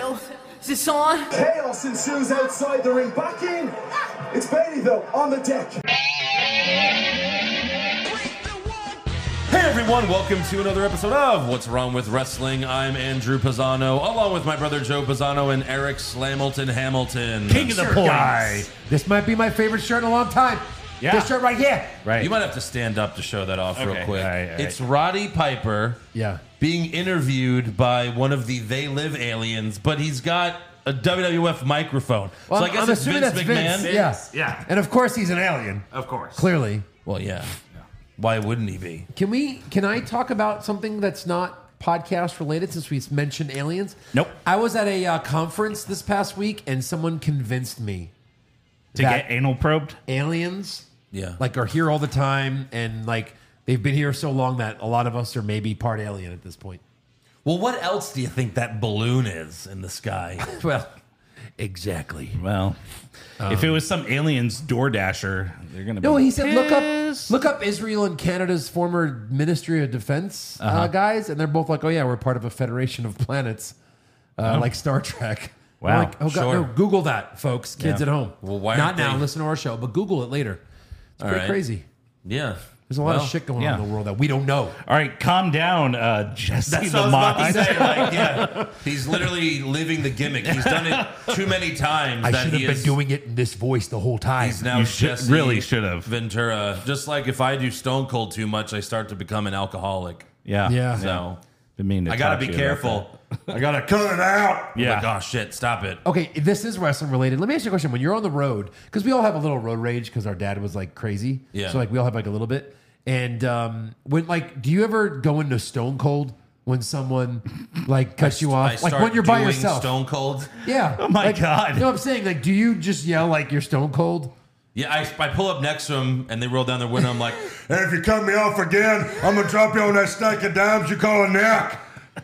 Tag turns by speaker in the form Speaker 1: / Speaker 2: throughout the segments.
Speaker 1: Oh,
Speaker 2: this on?
Speaker 3: Chaos ensues outside the ring. Back in. It's Bailey though on the deck.
Speaker 4: Hey everyone, welcome to another episode of What's Wrong with Wrestling. I'm Andrew Pisano, along with my brother Joe Pisano and Eric Slamilton Hamilton.
Speaker 5: King of the points.
Speaker 6: guy. This might be my favorite shirt in a long time.
Speaker 5: Yeah.
Speaker 6: This shirt right here.
Speaker 5: Right.
Speaker 4: You might have to stand up to show that off real
Speaker 5: Okay,
Speaker 4: quick.
Speaker 5: all right, all right.
Speaker 4: It's Roddy Piper
Speaker 6: Yeah.
Speaker 4: being interviewed by one of the They Live aliens, but he's got a WWF microphone.
Speaker 6: Well,
Speaker 4: so I
Speaker 6: I'm-
Speaker 4: guess
Speaker 6: I'm
Speaker 4: it's
Speaker 6: assuming
Speaker 4: Vince
Speaker 6: that's
Speaker 4: McMahon.
Speaker 6: Vince. Yeah.
Speaker 5: Yeah.
Speaker 6: And of course he's an alien.
Speaker 5: of course.
Speaker 6: Clearly.
Speaker 4: Well, yeah. Why wouldn't he be?
Speaker 6: Can we? Can I talk about something that's not podcast related since we mentioned aliens?
Speaker 5: Nope.
Speaker 6: I was at a uh, conference this past week and someone convinced me
Speaker 5: To
Speaker 6: That-
Speaker 5: get anal probed.
Speaker 6: aliens,
Speaker 4: Yeah.
Speaker 6: like are here all the time and like they've been here so long that a lot of us are maybe part alien at this point.
Speaker 4: Well, what else do you think that balloon is in the sky?
Speaker 6: Well, exactly.
Speaker 5: Well, if
Speaker 4: Um,
Speaker 5: it was some alien's door dasher, they're gonna.
Speaker 6: No,
Speaker 5: be
Speaker 6: he said look up
Speaker 5: pissed.
Speaker 6: look up Israel and Canada's former Ministry of Defense uh
Speaker 4: Uh-huh.
Speaker 6: guys, and they're both like, oh yeah, we're part of a federation of planets, uh, like Star Trek.
Speaker 5: Wow.
Speaker 6: I'm like, oh god,
Speaker 4: Oh. Sure.
Speaker 6: no, Google that, folks, kids
Speaker 5: Yeah.
Speaker 6: at home.
Speaker 4: Well, why
Speaker 6: Not
Speaker 4: aren't
Speaker 6: now.
Speaker 4: they-
Speaker 6: Listen to our show, but Google it later. It's pretty
Speaker 4: right.
Speaker 6: crazy.
Speaker 4: yeah.
Speaker 6: There's a lot
Speaker 4: Well,
Speaker 6: of shit going
Speaker 5: yeah.
Speaker 6: on in the world that we don't know.
Speaker 5: All right, calm down, uh, Jesse
Speaker 4: That's what I was
Speaker 5: Lamont.
Speaker 4: about to say. Like, yeah, he's literally living the gimmick. He's done it too many times.
Speaker 6: I
Speaker 4: that
Speaker 6: should
Speaker 4: he
Speaker 6: have been
Speaker 4: is-
Speaker 6: doing it in this voice the whole time.
Speaker 4: He's now
Speaker 5: You should-
Speaker 4: Jesse
Speaker 5: really should have.
Speaker 4: Ventura. Just like if I do Stone Cold too much, I start to become an alcoholic.
Speaker 5: yeah,
Speaker 6: Yeah.
Speaker 4: So
Speaker 5: Didn't mean to
Speaker 4: I gotta
Speaker 5: talk
Speaker 4: be
Speaker 5: to you about
Speaker 4: careful. I gotta cut it out.
Speaker 5: Yeah.
Speaker 4: Like, oh shit! Stop it.
Speaker 6: Okay, this is wrestling related. Let me ask you a question. When you're on the road, because we all have a little road rage because our dad was like crazy.
Speaker 4: Yeah.
Speaker 6: So like we all have like a little bit. And um, when like, do you ever go into stone cold when someone like cuts you
Speaker 4: I
Speaker 6: off? like
Speaker 4: start
Speaker 6: when you're by
Speaker 4: doing
Speaker 6: yourself.
Speaker 4: Stone Cold.
Speaker 6: Yeah. Oh
Speaker 5: my God.
Speaker 6: No, I'm saying like, do you just yell like you're stone cold?
Speaker 4: Yeah, I, I pull up next to him and they roll down their window. I'm like,
Speaker 1: And if you cut me off again, I'm gonna drop you on that stack of dimes you call a neck.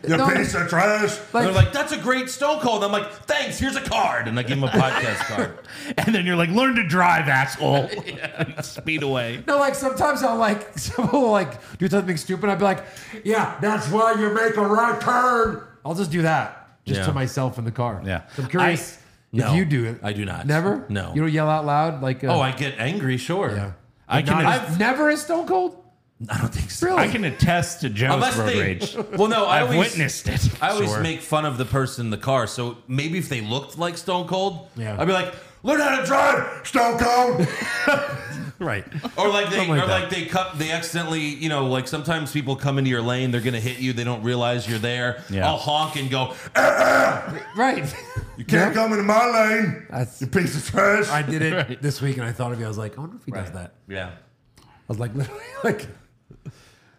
Speaker 1: You
Speaker 6: No.
Speaker 1: piece of trash.
Speaker 4: they're like, that's a great Stone Cold. I'm like, thanks. Here's a card, and I give him a podcast card.
Speaker 5: that. And then you're like, learn to drive, asshole. Speed away.
Speaker 6: No, like sometimes I'll like someone will like do something stupid. I'll be like, yeah, that's why you make a right turn. I'll just do that just
Speaker 4: Yeah.
Speaker 6: to myself in the car.
Speaker 5: Yeah.
Speaker 6: So I'm curious if
Speaker 4: No,
Speaker 6: you do it.
Speaker 4: I do not.
Speaker 6: Never.
Speaker 4: No.
Speaker 6: You don't yell out loud like. Uh,
Speaker 4: Oh, I get angry. Sure.
Speaker 6: Yeah.
Speaker 5: I can.
Speaker 6: Not, I've never is Stone Cold.
Speaker 4: I don't think so.
Speaker 6: Really?
Speaker 5: I can attest to Joe's
Speaker 4: Unless
Speaker 5: road
Speaker 4: they,
Speaker 5: rage.
Speaker 4: well, no, I
Speaker 5: I've
Speaker 4: always,
Speaker 5: witnessed it.
Speaker 4: I always
Speaker 5: Sure.
Speaker 4: make fun of the person in the car. So maybe if they looked like Stone Cold,
Speaker 6: Yeah.
Speaker 4: I'd be like,
Speaker 1: Learn how to drive, Stone Cold.
Speaker 6: right.
Speaker 4: or like they,
Speaker 6: like
Speaker 4: or
Speaker 6: that.
Speaker 4: like they cut, they accidentally, you know, like sometimes people come into your lane, they're gonna hit you, they don't realize you're there.
Speaker 5: Yeah.
Speaker 4: I'll honk and go,
Speaker 6: Right.
Speaker 1: You can't come into my lane,
Speaker 6: That's-
Speaker 1: you piece of trash.
Speaker 6: I did it this week, and I thought of you. I was like, I wonder if he does that.
Speaker 4: yeah,
Speaker 6: I was like, literally, like.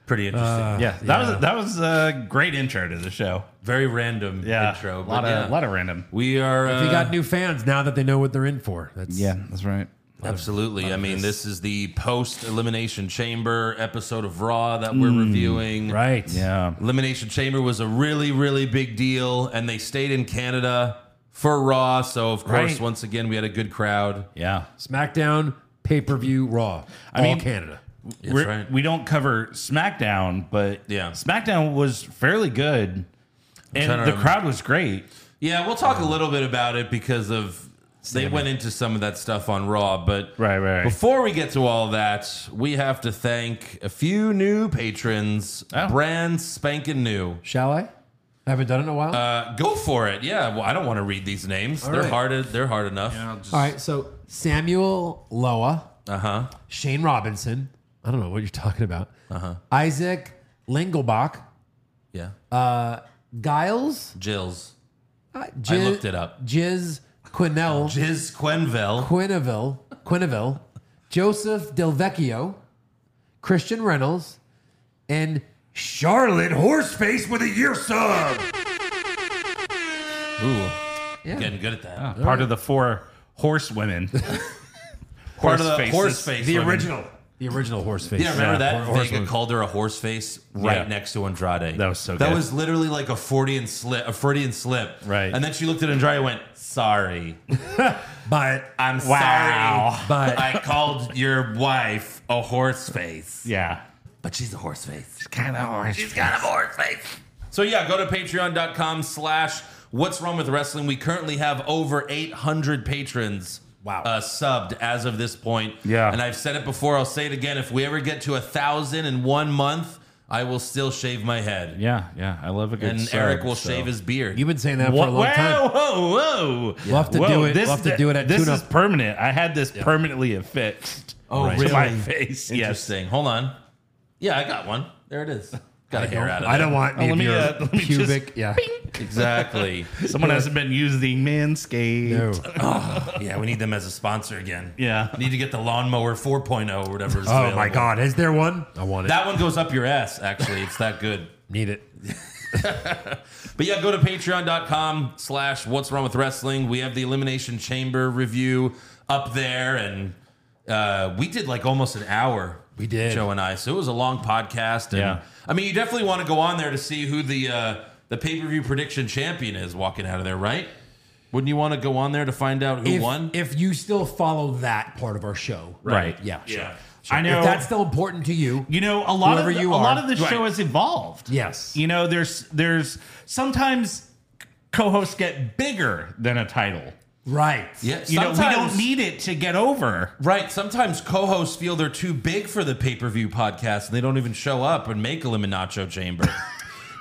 Speaker 4: pretty interesting,
Speaker 5: Yeah, that was that was a great intro to the show.
Speaker 4: very random
Speaker 5: Yeah,
Speaker 4: intro,
Speaker 5: a
Speaker 4: but
Speaker 5: lot of
Speaker 4: yeah.
Speaker 5: lot of random.
Speaker 4: We are
Speaker 6: We
Speaker 4: uh,
Speaker 6: got new fans now that they know what they're in for. That's
Speaker 5: that's right.
Speaker 4: uh, absolutely. I mean, this is the post elimination chamber episode of Raw that we're reviewing.
Speaker 6: right.
Speaker 5: Yeah,
Speaker 4: Elimination Chamber was a really, really big deal, and they stayed in Canada for Raw. So, of course,
Speaker 5: Right.
Speaker 4: once again, we had a good crowd.
Speaker 5: yeah.
Speaker 6: SmackDown pay per view Raw.
Speaker 5: I
Speaker 6: all
Speaker 5: mean-
Speaker 6: Canada.
Speaker 5: We're,
Speaker 4: right.
Speaker 5: We don't cover SmackDown, but
Speaker 4: Yeah.
Speaker 5: SmackDown was fairly good,
Speaker 4: trying to
Speaker 5: and the
Speaker 4: remember.
Speaker 5: crowd was great.
Speaker 4: Yeah, we'll talk a little bit about it because of they went into some of that stuff on Raw. But
Speaker 5: Right, right, right.
Speaker 4: before we get to all that, we have to thank a few new patrons,
Speaker 5: Oh.
Speaker 4: brand spanking new.
Speaker 6: Shall I? I haven't done it in a while.
Speaker 4: Uh, go for it. Yeah, well, I don't want to read these names. they're
Speaker 6: right.
Speaker 4: hard. They're hard enough.
Speaker 6: All right, so Samuel Loa,
Speaker 4: Uh huh.
Speaker 6: Shane Robinson. I don't know what you're talking about. Uh-huh. Isaac Lengelbach,
Speaker 4: Yeah.
Speaker 6: Giles,
Speaker 4: Jills.
Speaker 6: uh, Jiz,
Speaker 4: looked it up.
Speaker 6: Jiz Quinnell,
Speaker 4: Jiz Quenville.
Speaker 6: Quinneville, Quinneville, Joseph Delvecchio, Christian Reynolds, and Charlotte Horseface with a year sub.
Speaker 4: Ooh,
Speaker 6: Yeah.
Speaker 4: getting good at that.
Speaker 5: Part of the four horsewomen.
Speaker 4: Part of the
Speaker 5: faces.
Speaker 4: horse face. women.
Speaker 6: The original Horseface.
Speaker 4: Yeah, remember
Speaker 5: Yeah,
Speaker 4: that?
Speaker 5: hor- horse
Speaker 4: Vega
Speaker 5: women.
Speaker 4: called her a horse face right
Speaker 5: Yeah.
Speaker 4: next to Andrade.
Speaker 5: That was so
Speaker 4: That
Speaker 5: good.
Speaker 4: was literally like a Freudian slip. A Freudian slip.
Speaker 5: Right.
Speaker 4: And then she looked at Andrade and went, "Sorry,
Speaker 6: But
Speaker 4: I'm
Speaker 5: Wow.
Speaker 4: sorry,
Speaker 6: But-
Speaker 4: I called your wife a horse face,
Speaker 5: Yeah,
Speaker 4: but she's a horse face.
Speaker 5: kind of horse.
Speaker 4: She's got a horse face." So yeah, go to patreon.com slash What's Wrong with Wrestling. We currently have over 800 patrons.
Speaker 6: Wow.
Speaker 4: Uh, subbed as of this point.
Speaker 5: Yeah.
Speaker 4: And I've said it before. I'll say it again. If we ever get to a thousand in one month, I will still shave my head.
Speaker 5: Yeah, yeah. I love a good
Speaker 4: And
Speaker 5: sub,
Speaker 4: Eric will
Speaker 5: so.
Speaker 4: shave his beard.
Speaker 6: You've been saying that for
Speaker 5: Whoa,
Speaker 6: a long
Speaker 5: whoa,
Speaker 6: time.
Speaker 5: whoa, whoa.
Speaker 6: We'll have to
Speaker 5: Whoa,
Speaker 6: do it- we'll have to do it at
Speaker 5: This
Speaker 6: tune-up.
Speaker 5: is permanent. I had this permanently affixed
Speaker 4: Oh,
Speaker 5: to my
Speaker 4: really?
Speaker 5: face. Yes.
Speaker 4: Interesting. Hold on. Yeah, I got one. There it is. Got a hair out of
Speaker 6: I
Speaker 4: it.
Speaker 6: don't want any
Speaker 5: Oh,
Speaker 6: of
Speaker 5: let me,
Speaker 6: your
Speaker 5: uh, let me just-
Speaker 6: pubic. yeah.
Speaker 4: Exactly.
Speaker 5: Someone hasn't been using Manscaped.
Speaker 6: No.
Speaker 4: yeah, we need them as a sponsor again.
Speaker 5: Yeah.
Speaker 4: Need to get the lawnmower 4.0 or whatever. is
Speaker 6: Oh my
Speaker 4: available.
Speaker 6: God. Is there one? I want it.
Speaker 4: That one goes up your ass, actually. It's that good.
Speaker 6: Need it.
Speaker 4: But yeah, go to patreon.com slash what's wrong with wrestling. We have the Elimination Chamber review up there, and uh, we did like almost an hour.
Speaker 6: We did.
Speaker 4: Joe and I. So it was a long podcast. And
Speaker 5: Yeah.
Speaker 4: I mean, you definitely want to go on there to see who the uh, the pay per view prediction champion is walking out of there, right? Wouldn't you want to go on there to find out who
Speaker 6: If,
Speaker 4: won?
Speaker 6: if you still follow that part of our show.
Speaker 5: Right.
Speaker 6: Yeah. Sure.
Speaker 4: yeah.
Speaker 5: I know.
Speaker 6: If that's still important to you.
Speaker 5: You know, a lot
Speaker 6: Whoever
Speaker 5: of the,
Speaker 6: you
Speaker 5: a lot
Speaker 6: are.
Speaker 5: of the show has evolved.
Speaker 6: Yes.
Speaker 5: You know, there's there's sometimes co-hosts get bigger than a title.
Speaker 6: Right.
Speaker 4: Yeah,
Speaker 5: You know, we don't
Speaker 4: sometimes-
Speaker 5: need it to get over.
Speaker 4: Right. Sometimes co-hosts feel they're too big for the pay-per-view podcast, and they don't even show up and make Eliminacho Chamber.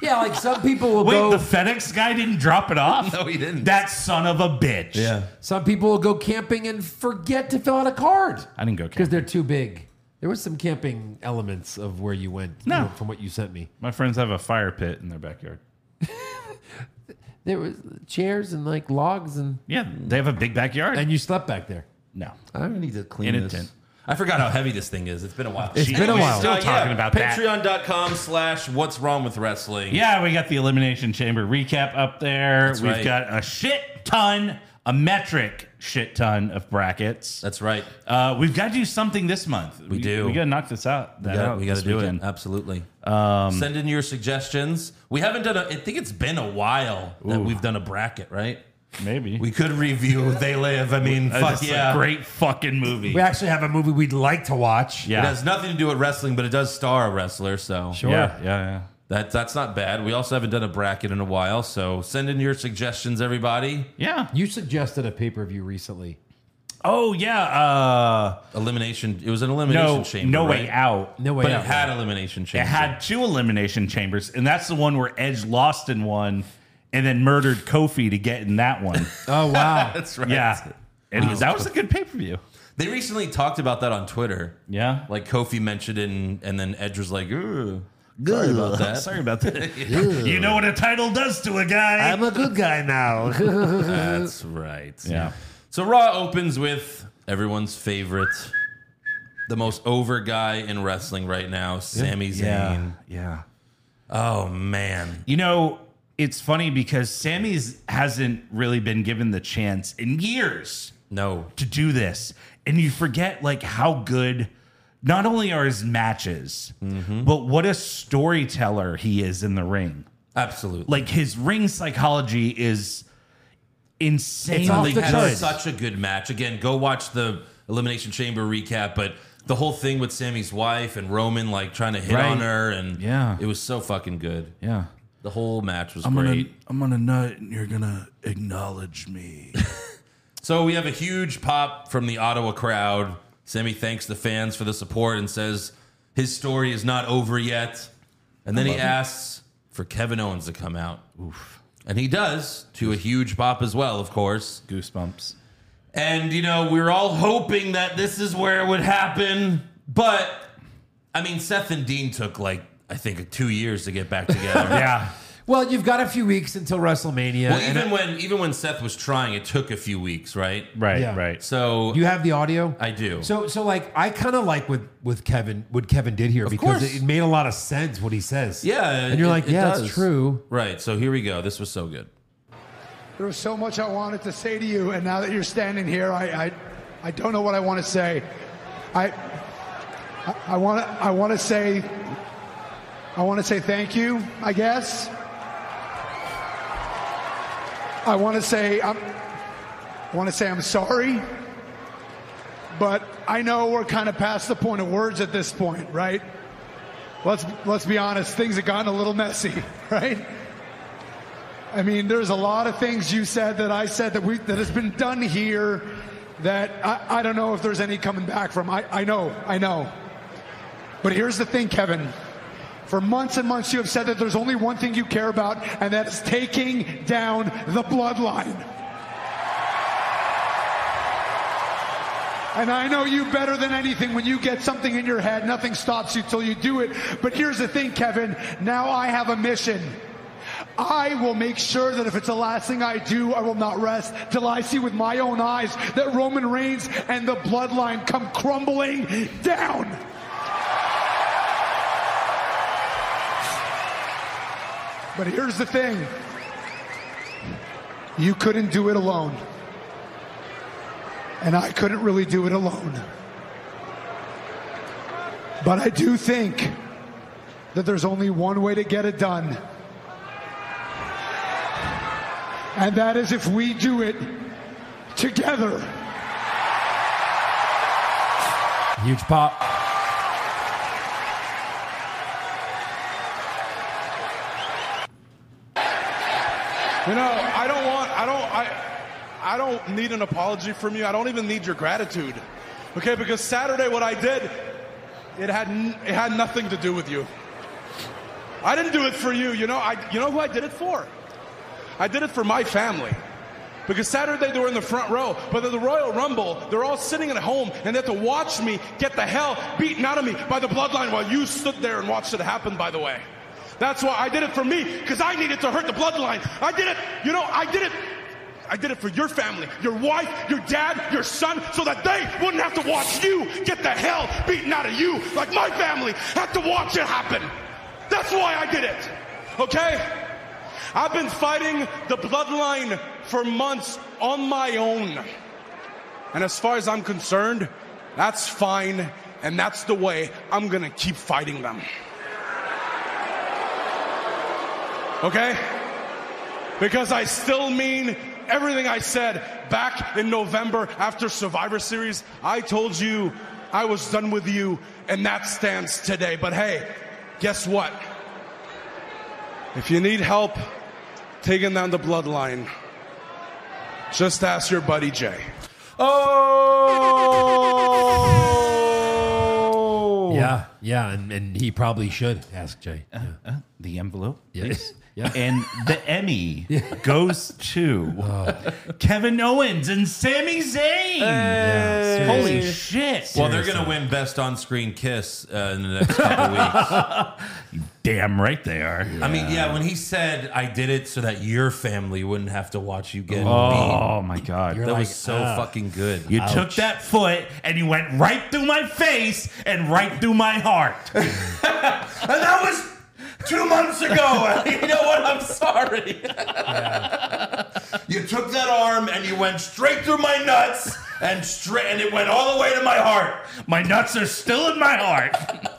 Speaker 6: Yeah. Like some people will
Speaker 5: Wait,
Speaker 6: go.
Speaker 5: the FedEx guy didn't drop it off?
Speaker 4: No, he didn't.
Speaker 5: That son of a bitch.
Speaker 6: Some people will go camping and forget to fill out a card
Speaker 5: I didn't go
Speaker 6: because
Speaker 5: camping.
Speaker 6: they're too big. There was some camping elements of where you went
Speaker 5: No.
Speaker 6: you know, from what you sent me.
Speaker 5: My friends have a fire pit in their backyard.
Speaker 6: There was chairs and like logs and
Speaker 5: Yeah, they have a big backyard.
Speaker 6: and you slept back there.
Speaker 5: no.
Speaker 4: I need to clean
Speaker 5: In a
Speaker 4: this.
Speaker 5: tent.
Speaker 4: I forgot how heavy this thing is. It's been a while.
Speaker 6: It's been a
Speaker 5: We're
Speaker 6: while.
Speaker 5: Still
Speaker 4: Uh,
Speaker 5: talking
Speaker 4: yeah,
Speaker 5: about that.
Speaker 4: Patreon.com slash What's Wrong with Wrestling.
Speaker 5: Yeah, we got the Elimination Chamber recap up there. We've
Speaker 4: right.
Speaker 5: got a shit ton, a metric shit ton of brackets.
Speaker 4: That's right.
Speaker 5: Uh, we've got to do something this month. We,
Speaker 4: do.
Speaker 5: We got to knock this out. That
Speaker 4: Yeah,
Speaker 5: out
Speaker 4: we got to
Speaker 5: this
Speaker 4: do
Speaker 5: weekend. Um,
Speaker 4: it. Uh, Absolutely. Send in your suggestions. We haven't done a. I think it's been a while that we've done a bracket, right?
Speaker 5: Maybe.
Speaker 4: We could review They Live. I mean,
Speaker 5: Uh,
Speaker 4: fuck
Speaker 5: it's a
Speaker 4: yeah.
Speaker 5: great fucking movie.
Speaker 6: We actually have a movie we'd like to watch.
Speaker 4: It
Speaker 5: yeah.
Speaker 4: has nothing to do with wrestling, but it does star a wrestler. So
Speaker 6: Sure.
Speaker 5: yeah. Yeah. Yeah.
Speaker 4: That that's not bad. We also haven't done a bracket in a while, so send in your suggestions, everybody.
Speaker 5: Yeah.
Speaker 6: You suggested a pay per view recently.
Speaker 5: Oh yeah. Uh,
Speaker 4: Elimination. It was an elimination
Speaker 5: no.
Speaker 4: chamber.
Speaker 5: no way
Speaker 4: right?
Speaker 5: out.
Speaker 6: No way.
Speaker 4: But it
Speaker 6: Out.
Speaker 4: had elimination chamber.
Speaker 5: It had two elimination chambers, and that's the one where Edge lost in one, and then murdered Kofi to get in that one.
Speaker 6: Oh wow.
Speaker 4: That's right.
Speaker 5: yeah. And that was a good pay per view.
Speaker 4: They recently talked about that on Twitter.
Speaker 5: Yeah.
Speaker 4: Like Kofi mentioned it, and, and then Edge was like, "Ooh, sorry about that."
Speaker 5: Sorry about that. you know what a title does to a guy.
Speaker 6: a good guy now.
Speaker 4: That's right.
Speaker 5: yeah.
Speaker 4: So Raw opens with everyone's favorite, the most over guy in wrestling right now, Sami Zayn.
Speaker 5: Yeah. Yeah.
Speaker 4: Oh man.
Speaker 5: You know, it's funny because Sammy's hasn't really been given the chance in years
Speaker 4: No.
Speaker 5: to do this. And you forget like how good not only are his matches, but what a storyteller he is in the ring.
Speaker 4: Absolutely.
Speaker 5: Like his ring psychology is insanely
Speaker 6: off
Speaker 4: they
Speaker 6: the
Speaker 5: good.
Speaker 4: had
Speaker 6: charts.
Speaker 4: such a good match. Again, go watch the Elimination Chamber recap, but the whole thing with Sammy's wife and Roman like trying to hit
Speaker 5: Right.
Speaker 4: on her and
Speaker 5: Yeah.
Speaker 4: it was so fucking good.
Speaker 5: Yeah.
Speaker 4: The whole match was
Speaker 2: I'm
Speaker 4: great.
Speaker 2: gonna I'm gonna nut and you're gonna acknowledge me.
Speaker 4: So we have a huge pop from the Ottawa crowd. Sammy thanks the fans for the support and says his story is not over yet. And then he asks for Kevin Owens to come out. Oof. And he does to a huge pop as well, of course.
Speaker 5: Goosebumps.
Speaker 4: And, you know, we were all hoping that this is where it would happen. But, I mean, Seth and Dean took like, I think, two years to get back together.
Speaker 5: Yeah.
Speaker 6: well, you've got a few weeks until WrestleMania.
Speaker 4: Well,
Speaker 6: and
Speaker 4: even when even when Seth was trying, it took a few weeks, uh, right?
Speaker 5: Right.
Speaker 6: Yeah.
Speaker 5: Right.
Speaker 4: So
Speaker 6: you have the audio.
Speaker 4: I do.
Speaker 6: So, so like I kind of like what with Kevin what Kevin did here because
Speaker 4: course.
Speaker 6: it made a lot of sense what he says.
Speaker 4: yeah,
Speaker 6: and you're
Speaker 4: it-
Speaker 6: like,
Speaker 4: it
Speaker 6: yeah,
Speaker 4: does.
Speaker 6: it's true.
Speaker 4: Right. So here we go. This was so good.
Speaker 7: There was so much I wanted to say to you, and now that you're standing here, I, I, I don't know what I want to say. I, I- I want to, I want to say, I want to say thank you, I guess. I want to say, I'm, I want to say I'm sorry, but I know we're kind of past the point of words at this point, right? Let's let's be honest. Things have gotten a little messy, right? I mean, there's a lot of things you said that I said that we that has been done here that I, I don't know if there's any coming back from. I, I know, I know. But here's the thing, Kevin. For months and months, you have said that there's only one thing you care about, and that's taking down the bloodline. And I know you better than anything. When you get something in your head, nothing stops you till you do it. But here's the thing, Kevin. Now I have a mission. I will make sure that if it's the last thing I do, I will not rest till I see with my own eyes that Roman Reigns and the bloodline come crumbling down. But here's the thing. You couldn't do it alone and I couldn't really do it alone. But I do think that there's only one way to get it done. And that is if we do it together.
Speaker 6: Huge pop.
Speaker 8: You know, I don't want, I don't, I, I don't need an apology from you. I don't even need your gratitude. Okay, because Saturday, what I did, it had, n- it had nothing to do with you. I didn't do it for you. You know, I, you know who I did it for? I did it for my family. Because Saturday they were in the front row, but at the Royal Rumble, they're all sitting at home and they have to watch me get the hell beaten out of me by the bloodline while you stood there and watched it happen, by the way. That's why I did it for me, because I needed to hurt the bloodline. I did it, you know, I did it. I did it for your family, your wife, your dad, your son, so that they wouldn't have to watch you get the hell beaten out of you like my family had to watch it happen. That's why I did it. Okay? I've been fighting the bloodline for months on my own. And as far as I'm concerned, that's fine, and that's the way I'm gonna keep fighting them. Okay? Because I still mean everything I said back in November after Survivor Series. I told you I was done with you, and that stands today. But hey, guess what? If you need help taking down the bloodline, just ask your buddy Jay.
Speaker 4: Oh!
Speaker 6: Yeah, yeah, and, and he probably should ask Jay. Yeah.
Speaker 5: the envelope.
Speaker 6: Yes.
Speaker 5: please.
Speaker 6: Yeah.
Speaker 5: And the Emmy goes to Kevin Owens and Sami Zayn.
Speaker 6: Yeah,
Speaker 5: Holy
Speaker 6: seriously.
Speaker 5: shit.
Speaker 4: Well, they're going to win Best On Screen Kiss uh, in the next couple weeks.
Speaker 5: Damn right they are.
Speaker 4: I mean, yeah, when he said, I did it so that your family wouldn't have to watch you get beat,
Speaker 5: Oh my god.
Speaker 4: that was so fucking good.
Speaker 5: you took that foot and you went right through my face and right through my heart.
Speaker 1: And that was two months ago.
Speaker 4: You know what? I'm sorry. you took that arm and you went straight through my nuts and straight and it went all the way to my heart.
Speaker 5: My nuts are still in my heart.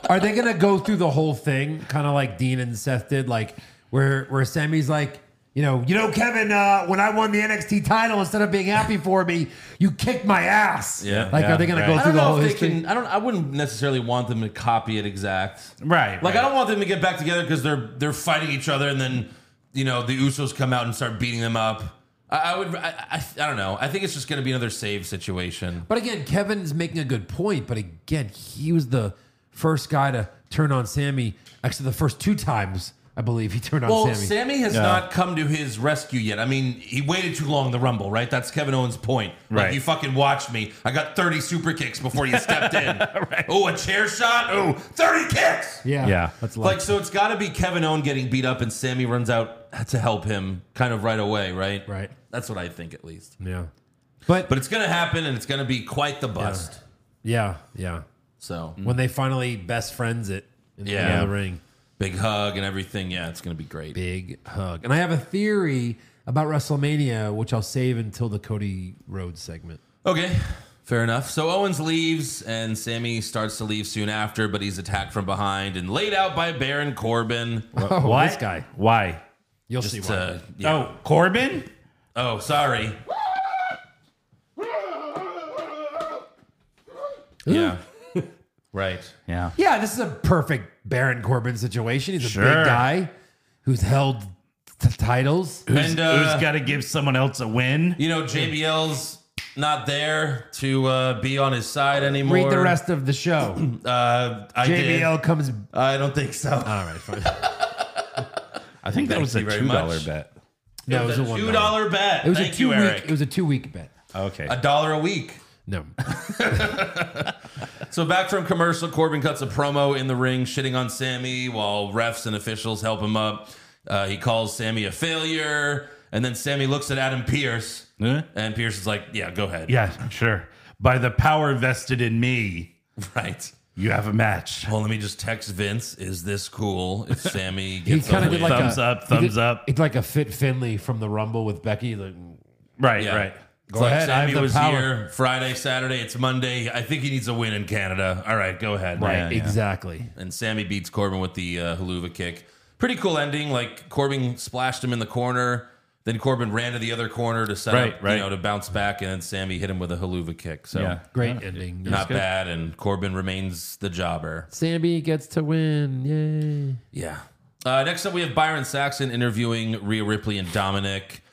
Speaker 6: Are they gonna go through the whole thing, kind of like Dean and Seth did, like where where Sammy's like, you know, you know, Kevin, uh, when I won the NXT title, instead of being happy for me, you kicked my ass.
Speaker 4: Yeah.
Speaker 6: like
Speaker 5: Yeah,
Speaker 6: are they gonna
Speaker 5: right.
Speaker 6: go
Speaker 4: I
Speaker 6: through
Speaker 4: don't
Speaker 6: the whole
Speaker 4: know if they
Speaker 6: history?
Speaker 4: can I don't I wouldn't necessarily want them to copy it exact.
Speaker 5: Right.
Speaker 4: Like I don't want them to get back together because they're they're fighting each other and then you know the Usos come out and start beating them up. I, I would I, I I don't know. I think it's just gonna be another save situation.
Speaker 6: But again, Kevin's making a good point. But again, he was the first guy to turn on Sammy. Actually, the first two times I believe he turned on
Speaker 4: Well,
Speaker 6: Sammy.
Speaker 4: Sammy, has not come to his rescue yet. I mean, he waited too long in the Rumble, right? That's Kevin Owens' point. Like,
Speaker 5: Right.
Speaker 4: you fucking watched me. I got 30 super kicks before you stepped in. Oh, a chair shot? Oh, 30 kicks!
Speaker 6: yeah,
Speaker 5: Yeah.
Speaker 6: that's a lot.
Speaker 4: Like, so it's got to be Kevin Owens getting beat up and Sammy runs out to help him kind of right away, right?
Speaker 6: Right.
Speaker 4: That's what I think, at least.
Speaker 6: yeah, but,
Speaker 4: But it's going to happen and it's going to be quite the bust.
Speaker 6: yeah, yeah.
Speaker 4: So,
Speaker 6: When they finally best friends it in the,
Speaker 4: Yeah.
Speaker 6: in the ring.
Speaker 4: big hug and everything. Yeah, it's going to be great.
Speaker 6: big hug. And I have a theory about WrestleMania, which I'll save until the Cody Rhodes segment.
Speaker 4: Okay, fair enough. So Owens leaves, and Sammy starts to leave soon after, but he's attacked from behind and laid out by Baron Corbin.
Speaker 6: Oh,
Speaker 5: Why?
Speaker 6: this guy.
Speaker 5: Why?
Speaker 6: You'll see
Speaker 4: Just,
Speaker 6: why.
Speaker 4: uh, yeah.
Speaker 5: Oh, Corbin?
Speaker 4: oh. sorry. yeah. Right.
Speaker 5: Yeah.
Speaker 6: yeah, this is a perfect Baron Corbin situation. He's a
Speaker 5: Sure.
Speaker 6: big guy who's held t- titles.
Speaker 4: And uh,
Speaker 5: Who's got to give someone else a win?
Speaker 4: you know, JBL's not there to uh, be on his side anymore.
Speaker 6: Read the rest of the show.
Speaker 4: Uh, I did.
Speaker 6: JBL comes.
Speaker 4: I don't think so.
Speaker 6: All right, fine.
Speaker 5: I think that
Speaker 4: Thank
Speaker 5: was a
Speaker 4: you very
Speaker 5: two dollar
Speaker 4: much.
Speaker 5: bet.
Speaker 6: No,
Speaker 4: it was a
Speaker 6: one
Speaker 4: two dollar bet.
Speaker 6: It was
Speaker 4: Thank
Speaker 6: a two
Speaker 4: you,
Speaker 6: week.
Speaker 4: Eric.
Speaker 6: It was a two week bet.
Speaker 5: Okay.
Speaker 4: a dollar a week.
Speaker 6: No,
Speaker 4: So back from commercial, Corbin cuts a promo in the ring, shitting on Sammy while refs and officials help him up. Uh, he calls Sammy a failure, and then Sammy looks at Adam Pierce,
Speaker 6: Eh?
Speaker 5: Huh?
Speaker 4: and Pierce is like, "Yeah, go ahead."
Speaker 5: Yeah, sure. By the power vested in me,
Speaker 4: right.
Speaker 5: you have a match.
Speaker 4: Well, let me just text Vince. Is this cool? If Sammy
Speaker 6: he
Speaker 4: gets
Speaker 6: kind
Speaker 4: a
Speaker 6: of did
Speaker 4: win?
Speaker 6: like
Speaker 5: Thumbs
Speaker 6: a,
Speaker 5: up,
Speaker 6: he did-
Speaker 5: thumbs up.
Speaker 6: It's like a fit Finley from the Rumble with Becky. Like,
Speaker 5: Right,
Speaker 4: Yeah.
Speaker 5: right.
Speaker 4: Go
Speaker 6: ahead, I have
Speaker 4: Sammy
Speaker 6: the
Speaker 4: was
Speaker 6: power.
Speaker 4: here Friday, Saturday. It's Monday. I think he needs a win in Canada. All right, go ahead.
Speaker 5: Right. Yeah.
Speaker 6: exactly.
Speaker 4: And Sammy beats Corbin with the uh, haluva kick. Pretty cool ending. Like Corbin splashed him in the corner. Then Corbin ran to the other corner to set
Speaker 5: Right,
Speaker 4: up,
Speaker 5: right.
Speaker 4: you know, to bounce back, and then Sammy hit him with a haluva kick. So
Speaker 5: Yeah.
Speaker 6: Great ending.
Speaker 4: not bad. And Corbin remains the jobber.
Speaker 6: Sammy gets to win. Yay.
Speaker 4: Yeah. Uh, next up, we have Byron Saxon interviewing Rhea Ripley and Dominic.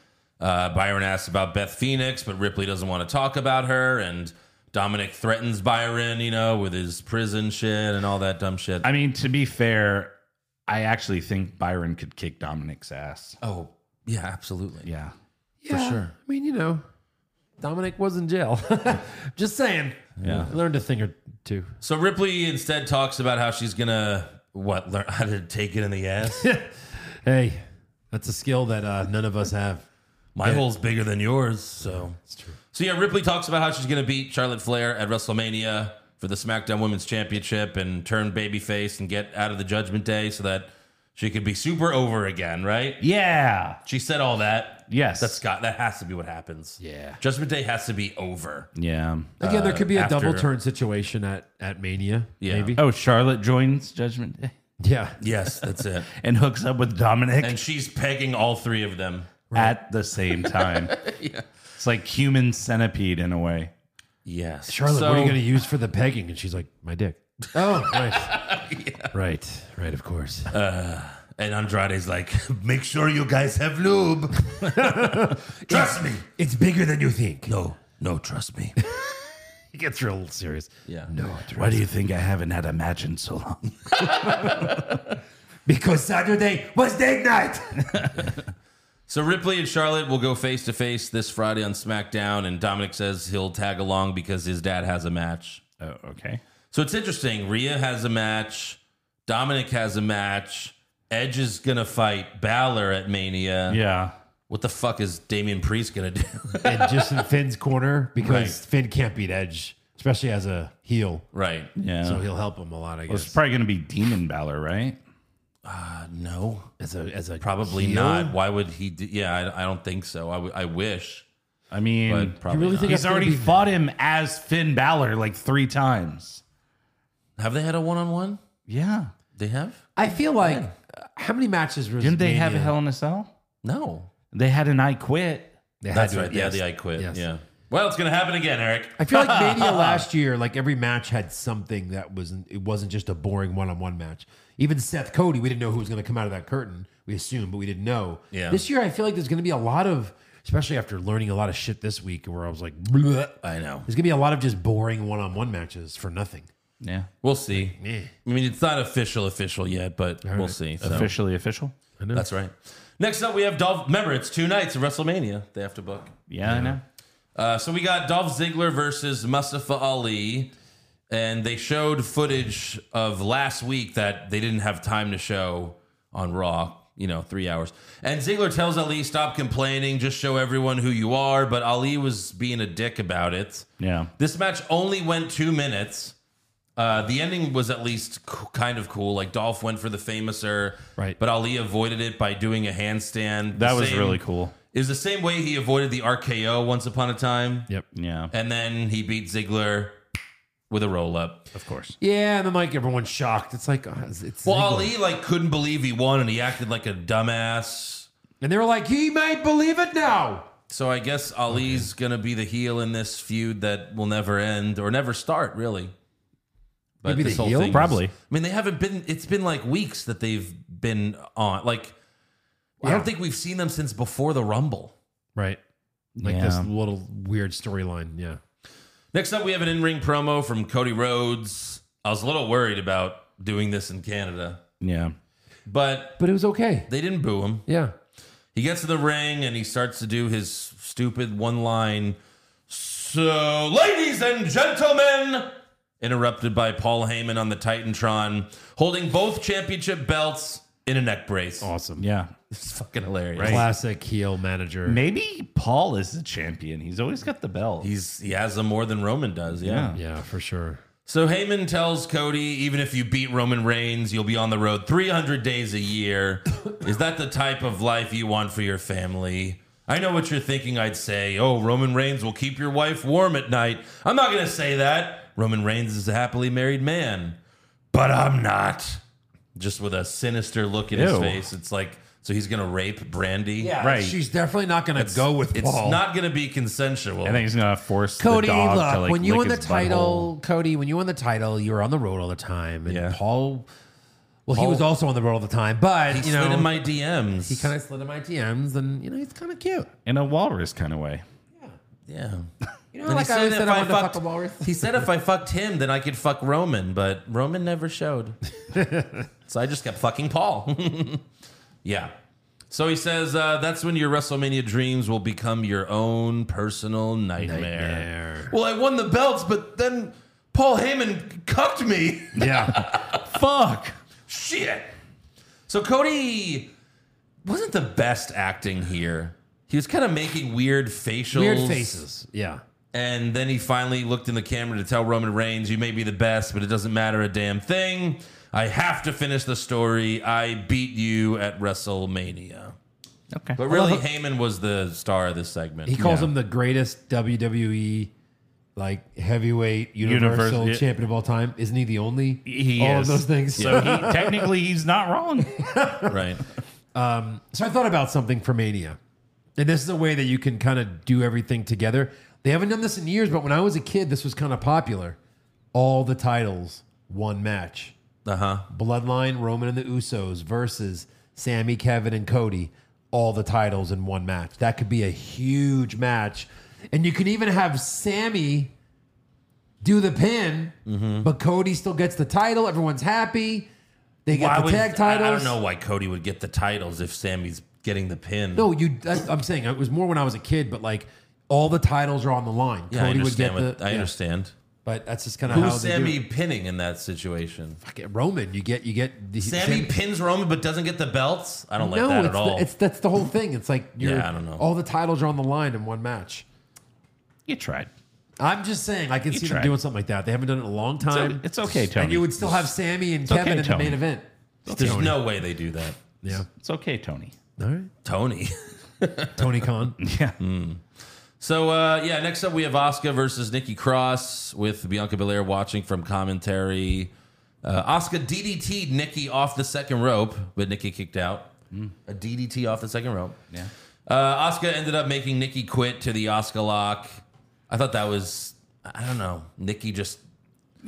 Speaker 4: Uh, Byron asks about Beth Phoenix, but Ripley doesn't want to talk about her. And Dominic threatens Byron, you know, with his prison shit and all that dumb shit.
Speaker 5: I mean, to be fair, I actually think Byron could kick Dominic's ass.
Speaker 4: oh, yeah, absolutely.
Speaker 5: Yeah.
Speaker 6: yeah,
Speaker 4: sure.
Speaker 6: I mean, you know, Dominic was in jail. Just saying. Yeah. Learned a thing or two.
Speaker 4: So Ripley instead talks about how she's going to, what, learn how to take it in the ass?
Speaker 6: Hey, that's a skill that uh, none of us have.
Speaker 4: My hole's bigger than yours, so it's true. So yeah, Ripley talks about how she's going to beat Charlotte Flair at WrestleMania for the SmackDown Women's Championship and turn babyface and get out of the Judgment Day so that she could be super over again, right?
Speaker 5: Yeah.
Speaker 4: She said all that.
Speaker 5: Yes.
Speaker 4: That's got that has to be what happens.
Speaker 6: Yeah.
Speaker 4: Judgment Day has to be over.
Speaker 5: Yeah.
Speaker 6: Again, there could be a
Speaker 4: after-
Speaker 6: double turn situation at, at Mania.
Speaker 4: Yeah.
Speaker 6: Maybe.
Speaker 5: Oh, Charlotte joins Judgment Day
Speaker 6: Yeah.
Speaker 4: Yes, that's it.
Speaker 5: and hooks up with Dominic
Speaker 4: And she's pegging all three of them.
Speaker 5: at the same time. It's like human centipede in a way.
Speaker 4: Yes.
Speaker 6: Charlotte, what are you
Speaker 4: So-
Speaker 6: going to use for the pegging? And she's like, my dick. Oh, right. Right. Uh, Right, of course.
Speaker 4: And Andrade's like, make sure you guys have lube. Trust me.
Speaker 6: it's bigger than you think.
Speaker 4: No, no, trust me.
Speaker 6: It gets real serious.
Speaker 4: Yeah.
Speaker 6: No.
Speaker 5: Why do you think I haven't had a match in so long?
Speaker 6: Because Saturday was date night.
Speaker 4: So Ripley and Charlotte will go face to face this Friday on SmackDown, and Dominic says he'll tag along because his dad has a match.
Speaker 5: Oh, okay.
Speaker 4: So it's interesting. Rhea has a match. Dominic has a match. Edge is gonna fight Balor at Mania.
Speaker 5: Yeah.
Speaker 4: What the fuck is Damian Priest gonna do?
Speaker 6: and just in Finn's corner because
Speaker 4: Right.
Speaker 6: Finn can't beat Edge, especially as a heel.
Speaker 4: right.
Speaker 5: Yeah.
Speaker 6: So he'll help him a lot, I
Speaker 5: it's
Speaker 6: guess.
Speaker 5: probably going to be Demon Balor, right?
Speaker 4: No.
Speaker 6: As a as a
Speaker 4: Probably
Speaker 6: heel?
Speaker 4: not. Why would he? Do- yeah, I, I don't think so. I, w- I wish,
Speaker 5: I mean,
Speaker 4: but probably
Speaker 6: really
Speaker 4: not.
Speaker 6: think-
Speaker 5: he's
Speaker 6: That's gonna
Speaker 5: already
Speaker 6: be-
Speaker 5: fought him as Finn Balor like three times.
Speaker 4: have they had a one on one?
Speaker 5: Yeah.
Speaker 4: They have.
Speaker 6: I feel like uh, how many matches was
Speaker 5: Didn't they have
Speaker 6: Mania?
Speaker 5: Hell in a Cell?
Speaker 4: No.
Speaker 5: They had an I Quit.
Speaker 6: They had
Speaker 4: That's
Speaker 6: to,
Speaker 4: right. Yeah,
Speaker 6: yes.
Speaker 4: the I quit.
Speaker 6: Yes.
Speaker 4: Yeah. Well, it's gonna happen again, Eric.
Speaker 6: I feel like Mania last year, like every match had something that wasn't. It wasn't just a boring one-on-one match. Even Seth Cody, we didn't know who was going to come out of that curtain. We assumed, but we didn't know.
Speaker 4: Yeah.
Speaker 6: This year, I feel like there's going to be a lot of, especially after learning a lot of shit this week, where I was like, Bleh.
Speaker 4: I know.
Speaker 6: there's going to be a lot of just boring one-on-one matches for nothing.
Speaker 5: Yeah.
Speaker 4: We'll see.
Speaker 6: Yeah.
Speaker 4: I mean, it's not official, official yet, but we'll see. So,
Speaker 5: Officially official?
Speaker 4: That's right. Next up, we have Dolph. Remember, it's two nights of WrestleMania. They have to book.
Speaker 5: Yeah, I know.
Speaker 4: Uh, so we got Dolph Ziggler versus Mustafa Ali, and they showed footage of last week that they didn't have time to show on Raw. You know, three hours. And Ziggler tells Ali, "Stop complaining. Just show everyone who you are." But Ali was being a dick about it.
Speaker 5: Yeah.
Speaker 4: This match only went two minutes. Uh, the ending was at least c- kind of cool. Like Dolph went for the famouser,
Speaker 6: Right.
Speaker 4: But Ali avoided it by doing a handstand.
Speaker 5: That
Speaker 4: The
Speaker 5: was
Speaker 4: same-
Speaker 5: really cool.
Speaker 4: It was the same way he avoided the RKO once upon a time,
Speaker 6: Yep.
Speaker 5: Yeah.
Speaker 4: and then he beat Ziggler with a roll up.
Speaker 5: Of course.
Speaker 6: Yeah, and then like everyone's shocked. It's like, oh, it's, it's
Speaker 4: Well,
Speaker 6: Ziggler.
Speaker 4: Ali like couldn't believe he won, and he acted like a dumbass.
Speaker 6: and they were like, he might believe it now.
Speaker 4: So I guess Ali's gonna be the heel in this feud that will never end or never start, really. But
Speaker 6: Maybe the heel?
Speaker 4: was-
Speaker 5: Probably.
Speaker 4: I mean, they haven't been. It's been like weeks that they've been on. Like I don't think we've seen them since before the Rumble.
Speaker 6: Right. Like
Speaker 5: Yeah.
Speaker 6: this little weird storyline. Yeah.
Speaker 4: Next up, we have an in ring promo from Cody Rhodes. I was a little worried about doing this in Canada,
Speaker 5: Yeah.
Speaker 4: but
Speaker 6: But it was okay.
Speaker 4: they didn't boo him.
Speaker 6: Yeah.
Speaker 4: He gets to the ring and he starts to do his stupid one line. So, ladies and gentlemen, interrupted by Paul Heyman on the Titantron, holding both championship belts in a neck brace.
Speaker 6: Awesome.
Speaker 5: Yeah.
Speaker 4: It's fucking hilarious.
Speaker 6: Classic heel manager.
Speaker 5: Maybe Paul is the champion. He's always got the belt.
Speaker 4: He's he has them more than Roman does. yeah.
Speaker 5: yeah.
Speaker 6: Yeah, for sure.
Speaker 4: So Heyman tells Cody, even if you beat Roman Reigns, you'll be on the road 300 days a year. Is that the type of life you want for your family? I know what you're thinking. I'd say, oh, Roman Reigns will keep your wife warm at night. I'm not going to say that. Roman Reigns is a happily married man, but I'm not. Just with a sinister look in his
Speaker 5: Ew.
Speaker 4: face. It's like, so he's going to rape Brandy? Yeah.
Speaker 5: Right.
Speaker 6: She's definitely not going to go with
Speaker 4: It's
Speaker 6: Paul.
Speaker 4: not going to be consensual.
Speaker 5: I think he's gonna force
Speaker 6: Cody,
Speaker 5: the dog
Speaker 6: look,
Speaker 5: to like
Speaker 6: when you
Speaker 5: lick
Speaker 6: won the
Speaker 5: his
Speaker 6: title,
Speaker 5: butthole.
Speaker 6: Cody, when you won the title, you were on the road all the time. And
Speaker 4: Yeah.
Speaker 6: Paul, well, he
Speaker 4: Paul-
Speaker 6: was also on the road all the time, but,
Speaker 4: he
Speaker 6: you know,
Speaker 4: slid in my DMs.
Speaker 6: he kind of slid in my DMs and, you know, he's kind of cute.
Speaker 5: in a walrus kind of way.
Speaker 4: Yeah.
Speaker 6: You know, like I always said, I wanted to fuck a walrus.
Speaker 4: he said if I fucked him, then I could fuck Roman, but Roman never showed. so I just kept fucking Paul. yeah. So he says uh, that's when your WrestleMania dreams will become your own personal nightmare. Well, I won the belts, but then Paul Heyman cucked me.
Speaker 6: Yeah.
Speaker 5: Fuck.
Speaker 4: Shit. So Cody wasn't the best acting here. He was kind of making weird facials.
Speaker 6: Weird faces. Yeah.
Speaker 4: And then he finally looked in the camera to tell Roman Reigns, You may be the best, but it doesn't matter a damn thing. I have to finish the story. I beat you at WrestleMania.
Speaker 5: Okay.
Speaker 4: But really, Heyman was the star of this segment.
Speaker 6: He calls him the greatest WWE like heavyweight universal
Speaker 5: Universal, yeah.
Speaker 6: champion of all time. Isn't he the only?
Speaker 5: He
Speaker 6: all of
Speaker 5: is.
Speaker 6: those things.
Speaker 5: So he, technically, he's not wrong.
Speaker 4: right.
Speaker 6: So I thought about something for Mania. And this is a way that you can kind of do everything together. They haven't done this in years, but when I was a kid, this was kind of popular. All the titles, one match.
Speaker 4: Uh huh.
Speaker 6: Bloodline, Roman and the Usos versus Sammy, Kevin, and Cody, all the titles in one match. That could be a huge match. And you can even have Sammy do the pin,
Speaker 4: Mm-hmm.
Speaker 6: but Cody still gets the title. Everyone's happy. They get the tag titles.
Speaker 4: I, I don't know why Cody would get the titles if Sammy's getting the pin.
Speaker 6: No, you. That, I'm saying it was more when I was a kid, but like all the titles are on the line.
Speaker 4: yeah, I understand. what, I
Speaker 6: yeah.
Speaker 4: understand.
Speaker 6: but that's just kind of how
Speaker 4: Who's
Speaker 6: they do
Speaker 4: Sammy
Speaker 6: it.
Speaker 4: pinning in that situation?
Speaker 6: Fuck it, Roman. You get you get the,
Speaker 4: Sammy
Speaker 6: Sam-
Speaker 4: pins Roman but doesn't get the belts? I don't like
Speaker 6: no,
Speaker 4: that
Speaker 6: it's,
Speaker 4: at all.
Speaker 6: The, it's that's the whole thing. It's like you're,
Speaker 4: Yeah, I don't know.
Speaker 6: All the titles are on the line in one match.
Speaker 5: You tried.
Speaker 6: I'm just saying, I can see
Speaker 5: tried.
Speaker 6: them doing something like that. They haven't done it in a long time.
Speaker 5: It's okay, Tony.
Speaker 6: and you would still have Sammy and
Speaker 5: okay,
Speaker 6: Kevin in the
Speaker 5: Tony.
Speaker 6: main event.
Speaker 4: There's no way they do that.
Speaker 6: Yeah.
Speaker 5: It's okay, Tony.
Speaker 6: All right.
Speaker 4: Tony.
Speaker 6: Tony Khan.
Speaker 5: Yeah.
Speaker 4: So uh, yeah, next up we have Oscar versus Nikki Cross with Bianca Belair watching from commentary. Uh, Oscar DDT'd Nikki off the second rope, but Nikki kicked out. A DDT off the second rope. Yeah. Uh, Oscar ended up making Nikki quit to the Oscar lock. I thought that was I don't know. Nikki just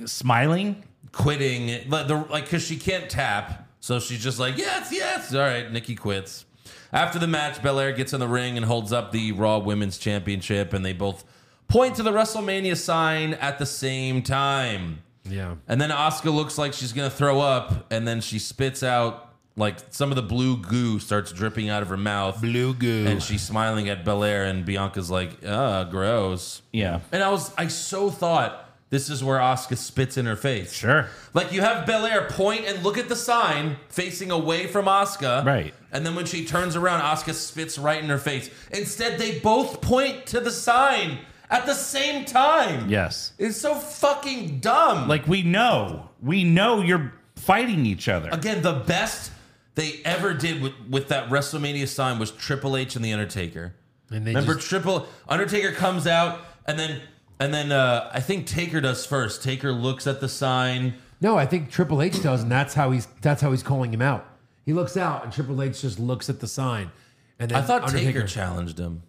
Speaker 5: Smiling.
Speaker 4: quitting, but the like because she can't tap, so she's just like yes, yes. All right, Nikki quits. After the match, Belair gets in the ring and holds up the Raw Women's Championship, and they both point to the WrestleMania sign at the same time.
Speaker 6: Yeah.
Speaker 4: And then Oscar looks like she's gonna throw up, and then she spits out like some of the blue goo starts dripping out of her mouth. Blue goo, and she's smiling at Belair, and Bianca's like, "Uh, gross."
Speaker 5: Yeah.
Speaker 4: And I was, I so thought this is where Oscar spits in her face.
Speaker 5: Sure.
Speaker 4: Like you have Belair point and look at the sign facing away from Oscar.
Speaker 5: Right.
Speaker 4: And then when she turns around, Oscar spits right in her face. Instead, they both point to the sign at the same time.
Speaker 5: Yes.
Speaker 4: It's so fucking dumb.
Speaker 5: Like we know, we know you're fighting each other.
Speaker 4: again, the best they ever did with, with that WrestleMania sign was Triple H and The Undertaker.
Speaker 6: And they
Speaker 4: Remember
Speaker 6: just-
Speaker 4: Triple Undertaker comes out and then and then uh, I think Taker does first. Taker looks at the sign.
Speaker 6: No, I think Triple H does, and that's how he's that's how he's calling him out. He looks out, and Triple H just looks at the sign. And then
Speaker 4: I thought
Speaker 6: Undertaker-
Speaker 4: Taker challenged him.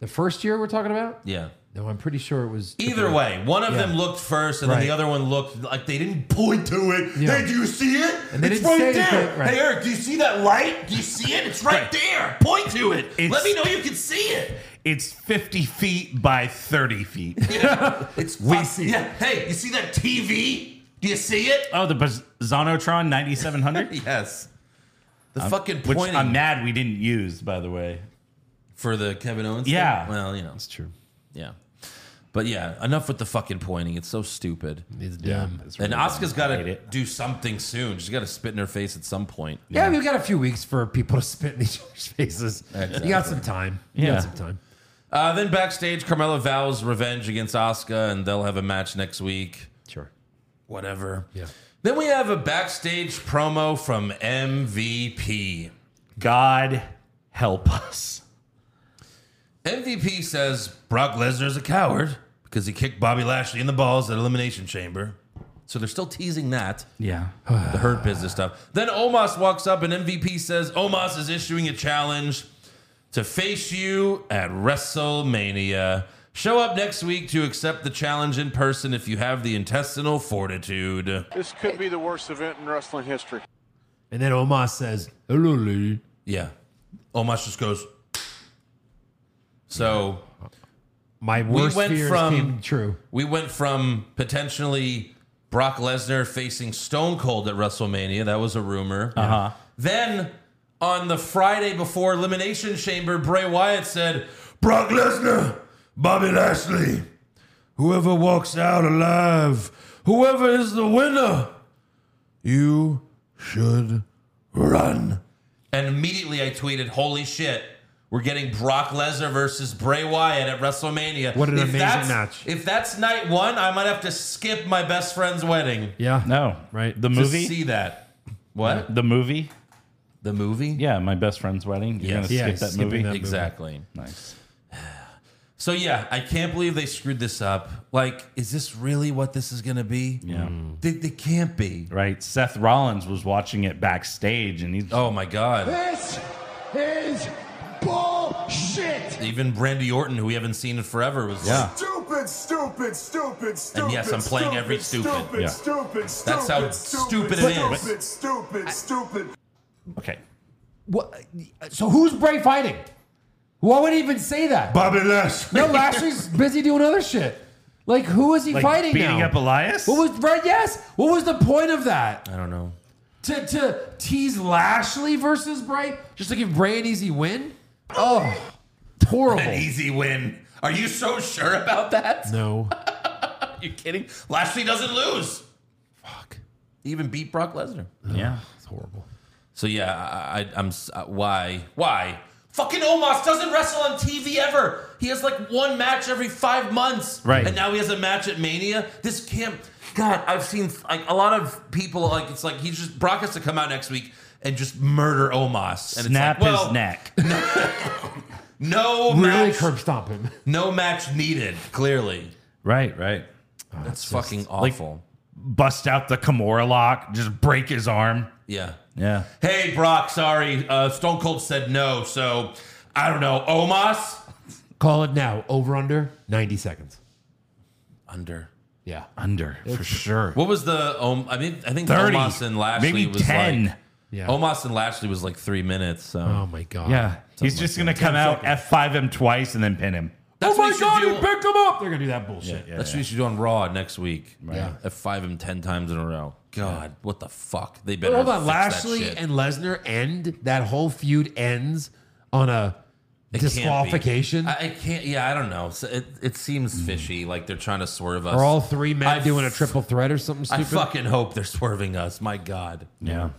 Speaker 6: The first year we're talking about?
Speaker 4: Yeah.
Speaker 6: No, I'm pretty sure it was.
Speaker 4: Either way, one of them looked first, and then the
Speaker 6: Right.
Speaker 4: other one looked like they didn't point to it.
Speaker 6: Yeah.
Speaker 4: Hey, do you see it?
Speaker 6: And they
Speaker 4: it's
Speaker 6: didn't
Speaker 4: right
Speaker 6: say
Speaker 4: there.
Speaker 6: anything, right.
Speaker 4: Hey, Eric, do you see that light? Do you see it? It's right,
Speaker 5: Right.
Speaker 4: there. Point to it.
Speaker 5: It's-
Speaker 4: Let me know you can see it.
Speaker 5: It's 50 feet by 30 feet.
Speaker 4: It's
Speaker 5: We
Speaker 4: fuck-
Speaker 5: see
Speaker 4: Yeah. Hey, you see that TV? Do you see it?
Speaker 5: Oh, the Bas- Zonotron 9700?
Speaker 4: Yes. The fucking
Speaker 5: Which um,
Speaker 4: pointing
Speaker 5: I'm mad we didn't use, by the way.
Speaker 4: for the Kevin Owens. thing?
Speaker 5: Yeah.
Speaker 4: Well, you know, it's true. Yeah. But yeah, enough with the fucking pointing. It's so stupid.
Speaker 6: It's dumb.
Speaker 4: and Oscar's got
Speaker 5: hate
Speaker 4: to
Speaker 5: it.
Speaker 4: do something soon. She's got to spit in her face at some point.
Speaker 6: Yeah, we've got a few weeks for people to spit in each other's faces. You got some time. You
Speaker 5: Yeah.
Speaker 6: got some time.
Speaker 4: Uh, then backstage, Carmella vows revenge against Asuka, and they'll have a match next week.
Speaker 6: Sure.
Speaker 4: Whatever.
Speaker 6: Yeah.
Speaker 4: Then we have a backstage promo from MVP.
Speaker 5: God help us.
Speaker 4: MVP says Brock Lesnar's a coward because he kicked Bobby Lashley in the balls at Elimination Chamber. So they're still teasing that.
Speaker 5: Yeah.
Speaker 4: the hurt business stuff. Then Omos walks up and MVP says Omos is issuing a challenge to face you at WrestleMania. Show up next week to accept the challenge in person if you have the intestinal fortitude.
Speaker 9: This could be the worst event in wrestling history.
Speaker 6: And then Omar says, "Hello, lady."
Speaker 4: Yeah. Omos just goes. So
Speaker 6: "My worst
Speaker 4: went
Speaker 6: fears
Speaker 4: from-
Speaker 6: came true."
Speaker 4: we went from potentially Brock Lesnar facing Stone Cold at WrestleMania. That was a rumor. Uh huh. Then on the Friday before Elimination Chamber, Bray Wyatt said,
Speaker 1: Brock Lesnar, Bobby Lashley.
Speaker 4: Whoever walks out alive, whoever is the winner, you should run. And immediately I tweeted, Holy shit, we're getting Brock Lesnar versus Bray Wyatt at WrestleMania.
Speaker 6: What an amazing
Speaker 4: that's-
Speaker 6: match.
Speaker 4: If that's night one, I might have to skip my best friend's wedding
Speaker 6: Yeah.
Speaker 5: No.
Speaker 6: Right.
Speaker 5: The
Speaker 4: to
Speaker 5: movie?
Speaker 4: see that. What?
Speaker 5: the movie?
Speaker 4: The movie?
Speaker 5: Yeah, my best friend's wedding. You're
Speaker 4: Yes.
Speaker 5: going to
Speaker 6: Yeah,
Speaker 5: skip that
Speaker 6: skipping
Speaker 5: movie?
Speaker 6: that.
Speaker 4: Exactly.
Speaker 5: Nice.
Speaker 4: So yeah, I can't believe they screwed this up. Like, is this really what this is gonna be?
Speaker 5: Yeah.
Speaker 4: They, they can't be.
Speaker 5: Right. Seth Rollins was watching it backstage and he's
Speaker 4: Oh my god.
Speaker 7: This is bullshit.
Speaker 4: Even Brandy Orton, who we haven't seen in forever, was like,
Speaker 3: Stupid, stupid, stupid, stupid.
Speaker 4: And yes, I'm playing every stupid.
Speaker 3: Stupid,
Speaker 5: Yeah.
Speaker 3: stupid, stupid.
Speaker 4: That's how stupid it is.
Speaker 3: Stupid, stupid, stupid.
Speaker 5: okay.
Speaker 6: What? So who's Bray fighting? Why would he even say that?
Speaker 1: Bobby Lashley.
Speaker 6: no, Lashley's busy doing other shit. Like, who is he
Speaker 5: Like
Speaker 6: fighting
Speaker 5: beating
Speaker 6: now?
Speaker 5: up Elias?
Speaker 6: what was right? Yes. What was the point of that?
Speaker 4: I don't know.
Speaker 6: To to tease Lashley versus Bray, just to give Bray an easy win. Oh,
Speaker 4: An
Speaker 6: horrible.
Speaker 4: easy win. Are you so sure about that?
Speaker 6: No.
Speaker 4: Are you kidding? Lashley doesn't lose. Fuck. He even beat Brock Lesnar.
Speaker 5: yeah.
Speaker 6: It's horrible.
Speaker 4: So yeah, I, I, I'm. s- Uh, why? Why? Fucking Omos doesn't wrestle on TV ever. He has like one match every five months.
Speaker 5: Right.
Speaker 4: And now he has a match at Mania. This can't. God, I've seen like a lot of people like it's like he's just Brock has to come out next week and just murder Omos and
Speaker 5: Snap
Speaker 4: it's like, well,
Speaker 5: his neck.
Speaker 4: No
Speaker 6: Really
Speaker 4: match.
Speaker 6: curb stomp him.
Speaker 4: no match needed. Clearly,
Speaker 5: right, right.
Speaker 4: that's fucking
Speaker 5: like-
Speaker 4: awful.
Speaker 5: Bust out the Kimura lock, just break his arm.
Speaker 4: yeah.
Speaker 5: Yeah.
Speaker 4: Hey Brock, sorry. Uh, Stone Cold said no, so I don't know. Omos
Speaker 6: Call it now. Over under ninety seconds.
Speaker 4: under.
Speaker 6: Yeah.
Speaker 5: Under for sure.
Speaker 4: What was the? Um, I mean, I think
Speaker 5: 30,
Speaker 4: Omos and Lashley
Speaker 5: maybe
Speaker 4: was
Speaker 5: 10.
Speaker 4: like
Speaker 6: Yeah.
Speaker 4: Omos and Lashley was like three minutes. So
Speaker 6: Oh my god.
Speaker 5: yeah. He's just going to come out, F5 him twice, and then pin him.
Speaker 4: that's
Speaker 6: Oh my
Speaker 4: what
Speaker 6: god,
Speaker 4: you
Speaker 6: you
Speaker 4: should do.
Speaker 6: picked him up. They're gonna do that bullshit.
Speaker 4: That's what you should do on Raw next week. Right.
Speaker 6: Yeah.
Speaker 4: F five him ten times in a row. God, what the fuck? They better
Speaker 6: But hold on,
Speaker 4: fix that
Speaker 6: Lashley
Speaker 4: shit.
Speaker 6: and Lesnar end that whole feud ends on a
Speaker 4: It can't be.
Speaker 6: disqualification.
Speaker 4: I, I can't. Yeah, I don't know. So it it seems fishy. Like they're trying to swerve us.
Speaker 6: Are all three men
Speaker 4: I
Speaker 6: doing a
Speaker 4: f-
Speaker 6: triple threat or something
Speaker 4: I
Speaker 6: stupid?
Speaker 4: fucking hope they're swerving us. My God.
Speaker 5: Yeah.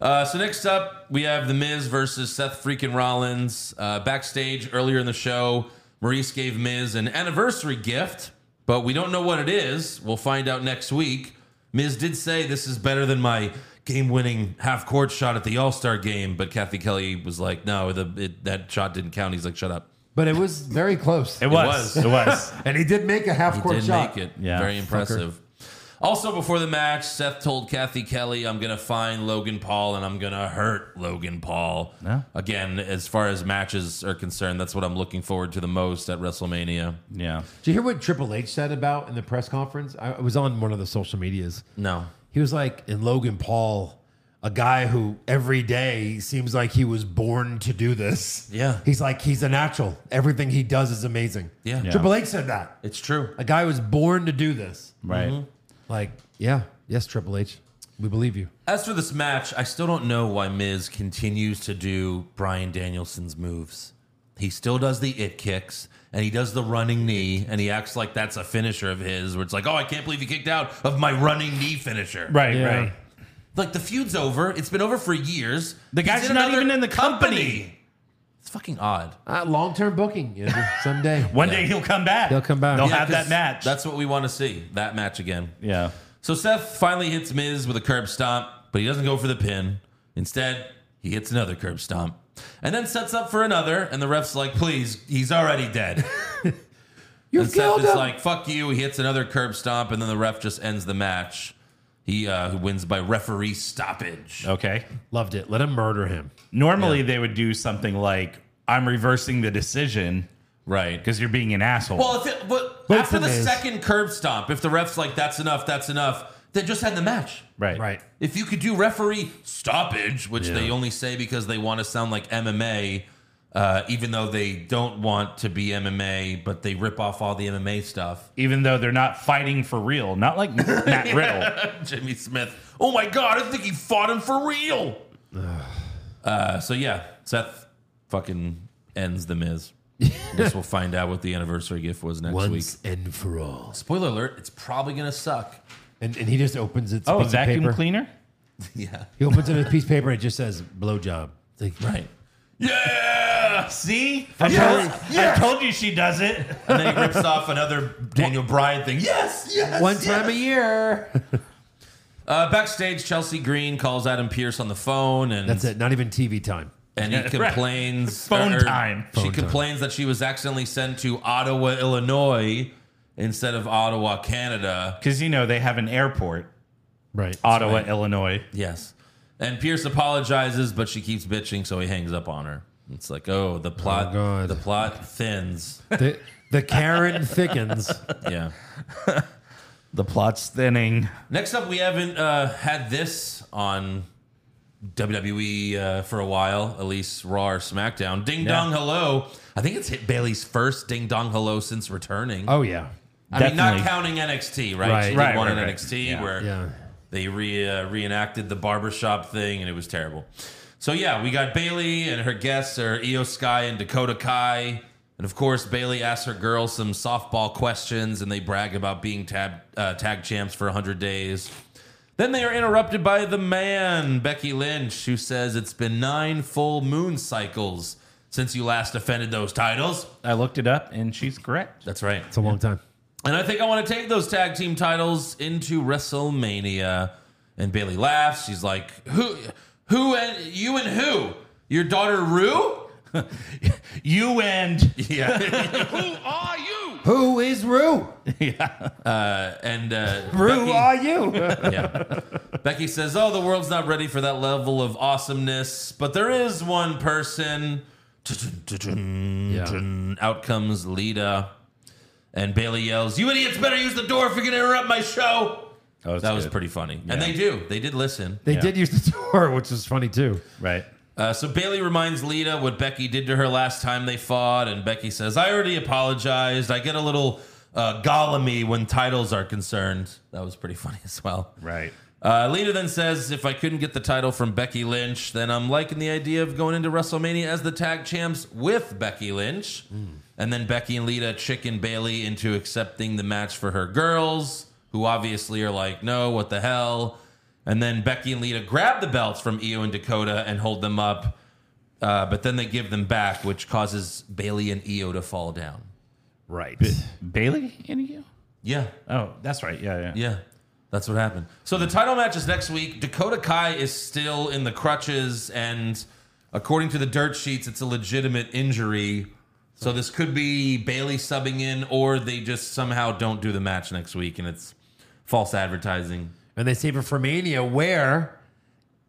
Speaker 4: Uh, so next up, we have The Miz versus Seth freaking Rollins. Uh, backstage earlier in the show, Maurice gave Miz an anniversary gift, but we don't know what it is. We'll find out next week. Miz did say this is better than my game-winning half-court shot at the All-Star game, but Kathy Kelly was like, "No, the, it, that shot didn't count." He's like, "Shut up."
Speaker 6: But it was very close.
Speaker 5: It was.
Speaker 4: was.
Speaker 5: It was.
Speaker 6: and he did make a half
Speaker 4: He
Speaker 6: court
Speaker 4: did
Speaker 6: shot.
Speaker 4: make it.
Speaker 5: Yeah,
Speaker 4: Very
Speaker 5: fucker.
Speaker 4: impressive. Also, before the match, Seth told Kathy Kelly, I'm going to find Logan Paul and I'm going to hurt Logan Paul.
Speaker 5: Yeah.
Speaker 4: Again, as far as matches are concerned, that's what I'm looking forward to the most at WrestleMania.
Speaker 5: Yeah.
Speaker 6: Did you hear what Triple H said about in the press conference? I I was on one of the social medias.
Speaker 4: No.
Speaker 6: He was like, in Logan Paul, a guy who every day seems like he was born to do this.
Speaker 4: Yeah.
Speaker 6: He's like, he's a natural. Everything he does is amazing.
Speaker 4: Yeah. Yeah.
Speaker 6: Triple H said that.
Speaker 4: It's true. Mm-hmm.
Speaker 6: A guy was born to do this.
Speaker 5: Right.
Speaker 6: Like, yeah. Yes, Triple H. We believe you.
Speaker 4: As for this match, I still don't know why Miz continues to do Brian Danielson's moves. He still does the it kicks and he does the running knee and he acts like that's a finisher of his where it's like, oh, I can't believe you kicked out of my running knee finisher.
Speaker 5: Right.
Speaker 6: Yeah.
Speaker 5: Right.
Speaker 4: Like the feud's over. It's been over for years.
Speaker 5: The
Speaker 4: He's
Speaker 5: guy's not
Speaker 4: another
Speaker 5: even in the company.
Speaker 4: It's fucking odd.
Speaker 6: Uh, Long term booking, you know, someday.
Speaker 5: One day he'll come back.
Speaker 6: He'll come back.
Speaker 5: They'll
Speaker 6: Yeah,
Speaker 5: have
Speaker 4: 'cause
Speaker 5: that match.
Speaker 4: That's what we want to see. That match again.
Speaker 5: yeah.
Speaker 4: So Seth finally hits Miz with a curb stomp, but he doesn't go for the pin. Instead, he hits another curb stomp and then sets up for another. And the ref's like, please, he's already dead.
Speaker 6: You
Speaker 4: and Seth
Speaker 6: killed
Speaker 4: is
Speaker 6: him.
Speaker 4: like, fuck you. He hits another curb stomp, and then the ref just ends the match. He uh, wins by referee stoppage.
Speaker 5: Okay.
Speaker 6: Loved it. Let him murder him.
Speaker 5: Normally they would do something like I'm reversing the decision
Speaker 4: Right.
Speaker 5: because you're being an asshole.
Speaker 4: Well, if it, but
Speaker 6: Both
Speaker 4: after the
Speaker 6: of these.
Speaker 4: second curb stomp, if the ref's like, that's enough, that's enough, then just end the match.
Speaker 5: right.
Speaker 6: Right.
Speaker 4: If you could do referee stoppage, which they only say because they want to sound like MMA, uh, even though they don't want to be MMA, but they rip off all the MMA stuff.
Speaker 5: Even though they're not fighting for real, not like Matt Riddle.
Speaker 4: Jimmy Smith. Oh my God, I think he fought him for real. uh, so yeah, Seth fucking ends the Miz. I guess we'll find out what the anniversary gift was next week.
Speaker 6: Once and for all.
Speaker 4: Spoiler alert, it's probably going to suck.
Speaker 6: And, and he just opens it.
Speaker 5: Oh,
Speaker 6: piece of
Speaker 5: vacuum
Speaker 6: paper.
Speaker 5: cleaner?
Speaker 4: Yeah.
Speaker 6: He opens it in a piece of paper and it just says blowjob. It's Like,
Speaker 4: Right. Yeah.
Speaker 5: See? I, told, I told you she does it.
Speaker 4: And then he rips off another Daniel Bryan thing. Yes, yes.
Speaker 6: One time a year.
Speaker 4: Uh, backstage, Chelsea Green calls Adam Pierce on the phone, and
Speaker 6: That's it. Not even TV time.
Speaker 4: and he
Speaker 5: Right.
Speaker 4: complains.
Speaker 5: Phone time.
Speaker 4: She
Speaker 6: Phone time.
Speaker 4: complains that she was accidentally sent to Ottawa, Illinois, instead of Ottawa, Canada.
Speaker 5: Because, you know, they have an airport,
Speaker 6: Right.
Speaker 5: Ottawa, Illinois.
Speaker 4: Yes. And Pierce apologizes, but she keeps bitching, so he hangs up on her. It's like, oh, the plot,
Speaker 6: God.
Speaker 4: the plot thins.
Speaker 6: The, the Karen thickens.
Speaker 4: yeah.
Speaker 5: The plot's thinning.
Speaker 4: Next up, we haven't uh, had this on WWE uh, for a while, at least Raw or SmackDown. Ding
Speaker 5: Yeah.
Speaker 4: Dong Hello. I think it's hit Bailey's first Ding Dong Hello since returning.
Speaker 6: Oh, yeah.
Speaker 4: I mean, not
Speaker 5: definitely.
Speaker 4: counting NXT, right?
Speaker 6: Right.
Speaker 4: She did
Speaker 5: Right,
Speaker 4: one
Speaker 5: right,
Speaker 4: in
Speaker 5: right.
Speaker 4: NXT
Speaker 5: Yeah.
Speaker 4: where
Speaker 6: Yeah.
Speaker 4: they re, uh, reenacted the barbershop thing, and it was terrible. So yeah, we got Bailey and her guests are Io Sky and Dakota Kai, and of course Bailey asks her girls some softball questions, and they brag about being tab, uh, tag champs for hundred days. Then they are interrupted by the man Becky Lynch, who says it's been nine full moon cycles since you last defended those titles.
Speaker 5: I looked it up and she's correct.
Speaker 4: That's right.
Speaker 6: It's a long time.
Speaker 4: And I think I want to take those tag team titles into WrestleMania. And Bailey laughs. She's like, "Who, who, and you and who? Your daughter Rue?
Speaker 5: You and
Speaker 4: Yeah.
Speaker 8: Who are you?
Speaker 6: Who is Rue?
Speaker 4: and uh,
Speaker 6: Rue,
Speaker 4: Becky-
Speaker 6: are you?
Speaker 4: yeah. Becky says, "Oh, the world's not ready for that level of awesomeness, but there is one person."
Speaker 6: Yeah.
Speaker 4: Out comes Lita, and Bailey yells, "You idiots! Better use the door if you're going to interrupt my show." that was pretty funny, and they do. They did listen.
Speaker 6: They did use the door, which was funny, too.
Speaker 5: right.
Speaker 4: Uh, so Bailey reminds Lita what Becky did to her last time they fought, and Becky says, "I already apologized. I get a little uh, golemy when titles are concerned." That was pretty funny as well.
Speaker 5: Right.
Speaker 4: Uh, Lita then says, "If I couldn't get the title from Becky Lynch, then I'm liking the idea of going into WrestleMania as the tag champs with Becky Lynch." And then Becky and Lita chicken Bailey into accepting the match for her girls, who obviously are like, "No, what the hell?" And then Becky and Lita grab the belts from Io and Dakota and hold them up, uh, but then they give them back, which causes Bailey and Io to fall down.
Speaker 6: Right.
Speaker 5: Bailey and you?
Speaker 4: Yeah,
Speaker 5: Oh, that's right. Yeah, yeah.
Speaker 4: Yeah, that's what happened. So the title match is next week. Dakota Kai is still in the crutches, and according to the dirt sheets, it's a legitimate injury. So this could be Bailey subbing in, or they just somehow don't do the match next week, and it's false advertising.
Speaker 6: and they save it for Mania, where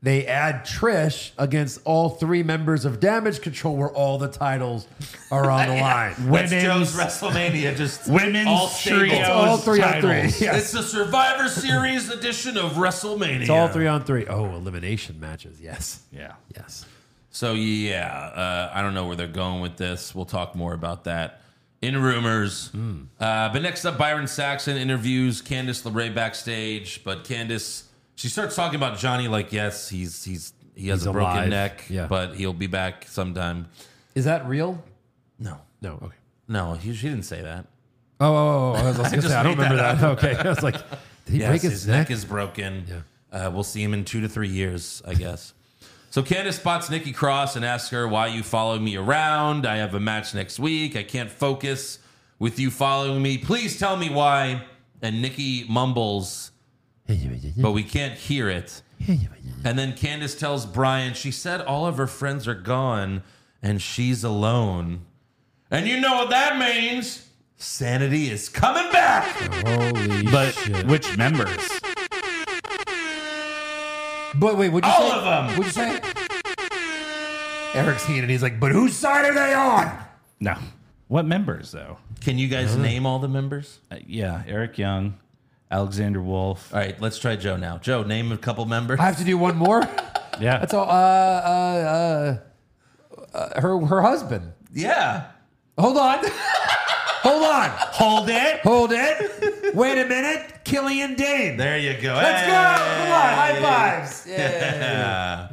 Speaker 6: they add Trish against all three members of Damage Control, where all the titles are on the line.
Speaker 4: That's
Speaker 5: Women's-
Speaker 4: Joe's WrestleMania. Just
Speaker 5: Women's
Speaker 4: all
Speaker 5: trio.
Speaker 4: stables.
Speaker 6: It's all three on
Speaker 5: Titles.
Speaker 6: three. Yes.
Speaker 4: It's the Survivor Series edition of WrestleMania.
Speaker 6: It's all three on three. Oh, elimination matches. Yes.
Speaker 5: Yeah.
Speaker 6: Yes.
Speaker 4: So yeah, uh, I don't know where they're going with this. We'll talk more about that in rumors.
Speaker 6: Hmm.
Speaker 4: Uh, but next up, Byron Saxon interviews Candice LeRae backstage. But Candice, she starts talking about Johnny. Like, yes, he's he's he has
Speaker 6: He's
Speaker 4: a broken
Speaker 6: alive.
Speaker 4: neck,
Speaker 6: Yeah.
Speaker 4: but he'll be back sometime.
Speaker 6: Is that real?
Speaker 4: No,
Speaker 6: No. Okay.
Speaker 4: no, he, she didn't say that.
Speaker 6: Oh, oh, oh, oh, I was going to
Speaker 4: just
Speaker 6: say, I don't
Speaker 4: made
Speaker 6: remember
Speaker 4: that
Speaker 6: that. Okay. I was like, did he
Speaker 4: Yes,
Speaker 6: break his,
Speaker 4: his
Speaker 6: neck?
Speaker 4: neck is broken. Uh, we'll see him in two to three years, I guess. so Candace spots Nikki Cross and asks her, Why you follow me around? I have a match next week. I can't focus with you following me. Please tell me why. And Nikki mumbles, but we can't hear it. And then Candace tells Brian, She said all of her friends are gone and she's alone. And you know what that means. Sanity is coming back.
Speaker 6: Holy
Speaker 5: But
Speaker 6: shit.
Speaker 5: which members?
Speaker 6: But wait, would you
Speaker 4: All
Speaker 6: say?
Speaker 4: of 'em.
Speaker 6: Would you say? Eric's here and he's like, but whose side are they on?
Speaker 5: No. What members though?
Speaker 4: Can you guys name all the members?
Speaker 5: Uh, yeah, Eric Young, Alexander Wolf.
Speaker 4: All right, let's try Joe now. Joe, name a couple members.
Speaker 6: I have to do one more.
Speaker 5: Yeah.
Speaker 6: That's all. Uh, uh, uh, uh, her her husband.
Speaker 4: yeah.
Speaker 6: Hold on. Hold on.
Speaker 5: Hold it.
Speaker 6: Hold it. Wait a minute. Killian Dane.
Speaker 4: There you go.
Speaker 6: Let's go. Come on. High fives.
Speaker 4: Yeah.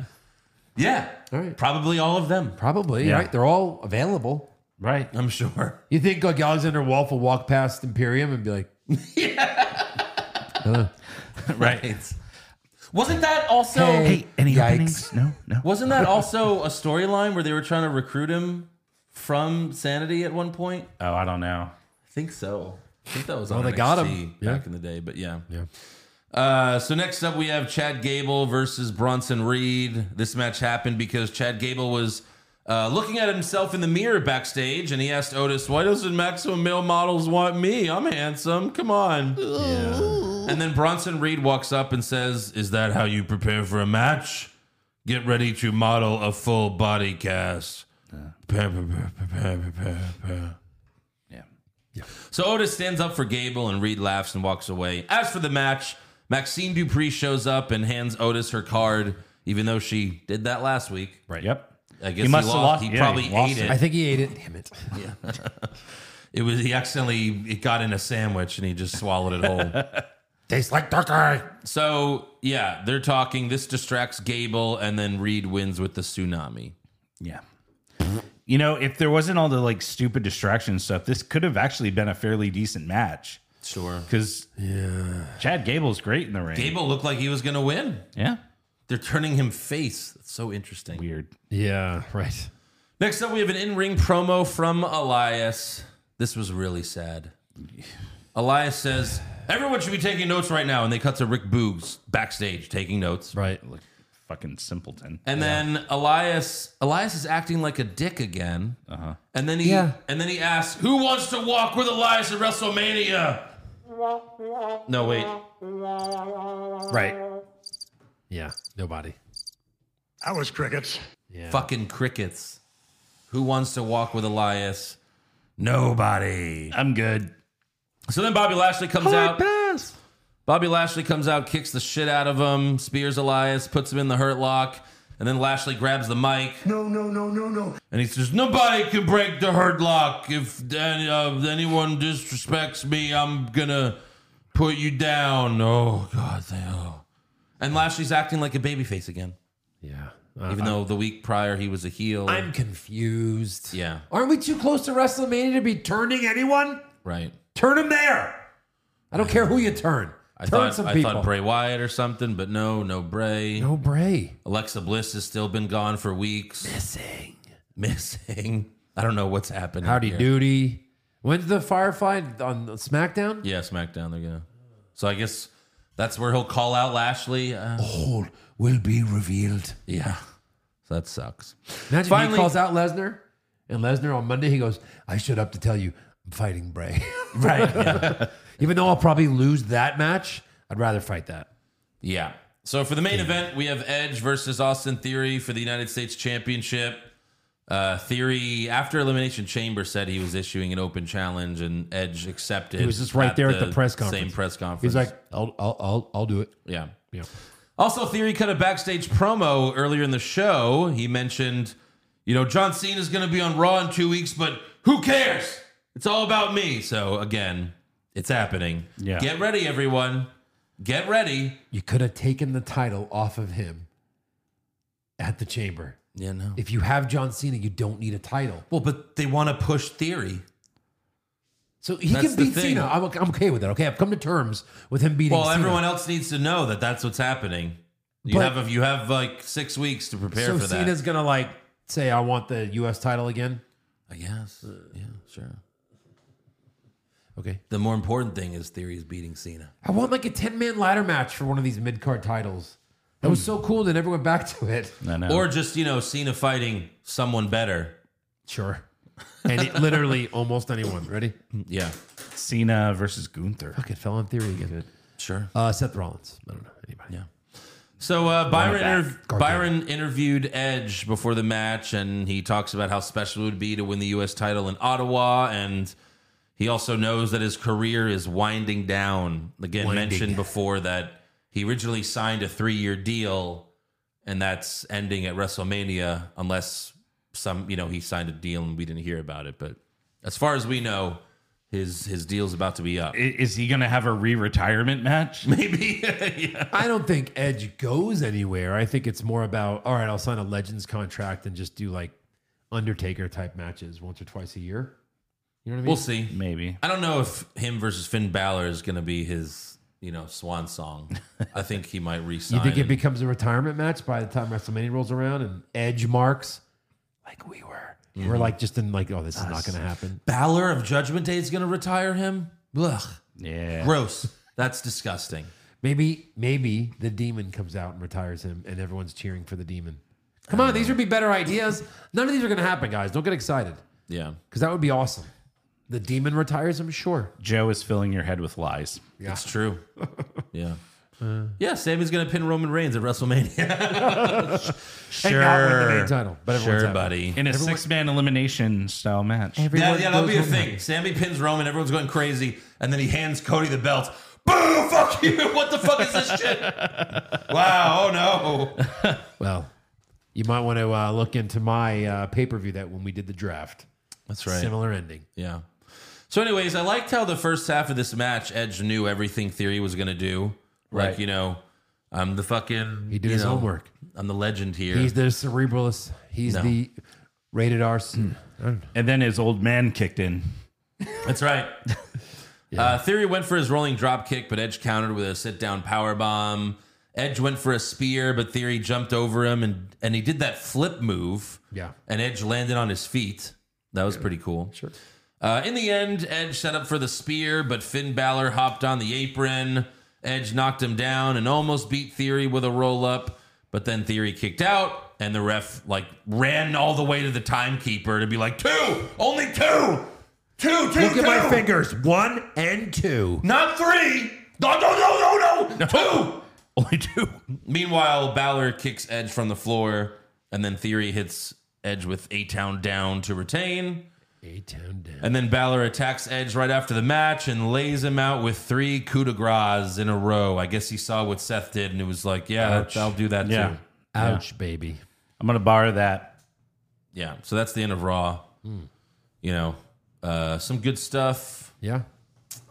Speaker 6: All right.
Speaker 4: Probably all of them.
Speaker 6: Probably
Speaker 5: Yeah.
Speaker 6: right. They're all available.
Speaker 5: Right.
Speaker 4: I'm sure.
Speaker 6: You think like Alexander Wolf will walk past Imperium and be like,
Speaker 5: Right.
Speaker 4: Wasn't that also
Speaker 5: Hey, any
Speaker 6: Yikes.
Speaker 5: openings? No, no.
Speaker 4: wasn't that also a storyline where they were trying to recruit him from Sanity at one point?
Speaker 5: Oh, I don't know.
Speaker 4: I think so. I think that was on
Speaker 6: they
Speaker 4: NXT
Speaker 6: got him.
Speaker 4: back
Speaker 6: Yeah.
Speaker 4: in the day, but yeah.
Speaker 6: Yeah.
Speaker 4: Uh, so next up, we have Chad Gable versus Bronson Reed. This match happened because Chad Gable was uh, looking at himself in the mirror backstage, and he asked Otis, "Why doesn't maximum male models want me? I'm handsome. Come on." And then Bronson Reed walks up and says, "Is that how you prepare for a match? Get ready to model a full body cast." Prepare, prepare, prepare, prepare, prepare.
Speaker 5: Yeah.
Speaker 4: So Otis stands up for Gable and Reed laughs and walks away. As for the match, Maxine Dupree shows up and hands Otis her card, even though she did that last week.
Speaker 5: Right. Yep.
Speaker 4: I guess he,
Speaker 5: He must
Speaker 4: lost.
Speaker 5: have lost-
Speaker 4: He
Speaker 5: yeah, he
Speaker 4: probably
Speaker 5: lost
Speaker 4: ate
Speaker 5: it.
Speaker 4: it.
Speaker 6: I think he ate it. Damn it.
Speaker 4: It was he accidentally it got in a sandwich and he just swallowed it whole.
Speaker 6: Tastes like turkey.
Speaker 4: so yeah, they're talking. This distracts Gable, and then Reed wins with the tsunami.
Speaker 5: Yeah. You know, if there wasn't all the like stupid distraction stuff, this could have actually been a fairly decent match.
Speaker 4: Sure.
Speaker 5: Because Chad Gable's great in the ring.
Speaker 4: Gable looked like he was gonna win.
Speaker 5: Yeah.
Speaker 4: They're turning him face. That's so interesting.
Speaker 5: Weird.
Speaker 6: Yeah, right.
Speaker 4: Next up, we have an in ring promo from Elias. This was really sad. Elias says, Everyone should be taking notes right now. And they cut to Rick Boogs backstage taking notes.
Speaker 6: Right.
Speaker 5: Like fucking simpleton.
Speaker 4: And then Elias Elias is acting like a dick again. Uh-huh. And then he
Speaker 6: Yeah.
Speaker 4: and then he asks, "Who wants to walk with Elias at WrestleMania?" No, wait.
Speaker 6: Right. Yeah. Nobody.
Speaker 1: I was crickets.
Speaker 4: Fucking crickets. Who wants to walk with Elias? Nobody.
Speaker 5: I'm good.
Speaker 4: So then Bobby Lashley comes out. Bobby Lashley comes out, kicks the shit out of him, spears Elias, puts him in the hurt lock, and then Lashley grabs the mic
Speaker 1: No, no, no, no, no.
Speaker 4: and he says, "Nobody can break the hurt lock. If any, uh, anyone disrespects me, I'm gonna put you down." Oh God, they, oh. And Lashley's acting like a babyface again,
Speaker 6: Yeah. Um,
Speaker 4: even though the week prior he was a heel.
Speaker 6: I'm confused.
Speaker 4: yeah,
Speaker 6: Aren't we too close to WrestleMania to be turning anyone?
Speaker 4: right.
Speaker 6: Turn them there. I don't care who you turn.
Speaker 4: I
Speaker 6: turn
Speaker 4: thought
Speaker 6: some
Speaker 4: I
Speaker 6: people.
Speaker 4: thought Bray Wyatt or something, but no, no Bray.
Speaker 6: no Bray.
Speaker 4: Alexa Bliss has still been gone for weeks.
Speaker 6: Missing.
Speaker 4: missing. I don't know what's happening.
Speaker 6: Howdy
Speaker 4: here.
Speaker 6: Doody. When's the Firefly on SmackDown?
Speaker 4: Yeah, SmackDown. They're gonna. So I guess that's where he'll call out Lashley. Uh,
Speaker 6: All will be revealed.
Speaker 4: Yeah. So that sucks.
Speaker 6: Imagine
Speaker 4: Finally-
Speaker 6: he calls out Lesnar, and Lesnar on Monday he goes, "I showed up to tell you I'm fighting Bray." right. Even though I'll probably lose that match, I'd rather fight that.
Speaker 4: Yeah. So for the main event, we have Edge versus Austin Theory for the United States Championship. Uh, Theory, after Elimination Chamber, said he was issuing an open challenge, and Edge accepted.
Speaker 6: He was just right there at the press conference.
Speaker 4: Same press conference.
Speaker 6: He's like, I'll, I'll, I'll, I'll do it.
Speaker 4: yeah.
Speaker 6: Yeah.
Speaker 4: Also, Theory cut a backstage promo earlier in the show. He mentioned, you know, John Cena is going to be on Raw in two weeks, but who cares? It's all about me. So again, it's happening.
Speaker 5: Yeah.
Speaker 4: Get ready, everyone. Get ready.
Speaker 6: You could have taken the title off of him at the chamber.
Speaker 4: Yeah. No.
Speaker 6: If you have John Cena, you don't need a title.
Speaker 4: Well, but they want to push Theory.
Speaker 6: So he
Speaker 4: That's
Speaker 6: can
Speaker 4: the
Speaker 6: beat
Speaker 4: thing.
Speaker 6: Cena. I'm, I'm okay with that. Okay, I've come to terms with him beating
Speaker 4: Well,
Speaker 6: Cena.
Speaker 4: everyone else needs to know that that's what's happening. You
Speaker 6: But-
Speaker 4: have you have like six weeks to prepare
Speaker 6: so
Speaker 4: for that.
Speaker 6: Cena's gonna like say, "I want the U.S. title again."
Speaker 4: I guess. Yeah, sure.
Speaker 6: Okay,
Speaker 4: The more important thing is Theory is beating Cena.
Speaker 6: I want like a ten man ladder match for one of these mid card titles. That was so cool. They never went back to it.
Speaker 5: I know.
Speaker 4: Or just, you know, Cena fighting someone better.
Speaker 6: Sure. And it literally almost anyone. Ready?
Speaker 4: Yeah.
Speaker 5: Cena versus Gunther.
Speaker 6: Fuck it, fell on theory again.
Speaker 4: Sure.
Speaker 6: Uh, Seth Rollins. I don't know anybody.
Speaker 4: Yeah. So uh, Byron
Speaker 5: back.
Speaker 4: interv- Byron interviewed Edge before the match, and he talks about how special it would be to win the U.S. title in Ottawa, and he also knows that his career is winding down. Again,
Speaker 6: Winding.
Speaker 4: mentioned before that he originally signed a three-year deal, and that's ending at WrestleMania, unless some you know he signed a deal and we didn't hear about it. But as far as we know, his his deal's about to be up.
Speaker 5: I- Is he going to have a re-retirement match?
Speaker 4: Maybe. yeah.
Speaker 6: I don't think Edge goes anywhere. I think it's more about all right. I'll sign a Legends contract and just do like Undertaker type matches once or twice a year. You know what I mean?
Speaker 4: We'll see.
Speaker 5: Maybe.
Speaker 4: I don't know if him versus Finn Balor is going to be his, you know, swan song. I think he might resign.
Speaker 6: You think it becomes a retirement match by the time WrestleMania rolls around and Edge marks like we were? We're like just in like, oh, this is not going to happen.
Speaker 4: Balor of Judgment Day is going to retire him? Ugh,
Speaker 5: Yeah.
Speaker 4: gross. That's disgusting.
Speaker 6: Maybe, maybe the demon comes out and retires him, and everyone's cheering for the demon. Come on, these would be better ideas. None of these are going to happen, guys. Don't get excited
Speaker 4: Yeah.
Speaker 6: because that would be awesome. The demon retires him, sure.
Speaker 5: Joe is filling your head with lies.
Speaker 4: It's true. Yeah. yeah, Sammy's going to pin Roman Reigns at WrestleMania.
Speaker 5: Sure.
Speaker 6: Not win the main title, but everyone's
Speaker 4: sure,
Speaker 6: happy.
Speaker 4: buddy.
Speaker 5: In a six-man elimination style match.
Speaker 4: Yeah, yeah, that'll be a thing. Sammy pins Roman, everyone's going crazy, and then he hands Cody the belt. Boo! Fuck you! What the fuck is this shit? Wow! Oh no!
Speaker 6: Well, you might want to uh, look into my uh, pay per view that when we did the draft,
Speaker 4: That's
Speaker 6: similar ending.
Speaker 4: Yeah. So, anyways, I liked how the first half of this match, Edge knew everything Theory was going to do. Like,
Speaker 5: Right.
Speaker 4: you know, I'm the fucking.
Speaker 6: He did
Speaker 4: you
Speaker 6: his
Speaker 4: know,
Speaker 6: homework.
Speaker 4: I'm the legend here.
Speaker 6: He's the cerebralist. He's
Speaker 4: No. Mm.
Speaker 6: the rated R. c-
Speaker 5: And then his old man kicked in.
Speaker 4: That's right. uh, Theory went for his rolling drop kick, but Edge countered with a sit down power bomb. Edge went for a spear, but Theory jumped over him and and he did that flip move.
Speaker 6: Yeah.
Speaker 4: and Edge landed on his feet. That was pretty cool. Sure. Uh, in the end, Edge set up for the spear, but Finn Balor hopped on the apron. Edge knocked him down and almost beat Theory with a roll up, but then Theory kicked out, and the ref like ran all the way to the timekeeper to be like two, only two, two, two,
Speaker 6: Look at my
Speaker 4: two."
Speaker 6: fingers. One and two.
Speaker 4: Not three. No, no, no, no, no. Two. Only two. Meanwhile, Balor kicks Edge from the floor, and then Theory hits Edge with A Town down to retain.
Speaker 6: A town down.
Speaker 4: And then Balor attacks Edge right after the match and lays him out with three coup de grace in a row. I guess he saw what Seth did and it was like, yeah, that- I'll do that too.
Speaker 6: Ouch, baby.
Speaker 5: I'm going to borrow that.
Speaker 4: Yeah. So that's the end of Raw. You know, uh, some good stuff,
Speaker 6: Yeah,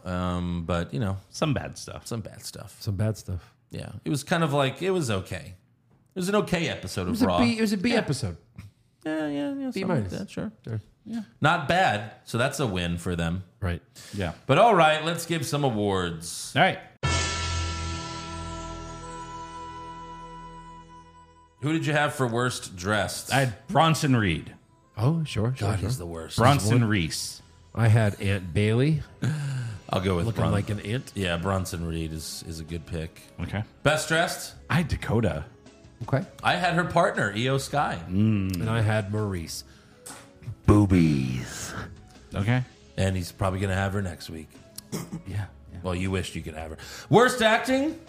Speaker 4: um, but, you know,
Speaker 5: Some bad stuff.
Speaker 4: some bad stuff.
Speaker 6: some bad stuff.
Speaker 4: Yeah, it was kind of like it was okay. It was an okay episode
Speaker 6: It
Speaker 4: of
Speaker 6: was
Speaker 4: Raw.
Speaker 6: a B. It was a B episode.
Speaker 4: yeah, yeah, yeah. something like
Speaker 6: minus.
Speaker 4: that, sure. Yeah. Not bad. So that's a win for them.
Speaker 6: Right.
Speaker 5: Yeah.
Speaker 4: But all right, let's give some awards.
Speaker 5: All right.
Speaker 4: Who did you have for worst dressed?
Speaker 5: I had Bronson Reed.
Speaker 6: Oh, sure, sure. sure.
Speaker 4: the worst.
Speaker 5: Bronson Reese.
Speaker 6: I had Aunt Bailey
Speaker 4: I'll go with
Speaker 6: looking
Speaker 4: Bron-
Speaker 6: like an ant.
Speaker 4: yeah, Bronson Reed is is a good pick.
Speaker 5: Okay.
Speaker 4: Best dressed?
Speaker 5: I had Dakota.
Speaker 6: Okay.
Speaker 4: I had her partner, EO Sky.
Speaker 6: And I had Maurice.
Speaker 5: Okay.
Speaker 4: And he's probably going to have her next week.
Speaker 5: Yeah.
Speaker 4: Well, you wished you could have her. Worst acting?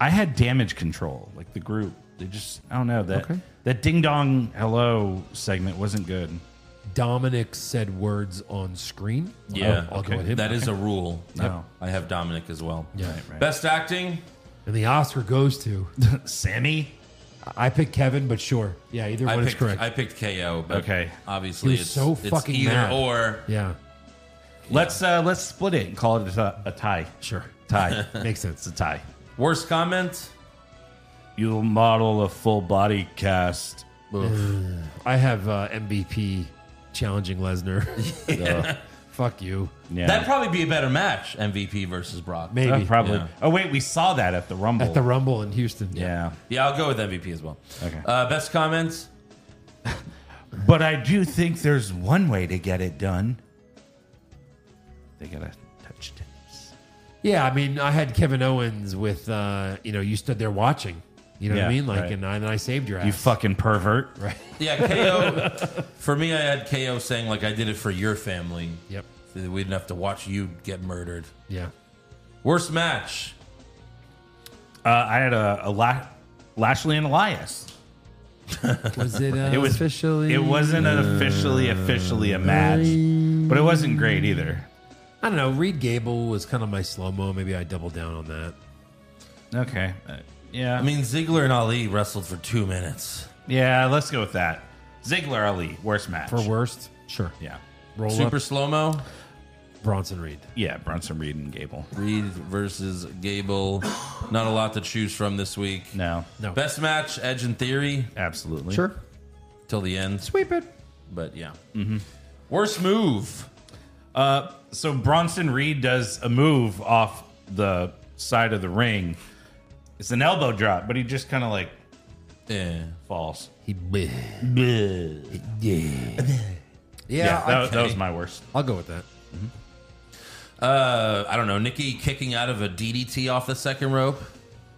Speaker 5: I had damage control, like the group. They just, I don't know that that ding dong hello segment wasn't good.
Speaker 6: Dominic said words on screen.
Speaker 4: Yeah,
Speaker 6: I'll, I'll go with him.
Speaker 4: Oh, that is a rule.
Speaker 5: No.
Speaker 4: I have Dominic as well.
Speaker 6: Yeah. Right,
Speaker 5: right.
Speaker 4: Best acting?
Speaker 6: and the Oscar goes to.
Speaker 5: Sammy,
Speaker 6: I picked Kevin, but sure. Yeah, either
Speaker 4: I
Speaker 6: one is
Speaker 4: picked,
Speaker 6: correct.
Speaker 4: I picked KO, but
Speaker 5: Okay.
Speaker 4: obviously
Speaker 6: He was
Speaker 4: it's,
Speaker 6: so
Speaker 4: it's
Speaker 6: fucking
Speaker 4: either
Speaker 6: mad.
Speaker 4: or.
Speaker 6: yeah,
Speaker 5: let's uh let's split it and call it a ti- a tie.
Speaker 6: sure.
Speaker 5: Tie.
Speaker 6: Makes
Speaker 5: it's
Speaker 6: sense.
Speaker 5: a tie.
Speaker 4: Worst comment?
Speaker 5: You'll model a full body cast.
Speaker 6: I have uh, MVP challenging Lesnar. Uh, fuck you.
Speaker 5: Yeah,
Speaker 4: That'd probably be a better match, MVP versus Brock.
Speaker 6: Maybe
Speaker 5: Uh, probably.
Speaker 4: Yeah.
Speaker 5: Oh wait, we saw that at the Rumble.
Speaker 6: at the Rumble in Houston.
Speaker 5: yeah.
Speaker 4: Yeah, I'll go with MVP as well.
Speaker 5: Okay.
Speaker 4: Uh, best comments?
Speaker 5: But I do think there's one way to get it done. They gotta touch tips.
Speaker 6: Yeah, I mean, I had Kevin Owens with, uh, you know, you stood there watching. You know what I
Speaker 5: Yeah,
Speaker 6: mean? Like,
Speaker 5: right.
Speaker 6: and, I, and I saved your ass.
Speaker 5: You fucking pervert.
Speaker 4: Yeah, KO. for me, I had KO saying, like, I did it for your family.
Speaker 6: Yep.
Speaker 4: So that we didn't have to watch you get murdered.
Speaker 6: Yeah.
Speaker 4: Worst match?
Speaker 5: Uh, I had a, a La- Lashley and Elias.
Speaker 6: Was it, uh,
Speaker 5: It was
Speaker 6: officially?
Speaker 5: It wasn't an officially officially a match,
Speaker 6: Uh,
Speaker 5: but it wasn't great either.
Speaker 6: I don't know. Reed Gable was kind of my slow mo. Maybe I doubled down on that.
Speaker 5: Okay. Uh, yeah.
Speaker 4: I mean, Ziggler and Ali wrestled for two minutes.
Speaker 5: yeah. Let's go with that. Ziggler Ali worst match.
Speaker 6: For worst, sure.
Speaker 5: Yeah.
Speaker 6: Roll
Speaker 4: Super
Speaker 6: up
Speaker 4: slow mo?
Speaker 6: Bronson Reed.
Speaker 5: Yeah. Bronson Reed and Gable.
Speaker 4: Reed versus Gable. Not a lot to choose from this week.
Speaker 5: No.
Speaker 6: No.
Speaker 4: Best match, Edge and Theory,
Speaker 5: Absolutely.
Speaker 4: till the end.
Speaker 6: Sweep it.
Speaker 4: But yeah.
Speaker 5: Mm-hmm.
Speaker 4: Worst move.
Speaker 5: Uh, so Bronson Reed does a move off the side of the ring. It's an elbow drop, but he just kind of like
Speaker 4: Eh.
Speaker 5: falls.
Speaker 6: He, bleh. yeah. Yeah,
Speaker 5: Yeah. that,
Speaker 4: okay.
Speaker 5: that was my worst.
Speaker 6: I'll go with that.
Speaker 4: Uh, I don't know. Nikki kicking out of a DDT off the second rope.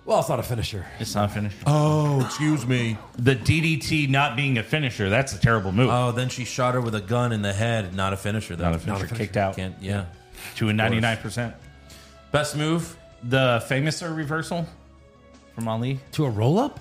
Speaker 6: Well, it's not a finisher.
Speaker 5: It's not finished.
Speaker 4: Oh, excuse me.
Speaker 5: The DDT not being a finisher, that's a terrible move.
Speaker 4: Oh, then she shot her with a gun in the head. Not a finisher, though.
Speaker 5: not, a finisher. Kicked out
Speaker 4: Can't, yeah.
Speaker 5: to a 99%.
Speaker 4: Best move?
Speaker 5: The famous reversal from Ali.
Speaker 6: To a roll up?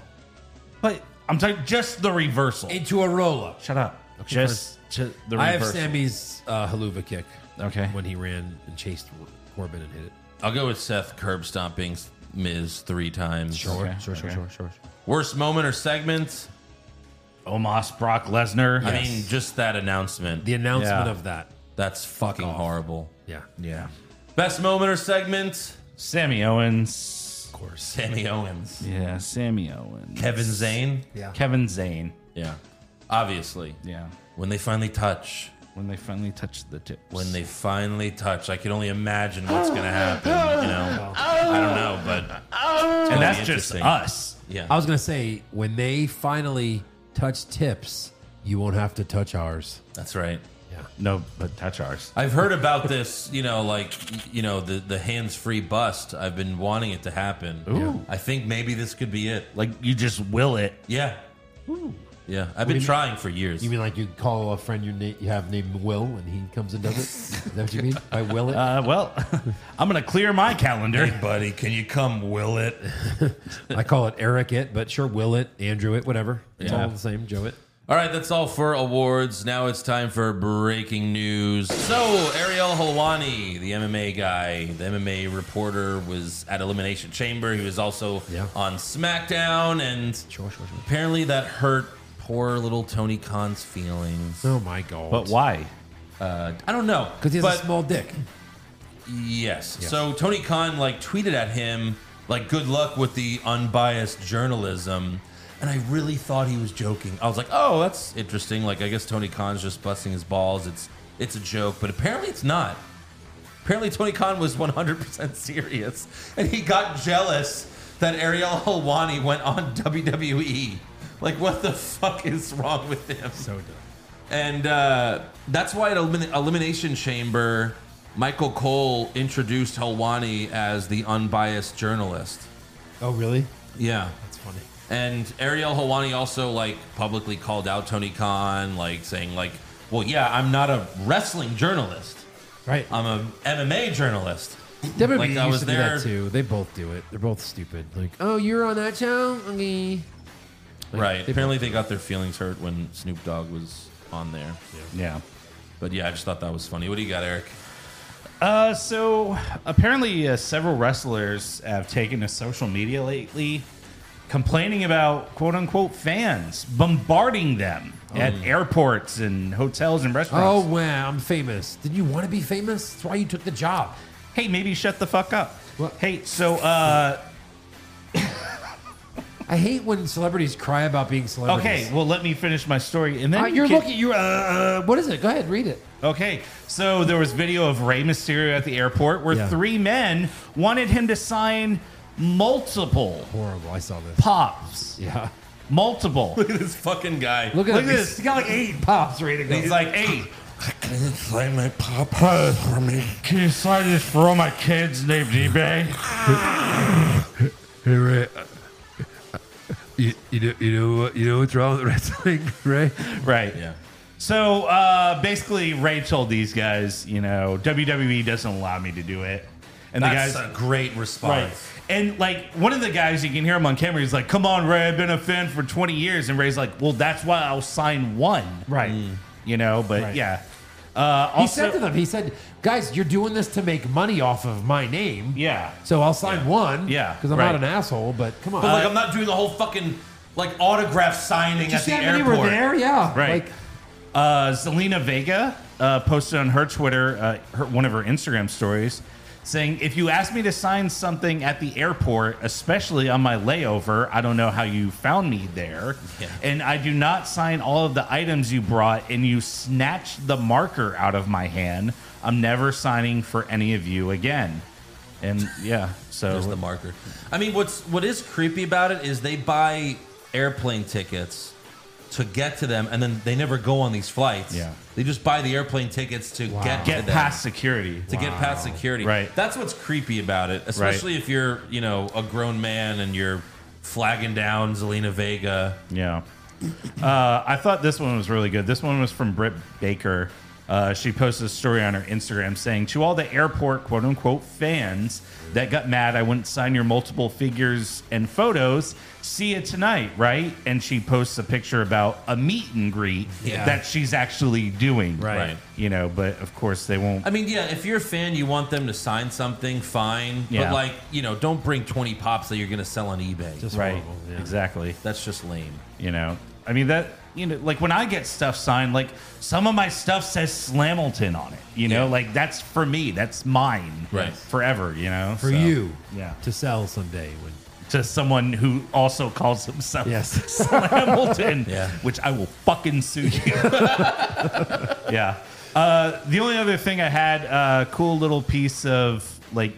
Speaker 5: But I'm talking just the reversal.
Speaker 6: Into a roll up.
Speaker 5: Shut up. just, ju- the reversal.
Speaker 6: I have Sammy's uh, haluva kick.
Speaker 5: Okay.
Speaker 6: When he ran and chased Corbin and hit it.
Speaker 4: I'll go with Seth curb stomping Miz three times.
Speaker 5: Okay,
Speaker 6: sure, sure,
Speaker 5: okay.
Speaker 6: sure, sure, sure.
Speaker 4: Worst moment or segment?
Speaker 5: Omos, Brock Lesnar.
Speaker 4: I mean, just that announcement.
Speaker 6: The announcement
Speaker 5: Yeah.
Speaker 6: of that.
Speaker 4: That's fucking horrible.
Speaker 6: Yeah.
Speaker 5: yeah.
Speaker 4: Best moment or segment?
Speaker 5: Sammy Owens.
Speaker 6: Of course.
Speaker 4: Sammy Owens.
Speaker 5: Yeah, Sammy Owens.
Speaker 4: Kevin Zane?
Speaker 6: Yeah.
Speaker 5: Kevin Zane.
Speaker 4: Yeah. Obviously.
Speaker 5: Yeah.
Speaker 4: When they finally touch.
Speaker 5: When they finally touched the tips.
Speaker 4: When they finally touch. I can only imagine what's going to happen. You know? I don't know, but. it's gonna
Speaker 5: and
Speaker 4: be
Speaker 5: that's just
Speaker 4: interesting.
Speaker 5: us.
Speaker 4: Yeah.
Speaker 6: I was going to say, when they finally touch tips, you won't have to touch ours.
Speaker 4: that's right.
Speaker 5: No, but touch ours.
Speaker 4: I've heard about this, you know, like you know, the the hands free bust. I've been wanting it to happen.
Speaker 5: Ooh.
Speaker 4: I think maybe this could be it.
Speaker 5: Like you just will it.
Speaker 4: Yeah. Yeah. I've been
Speaker 6: mean-
Speaker 4: trying for years.
Speaker 6: You mean like you call a friend you, na- you have named Will and he comes and does it? Is that what you mean? By Will it?
Speaker 5: Uh, well, I'm gonna clear my calendar.
Speaker 4: buddy, can you come will it?
Speaker 6: I call it Eric it, but sure, Will it, Andrew it, whatever. It's
Speaker 4: Yeah.
Speaker 6: all the same, Joe it.
Speaker 4: All right, that's all for awards. Now it's time for breaking news. So, Ariel Helwani, the MMA guy, the MMA reporter, was at Elimination Chamber. He was also
Speaker 6: Yeah.
Speaker 4: on SmackDown, and
Speaker 6: Sure, sure, sure.
Speaker 4: apparently that hurt poor little Tony Khan's feelings. Uh,
Speaker 6: Oh my God.
Speaker 5: But why?
Speaker 4: I don't know
Speaker 6: Because he has
Speaker 4: but
Speaker 6: a small dick.
Speaker 4: yes. So Tony Khan like tweeted at him like good luck with the unbiased journalism. And I really thought he was joking. I was like, "Oh, that's interesting. Like I guess Tony Khan's just busting his balls. It's it's a joke, but apparently it's not. Apparently Tony Khan was 100% serious and he got jealous that Ariel Helwani went on WWE. Like what the fuck is wrong with him?
Speaker 6: So dumb.
Speaker 4: And uh, that's why at Elimin- Elimination Chamber, Michael Cole introduced Helwani as the unbiased journalist.
Speaker 6: Oh, really?
Speaker 4: Yeah.
Speaker 6: That's funny.
Speaker 4: And Ariel Helwani also like publicly called out Tony Khan, like saying like, "Well, yeah, I'm not a wrestling journalist.
Speaker 5: Um,
Speaker 6: Right.
Speaker 4: I'm a MMA journalist."
Speaker 6: WWE
Speaker 4: Like,
Speaker 6: used
Speaker 4: I was
Speaker 6: to
Speaker 4: there-
Speaker 6: do that too. They both do it. They're both stupid. Like, oh, you're on that show? Okay. Like,
Speaker 4: right.
Speaker 6: they-
Speaker 4: Apparently, they got their feelings hurt when Snoop Dogg was on there.
Speaker 5: Yeah.
Speaker 4: But yeah, I just thought that was funny. What do you got, Eric?
Speaker 5: Uh, so apparently, uh, several wrestlers have taken to social media lately, complaining about "quote unquote" fans bombarding them at airports and hotels and
Speaker 6: Oh
Speaker 5: restaurants.
Speaker 6: wow, I'm famous. Did you want to be famous? That's why you took the job.
Speaker 5: hey, maybe shut the fuck up.
Speaker 6: What?
Speaker 5: Hey, so uh,
Speaker 6: I hate when celebrities cry about being celebrities.
Speaker 5: okay, well, let me finish my story, and then
Speaker 6: Uh,
Speaker 5: you
Speaker 6: you're
Speaker 5: can-
Speaker 6: looking. You're. Uh, uh, what is it? Go ahead, read it.
Speaker 5: Okay, so there was video of Rey Mysterio at the airport where
Speaker 6: Yeah.
Speaker 5: three men wanted him to sign multiple
Speaker 6: Horrible. I saw this.
Speaker 5: pops,
Speaker 6: Yeah.
Speaker 5: multiple.
Speaker 4: Look at this fucking guy.
Speaker 6: Look at
Speaker 5: Look at
Speaker 6: him.
Speaker 5: this.
Speaker 6: He's Mm. got like eight pops ready to go.
Speaker 5: He's like, hey.
Speaker 1: Play my papa for me.
Speaker 5: Can you sign this for all my kids named eBay?
Speaker 2: Hey, Ray. uh, You, you, know, you, know, what- you know what's wrong with wrestling, Ray?
Speaker 5: Right.
Speaker 4: Yeah.
Speaker 5: So uh, basically, Ray told these guys, you know, WWE doesn't allow me to do it. And
Speaker 4: That's
Speaker 5: the guys.
Speaker 4: a great
Speaker 5: Right.
Speaker 4: response.
Speaker 5: And like one of the guys, you can hear him on camera. He's like, come on, Ray, I've been a fan for 20 years. And Ray's like, well, that's why I'll sign one.
Speaker 6: right.
Speaker 5: You know, but
Speaker 6: Right.
Speaker 5: yeah. Uh, also,
Speaker 6: He said to them, he said, guys, you're doing this to make money off of my name.
Speaker 5: Yeah.
Speaker 6: So I'll sign one.
Speaker 5: Yeah,
Speaker 6: Because I'm
Speaker 5: right.
Speaker 6: not an asshole, but come on.
Speaker 4: But like, I'm not doing the whole fucking like autograph signing
Speaker 6: Uh, you
Speaker 4: at
Speaker 6: see
Speaker 4: the
Speaker 6: how many
Speaker 4: airport.
Speaker 6: were there? Yeah.
Speaker 5: Right.
Speaker 6: Like,
Speaker 5: Uh, Zelina Vega uh, posted on her Twitter, uh, her, one of her Instagram stories, saying, If you ask me to sign something at the airport, especially on my layover, I don't know how you found me there.
Speaker 4: Yeah.
Speaker 5: And I do not sign all of the items you brought, and you snatched the marker out of my hand. I'm never signing for any of you again. And yeah, so
Speaker 4: There's the marker. I mean, what's what is creepy about it is they buy airplane tickets to get to them, and then they never go on these flights.
Speaker 5: Yeah.
Speaker 4: they just buy the airplane tickets to get to
Speaker 5: get
Speaker 4: them,
Speaker 5: past security.
Speaker 4: to get past security.
Speaker 5: Right.
Speaker 4: That's what's creepy about it, especially if you're you know a grown man and you're flagging down Zelina Vega.
Speaker 5: Yeah. Uh, I thought this one was really good. This one was from Britt Baker. Uh, she posted a story on her Instagram saying, To all the airport quote unquote fans that got mad, I wouldn't sign your multiple figures and photos. See you tonight, right? And she posts a picture about a meet and greet
Speaker 4: Yeah.
Speaker 5: that she's actually doing.
Speaker 4: Right.
Speaker 5: You know, but of course they won't.
Speaker 4: I mean, yeah, if you're a fan, you want them to sign something, fine.
Speaker 5: Yeah.
Speaker 4: But like, you know, don't bring 20 pops that you're going to sell on eBay.
Speaker 5: right. Exactly.
Speaker 4: That's just lame.
Speaker 5: You know, I mean, that, you know, like when I get stuff signed, like some of my stuff says Slamilton on it, you know,
Speaker 4: Yeah.
Speaker 5: like that's for me, that's mine
Speaker 4: Right.
Speaker 5: forever, you know,
Speaker 6: for
Speaker 5: so-
Speaker 6: you
Speaker 5: Yeah.
Speaker 6: to sell someday. When
Speaker 5: to someone who also calls himself
Speaker 6: Yes.
Speaker 5: Slamilton,
Speaker 4: Yeah.
Speaker 5: which I will fucking sue you. yeah. Uh, the only other thing I had, uh, cool little piece of like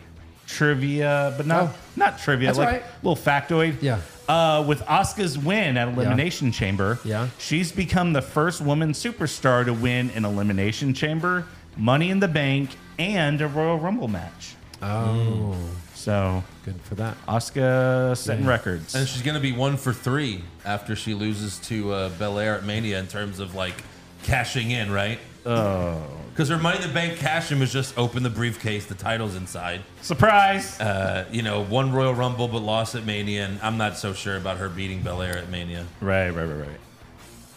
Speaker 5: trivia, but not
Speaker 6: Oh.
Speaker 5: not trivia,
Speaker 6: That's
Speaker 5: like
Speaker 6: right.
Speaker 5: little factoid.
Speaker 6: Yeah.
Speaker 5: Uh, with Oscar's win at Elimination Chamber,
Speaker 6: Yeah.
Speaker 5: she's become the first woman superstar to win an Elimination Chamber, Money in the Bank, and a Royal Rumble match.
Speaker 6: Oh,
Speaker 5: So
Speaker 6: good for that.
Speaker 5: Oscar setting records.
Speaker 4: And she's going to be one for three after she loses to uh, Belair at Mania in terms of like cashing in, right? Oh. Because her Money in the Bank cash in was just open the briefcase, the title's inside.
Speaker 5: Surprise!
Speaker 4: Uh, you know, one Royal Rumble but lost at Mania, and I'm not so sure about her beating Belair at Mania.
Speaker 5: right, right, right, right.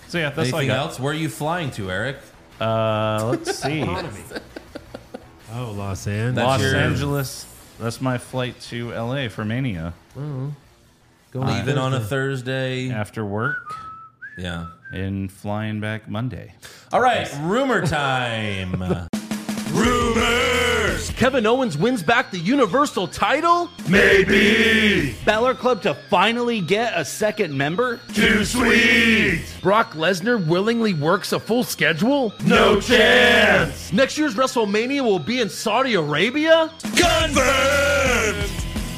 Speaker 5: So yeah, that's all I
Speaker 4: Anything
Speaker 5: got.
Speaker 4: else? Where are you flying to, Eric?
Speaker 5: Uh, let's see.
Speaker 6: Oh, Los Angeles.
Speaker 4: That's
Speaker 5: Los
Speaker 4: your-
Speaker 5: Angeles. That's my flight to LA for Mania
Speaker 6: Going
Speaker 4: Leaving on a
Speaker 6: Thursday.
Speaker 4: Thursday.
Speaker 5: after work
Speaker 4: yeah.
Speaker 5: and flying back Monday.
Speaker 4: All right, rumor time. Uh, Rumors.
Speaker 10: Kevin Owens wins back the Universal title?
Speaker 1: Maybe
Speaker 10: Balor Club to finally get a second member?
Speaker 1: too sweet.
Speaker 10: Brock Lesnar willingly works a full schedule?
Speaker 1: No chance.
Speaker 10: Next year's WrestleMania will be in Saudi Arabia?
Speaker 1: Confirmed.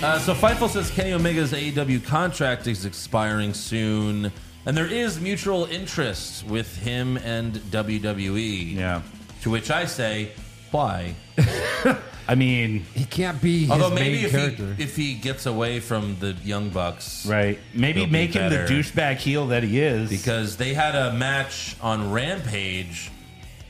Speaker 4: Uh, so Fightful says Kenny Omega's AEW contract is expiring soon, and there is mutual interest with him and WWE.
Speaker 5: Yeah.
Speaker 4: To which I say, why?
Speaker 5: I mean,
Speaker 6: He can't be his
Speaker 4: Although
Speaker 6: main
Speaker 4: maybe if
Speaker 6: character.
Speaker 4: he, if he gets away from the Young Bucks,
Speaker 5: right? Maybe
Speaker 4: He'll be
Speaker 5: make him the
Speaker 4: better.
Speaker 5: douchebag heel that he is.
Speaker 4: because they had a match on Rampage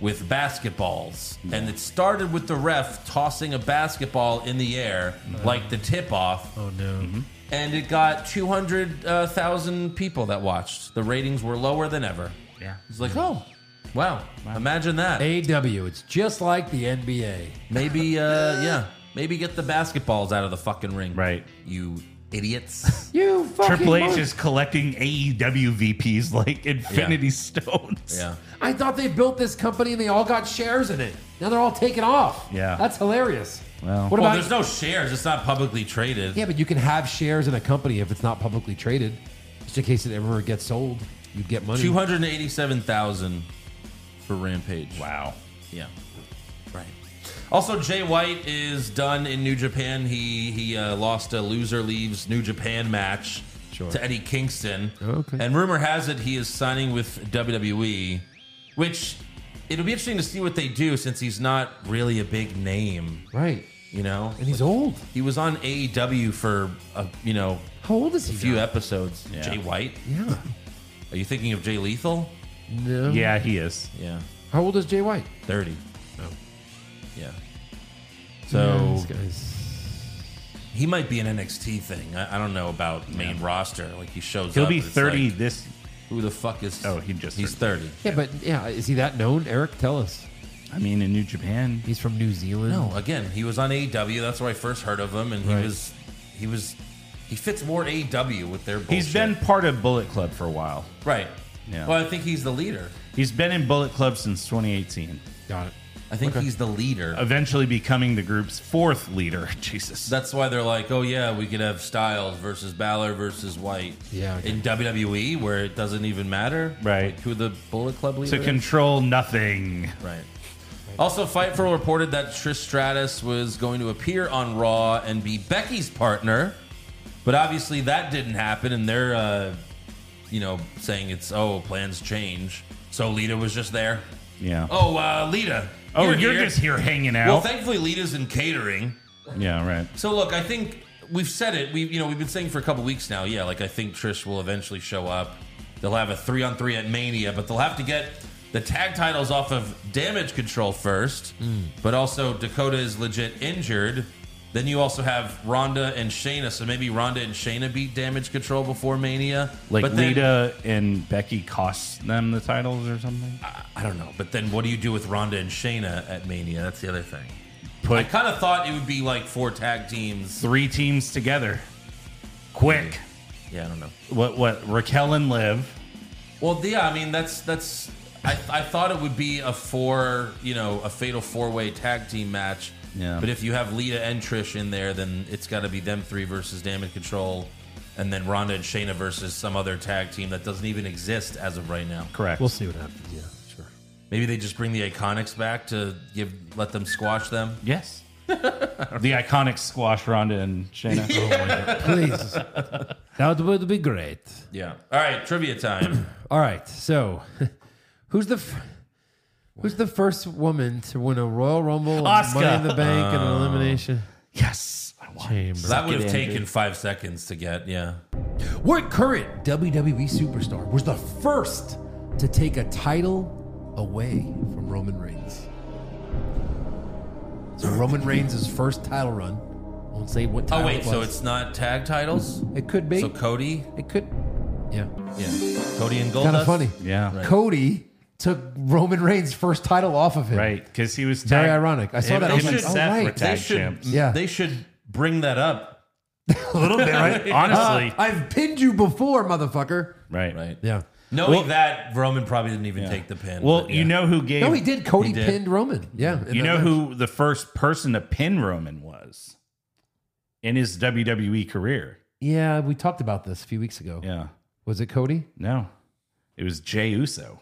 Speaker 4: with basketballs. And it started with the ref tossing a basketball in the air, like the tip off. Mm-hmm.
Speaker 11: Oh no.
Speaker 4: And it got 200,000 people that watched. The ratings were lower than ever.
Speaker 5: Yeah.
Speaker 4: It's like, oh, wow. Imagine that.
Speaker 6: AW, it's just like the NBA.
Speaker 4: Maybe, uh, yeah. Maybe get the basketballs out of the fucking ring.
Speaker 5: Right.
Speaker 4: You idiots.
Speaker 6: You fucking
Speaker 5: Triple H
Speaker 6: monkey.
Speaker 5: is collecting E AEW VPs like Infinity Stones.
Speaker 4: yeah.
Speaker 6: I thought they built this company and they all got shares in it. Now they're all taken off.
Speaker 5: Yeah.
Speaker 6: That's hilarious.
Speaker 5: Well.
Speaker 6: what
Speaker 4: Well,
Speaker 6: about
Speaker 4: there's no shares. It's not publicly traded.
Speaker 6: Yeah, but you can have shares in a company if it's not publicly traded. Just in case it ever gets sold, you get money.
Speaker 4: 287,000 for Rampage.
Speaker 5: Wow.
Speaker 4: Yeah. Right. Also, Jay White is done in New Japan. He he uh, lost a loser leaves New Japan match to Eddie Kingston.
Speaker 6: Okay.
Speaker 4: And rumor has it he is signing with WWE, which it'll be interesting to see what they do since he's not really a big name.
Speaker 6: Right.
Speaker 4: You know,
Speaker 6: And he's old.
Speaker 4: he was on AEW for a, you know
Speaker 6: How old is
Speaker 4: a
Speaker 6: he?
Speaker 4: few
Speaker 6: now?
Speaker 4: episodes. Jay White.
Speaker 6: yeah.
Speaker 4: Are you thinking of Jay Lethal?
Speaker 6: No.
Speaker 5: Yeah, he is.
Speaker 4: Yeah.
Speaker 6: How old is Jay White?
Speaker 4: 30.
Speaker 5: Oh.
Speaker 4: Yeah. So
Speaker 6: This guy's
Speaker 4: he might be an NXT thing. I, I don't know about main roster. Like he shows
Speaker 5: He'll
Speaker 4: up.
Speaker 5: be
Speaker 4: and it's
Speaker 5: 30
Speaker 4: like,
Speaker 5: this.
Speaker 4: who the fuck is.
Speaker 5: Oh, he just
Speaker 4: He's 30.
Speaker 6: Yeah, but yeah, is he that known? Eric, tell us.
Speaker 5: I mean, in New Japan.
Speaker 6: He's from New Zealand.
Speaker 4: No, again, he was on AEW. That's where I first heard of him. And he
Speaker 6: Right.
Speaker 4: was. He was. He fits more AEW with their bullshit.
Speaker 5: He's been part of Bullet Club for a while.
Speaker 4: Right.
Speaker 5: Yeah.
Speaker 4: Well, I think he's the leader.
Speaker 5: He's been in Bullet Club since 2018,
Speaker 6: Got it.
Speaker 4: I think he's the leader.
Speaker 5: eventually becoming the group's fourth leader. Jesus.
Speaker 4: That's why they're like, oh yeah, we could have Styles versus Balor versus White.
Speaker 6: Yeah, okay.
Speaker 4: In WWE, where it doesn't even matter,
Speaker 5: Right.
Speaker 4: like, who the Bullet Club leader?
Speaker 5: to
Speaker 4: is.
Speaker 5: control nothing.
Speaker 4: Right. Also, Fightful reported that Trish Stratus was going to appear on Raw and be Becky's partner, but obviously that didn't happen, and they're, uh, you know, saying it's oh plans change. So Lita was just there.
Speaker 5: Yeah. Oh,
Speaker 4: Oh, uh, Lita.
Speaker 5: you're,
Speaker 4: here.
Speaker 5: just here hanging out.
Speaker 4: Well, thankfully Lita's in catering.
Speaker 5: yeah, right.
Speaker 4: So look, I think we've said it. We have you know we've been saying for a couple weeks now. Yeah, like I think Trish will eventually show up. They'll have a three on three at Mania, but they'll have to get the tag titles off of Damage Control first. But also Dakota is legit injured. Then you also have Ronda and Shayna, so maybe Ronda and Shayna beat Damage Control before Mania.
Speaker 5: Like
Speaker 4: but then,
Speaker 5: Lita and Becky cost them the titles or something.
Speaker 4: I don't know. But then what do you do with Ronda and Shayna at Mania? That's the other thing. I
Speaker 5: Put
Speaker 4: kind of thought it would be like four tag teams.
Speaker 5: three teams together. Quick.
Speaker 4: Yeah, I don't know.
Speaker 5: What what Raquel and Liv.
Speaker 4: Well, yeah, I mean that's that's. I, I thought it would be a four, you know, a fatal four way tag team match.
Speaker 5: Yeah.
Speaker 4: But if you have Lita and Trish in there, then it's got to be them three versus Damage Control, and then Ronda and Shayna versus some other tag team that doesn't even exist as of right now.
Speaker 5: Correct.
Speaker 6: We'll see what happens. Yeah, sure.
Speaker 4: Maybe they just bring the Iconics back to give let them squash them.
Speaker 5: yes. the iconic squash Ronda and Shayna.
Speaker 6: Please. that would be great.
Speaker 4: Yeah. All right, trivia time.
Speaker 6: All right. So, who's the f- who's the first woman to win a Royal Rumble, and
Speaker 5: Asuka.
Speaker 6: Money in the Bank, and an elimination
Speaker 5: Yes. I want it.
Speaker 6: chamber?
Speaker 4: that would have taken five seconds to get. Yeah.
Speaker 6: What current WWE superstar was the first to take a title away from Roman Reigns? So Roman Reigns' first title run. I won't say what title
Speaker 4: Oh wait,
Speaker 6: it
Speaker 4: so
Speaker 6: was.
Speaker 4: it's not tag titles.
Speaker 6: it could be
Speaker 4: So Cody,
Speaker 6: it could yeah
Speaker 4: yeah, Cody and Goldust.
Speaker 6: kind of funny.
Speaker 5: Yeah. Right.
Speaker 6: Cody took Roman Reigns' first title off of him.
Speaker 5: Because he was
Speaker 6: Very
Speaker 5: tag-
Speaker 6: ironic. I saw that. I
Speaker 5: Him
Speaker 6: was
Speaker 5: and
Speaker 6: like, oh,
Speaker 5: Seth were
Speaker 6: right.
Speaker 5: tag
Speaker 4: they should,
Speaker 5: champs.
Speaker 6: Yeah.
Speaker 4: They should bring that up.
Speaker 6: A little bit, right?
Speaker 5: Honestly.
Speaker 6: Uh, I've pinned you before, motherfucker.
Speaker 5: Right.
Speaker 4: Right.
Speaker 6: Yeah.
Speaker 4: Knowing that, Roman probably didn't even
Speaker 5: Yeah.
Speaker 4: take the pin.
Speaker 5: Well,
Speaker 4: but yeah.
Speaker 5: you know who gave.
Speaker 6: No, he did. Cody
Speaker 4: He did.
Speaker 6: pinned Roman. Yeah. in
Speaker 5: You
Speaker 6: that
Speaker 5: know
Speaker 6: match.
Speaker 5: who the first person to pin Roman was in his WWE career?
Speaker 6: Yeah, we talked about this a few weeks ago.
Speaker 5: Yeah.
Speaker 6: Was it Cody?
Speaker 5: No, it was Jay Uso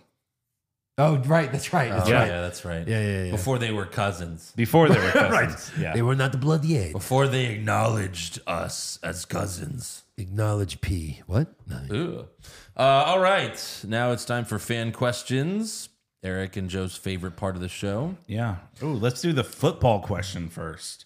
Speaker 6: Oh, right. That's right. That's
Speaker 4: Oh,
Speaker 6: right.
Speaker 4: yeah, that's right.
Speaker 6: Yeah, yeah, yeah.
Speaker 4: Before they were cousins.
Speaker 5: before they were cousins. Yeah.
Speaker 6: They were not the blood yet.
Speaker 4: Before they acknowledged us as cousins.
Speaker 6: Acknowledge P. What? No.
Speaker 4: Ooh. Uh, all right. Now it's time for fan questions. Eric and Joe's favorite part of the show.
Speaker 5: yeah. Oh, let's do the football question first.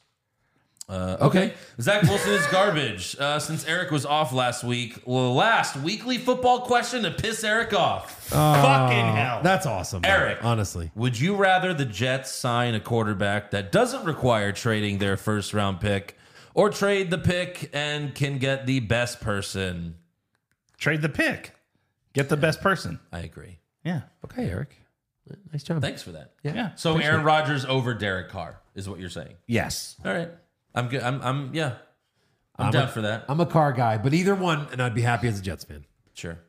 Speaker 4: Uh, okay. Zach Wilson is garbage. Uh, since Eric was off last week, last weekly football question to piss Eric off.
Speaker 6: Uh,
Speaker 5: Fucking hell.
Speaker 6: That's awesome. man.
Speaker 4: Eric.
Speaker 6: Honestly.
Speaker 4: Would you rather the Jets sign a quarterback that doesn't require trading their first round pick or trade the pick and can get the best person?
Speaker 5: Trade the pick. Get the best person.
Speaker 4: I agree.
Speaker 5: Yeah.
Speaker 6: Okay, Eric. Nice job.
Speaker 4: Thanks for that.
Speaker 5: Yeah.
Speaker 4: So Aaron Rodgers over Derek Carr is what you're saying.
Speaker 5: Yes.
Speaker 4: All right. I'm good. I'm, I'm yeah. I'm, down for that.
Speaker 6: I'm a car guy, but either one, and I'd be happy as a Jets fan.
Speaker 4: sure.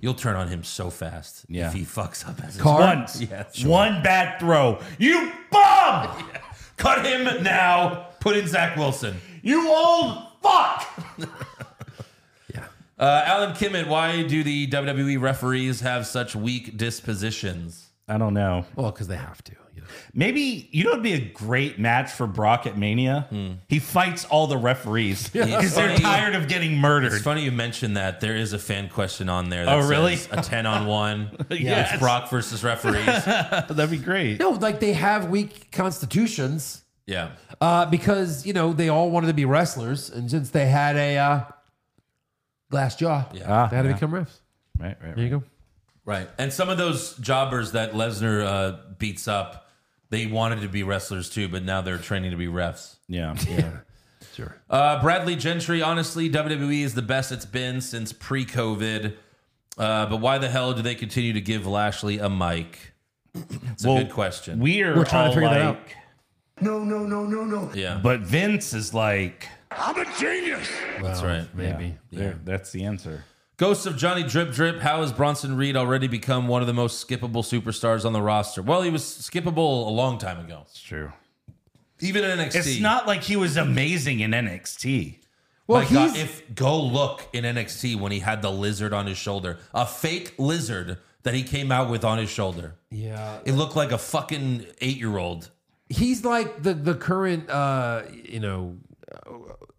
Speaker 4: You'll turn on him so fast
Speaker 5: Yeah.
Speaker 4: if he fucks up as a
Speaker 6: Carr?
Speaker 5: Once. One bad throw. You bum!
Speaker 4: Cut him now. Put in Zach Wilson.
Speaker 5: You old fuck!
Speaker 4: Uh, Alan Kimmett, why do the WWE referees have such weak dispositions?
Speaker 5: I don't know.
Speaker 6: Well, because they have to. You know.
Speaker 5: Maybe you know it'd be a great match for Brock at Mania.
Speaker 6: Hmm.
Speaker 5: He fights all the referees because they're
Speaker 4: Funny-
Speaker 5: tired of getting
Speaker 4: It's
Speaker 5: murdered.
Speaker 4: funny you mentioned that. There is a fan question on there. That
Speaker 5: Oh, really?
Speaker 4: says A 10 on 1.
Speaker 5: Yes.
Speaker 4: It's Brock versus referees.
Speaker 5: That'd be great.
Speaker 6: No, like they have weak constitutions
Speaker 4: yeah.
Speaker 6: uh, because, you know, they all wanted to be wrestlers. And since they had a uh, glass jaw,
Speaker 5: Ah,
Speaker 6: they had to become refs.
Speaker 5: right, right,
Speaker 6: There
Speaker 5: right.
Speaker 6: you go.
Speaker 4: Right. And some of those jobbers that Lesnar uh, beats up, they wanted to be wrestlers too, but now they're training to be refs.
Speaker 5: Yeah.
Speaker 6: Sure.
Speaker 4: Uh, Bradley Gentry, honestly, WWE is the best it's been since pre COVID. Uh, but why the hell do they continue to give Lashley a mic? It's a
Speaker 5: Well,
Speaker 4: good question.
Speaker 5: We are
Speaker 6: We're trying to
Speaker 5: all
Speaker 6: figure
Speaker 5: like,
Speaker 6: that out.
Speaker 1: No, no, no, no, no.
Speaker 4: yeah,
Speaker 5: but Vince is like,
Speaker 1: I'm a genius.
Speaker 4: that's right.
Speaker 6: Maybe.
Speaker 5: there- that's the answer.
Speaker 4: Ghosts of Johnny Drip Drip. How has Bronson Reed already become one of the most skippable superstars on the roster? Well, he was skippable a long time ago,
Speaker 5: It's true.
Speaker 4: even in NXT.
Speaker 5: It's not like he was amazing in NXT.
Speaker 6: Well,
Speaker 4: My God,
Speaker 6: he's-
Speaker 4: if go look in NXT when he had the lizard on his shoulder, a fake lizard that he came out with on his shoulder.
Speaker 6: Yeah.
Speaker 4: It looked like a fucking eight year old.
Speaker 6: He's like the, the current, uh, you know, uh,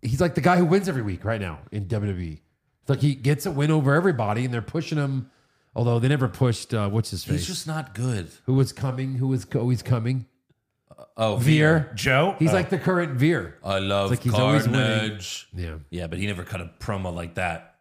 Speaker 6: he's like the guy who wins every week right now in WWE. It's like he gets a win over everybody and they're pushing him. Although they never pushed, uh, what's his face?
Speaker 4: He's just not good.
Speaker 6: who was coming, who was always coming.
Speaker 4: Oh,
Speaker 6: Veer.
Speaker 5: Joe?
Speaker 4: Uh,
Speaker 6: He's
Speaker 5: Oh.
Speaker 6: like the current Veer.
Speaker 4: I love
Speaker 6: It's like he's always winning.
Speaker 4: Carnage.
Speaker 6: Yeah.
Speaker 4: Yeah, but he never cut a promo like that.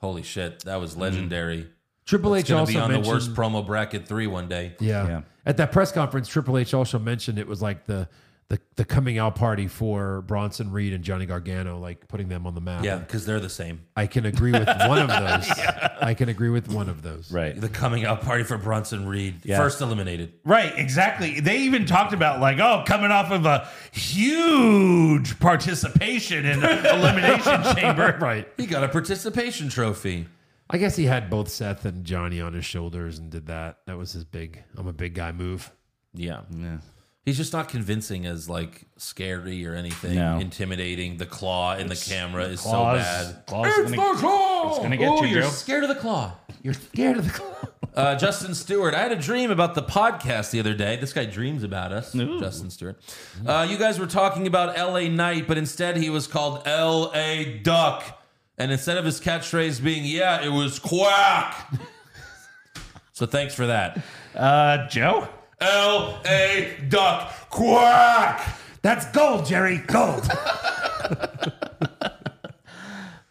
Speaker 4: Holy shit, that was legendary.
Speaker 6: Triple
Speaker 4: It's
Speaker 6: H
Speaker 4: gonna
Speaker 6: Mm-hmm. also
Speaker 4: be on
Speaker 6: mentioned.
Speaker 4: the worst promo bracket three one day.
Speaker 6: yeah.
Speaker 5: Yeah.
Speaker 6: At that press conference, Triple H also mentioned it was like the the, the coming out party for Bronson Reed and Johnny Gargano, like putting them on the map.
Speaker 4: Yeah, because they're the same.
Speaker 6: I can agree with one of those. I can agree with one of those.
Speaker 5: Right.
Speaker 4: The coming out party for Bronson Reed, first eliminated.
Speaker 5: Right, exactly. They even talked about like, oh, coming off of a huge participation in elimination chamber.
Speaker 6: Right.
Speaker 4: He got a participation trophy.
Speaker 6: I guess he had both Seth and Johnny on his shoulders and did that. That was his big I'm a big guy move.
Speaker 4: Yeah. He's just not convincing as like scary or anything.
Speaker 5: No.
Speaker 4: Intimidating. The claw in the camera is
Speaker 5: Claws-
Speaker 4: so bad.
Speaker 5: claws is gonna- it's gonna get you, Joe.
Speaker 4: scared of the claw.
Speaker 6: You're scared of the
Speaker 4: Uh, Justin Stewart, I had a dream about the podcast the other day. This guy dreams about us, Justin Stewart. Uh, you guys were talking about LA Knight, but instead he was called LA Duck. And instead of his catchphrase being, yeah, it was quack. so thanks for that.
Speaker 5: Uh, Joe,
Speaker 4: LA Duck, quack.
Speaker 6: That's gold, Jerry. Gold.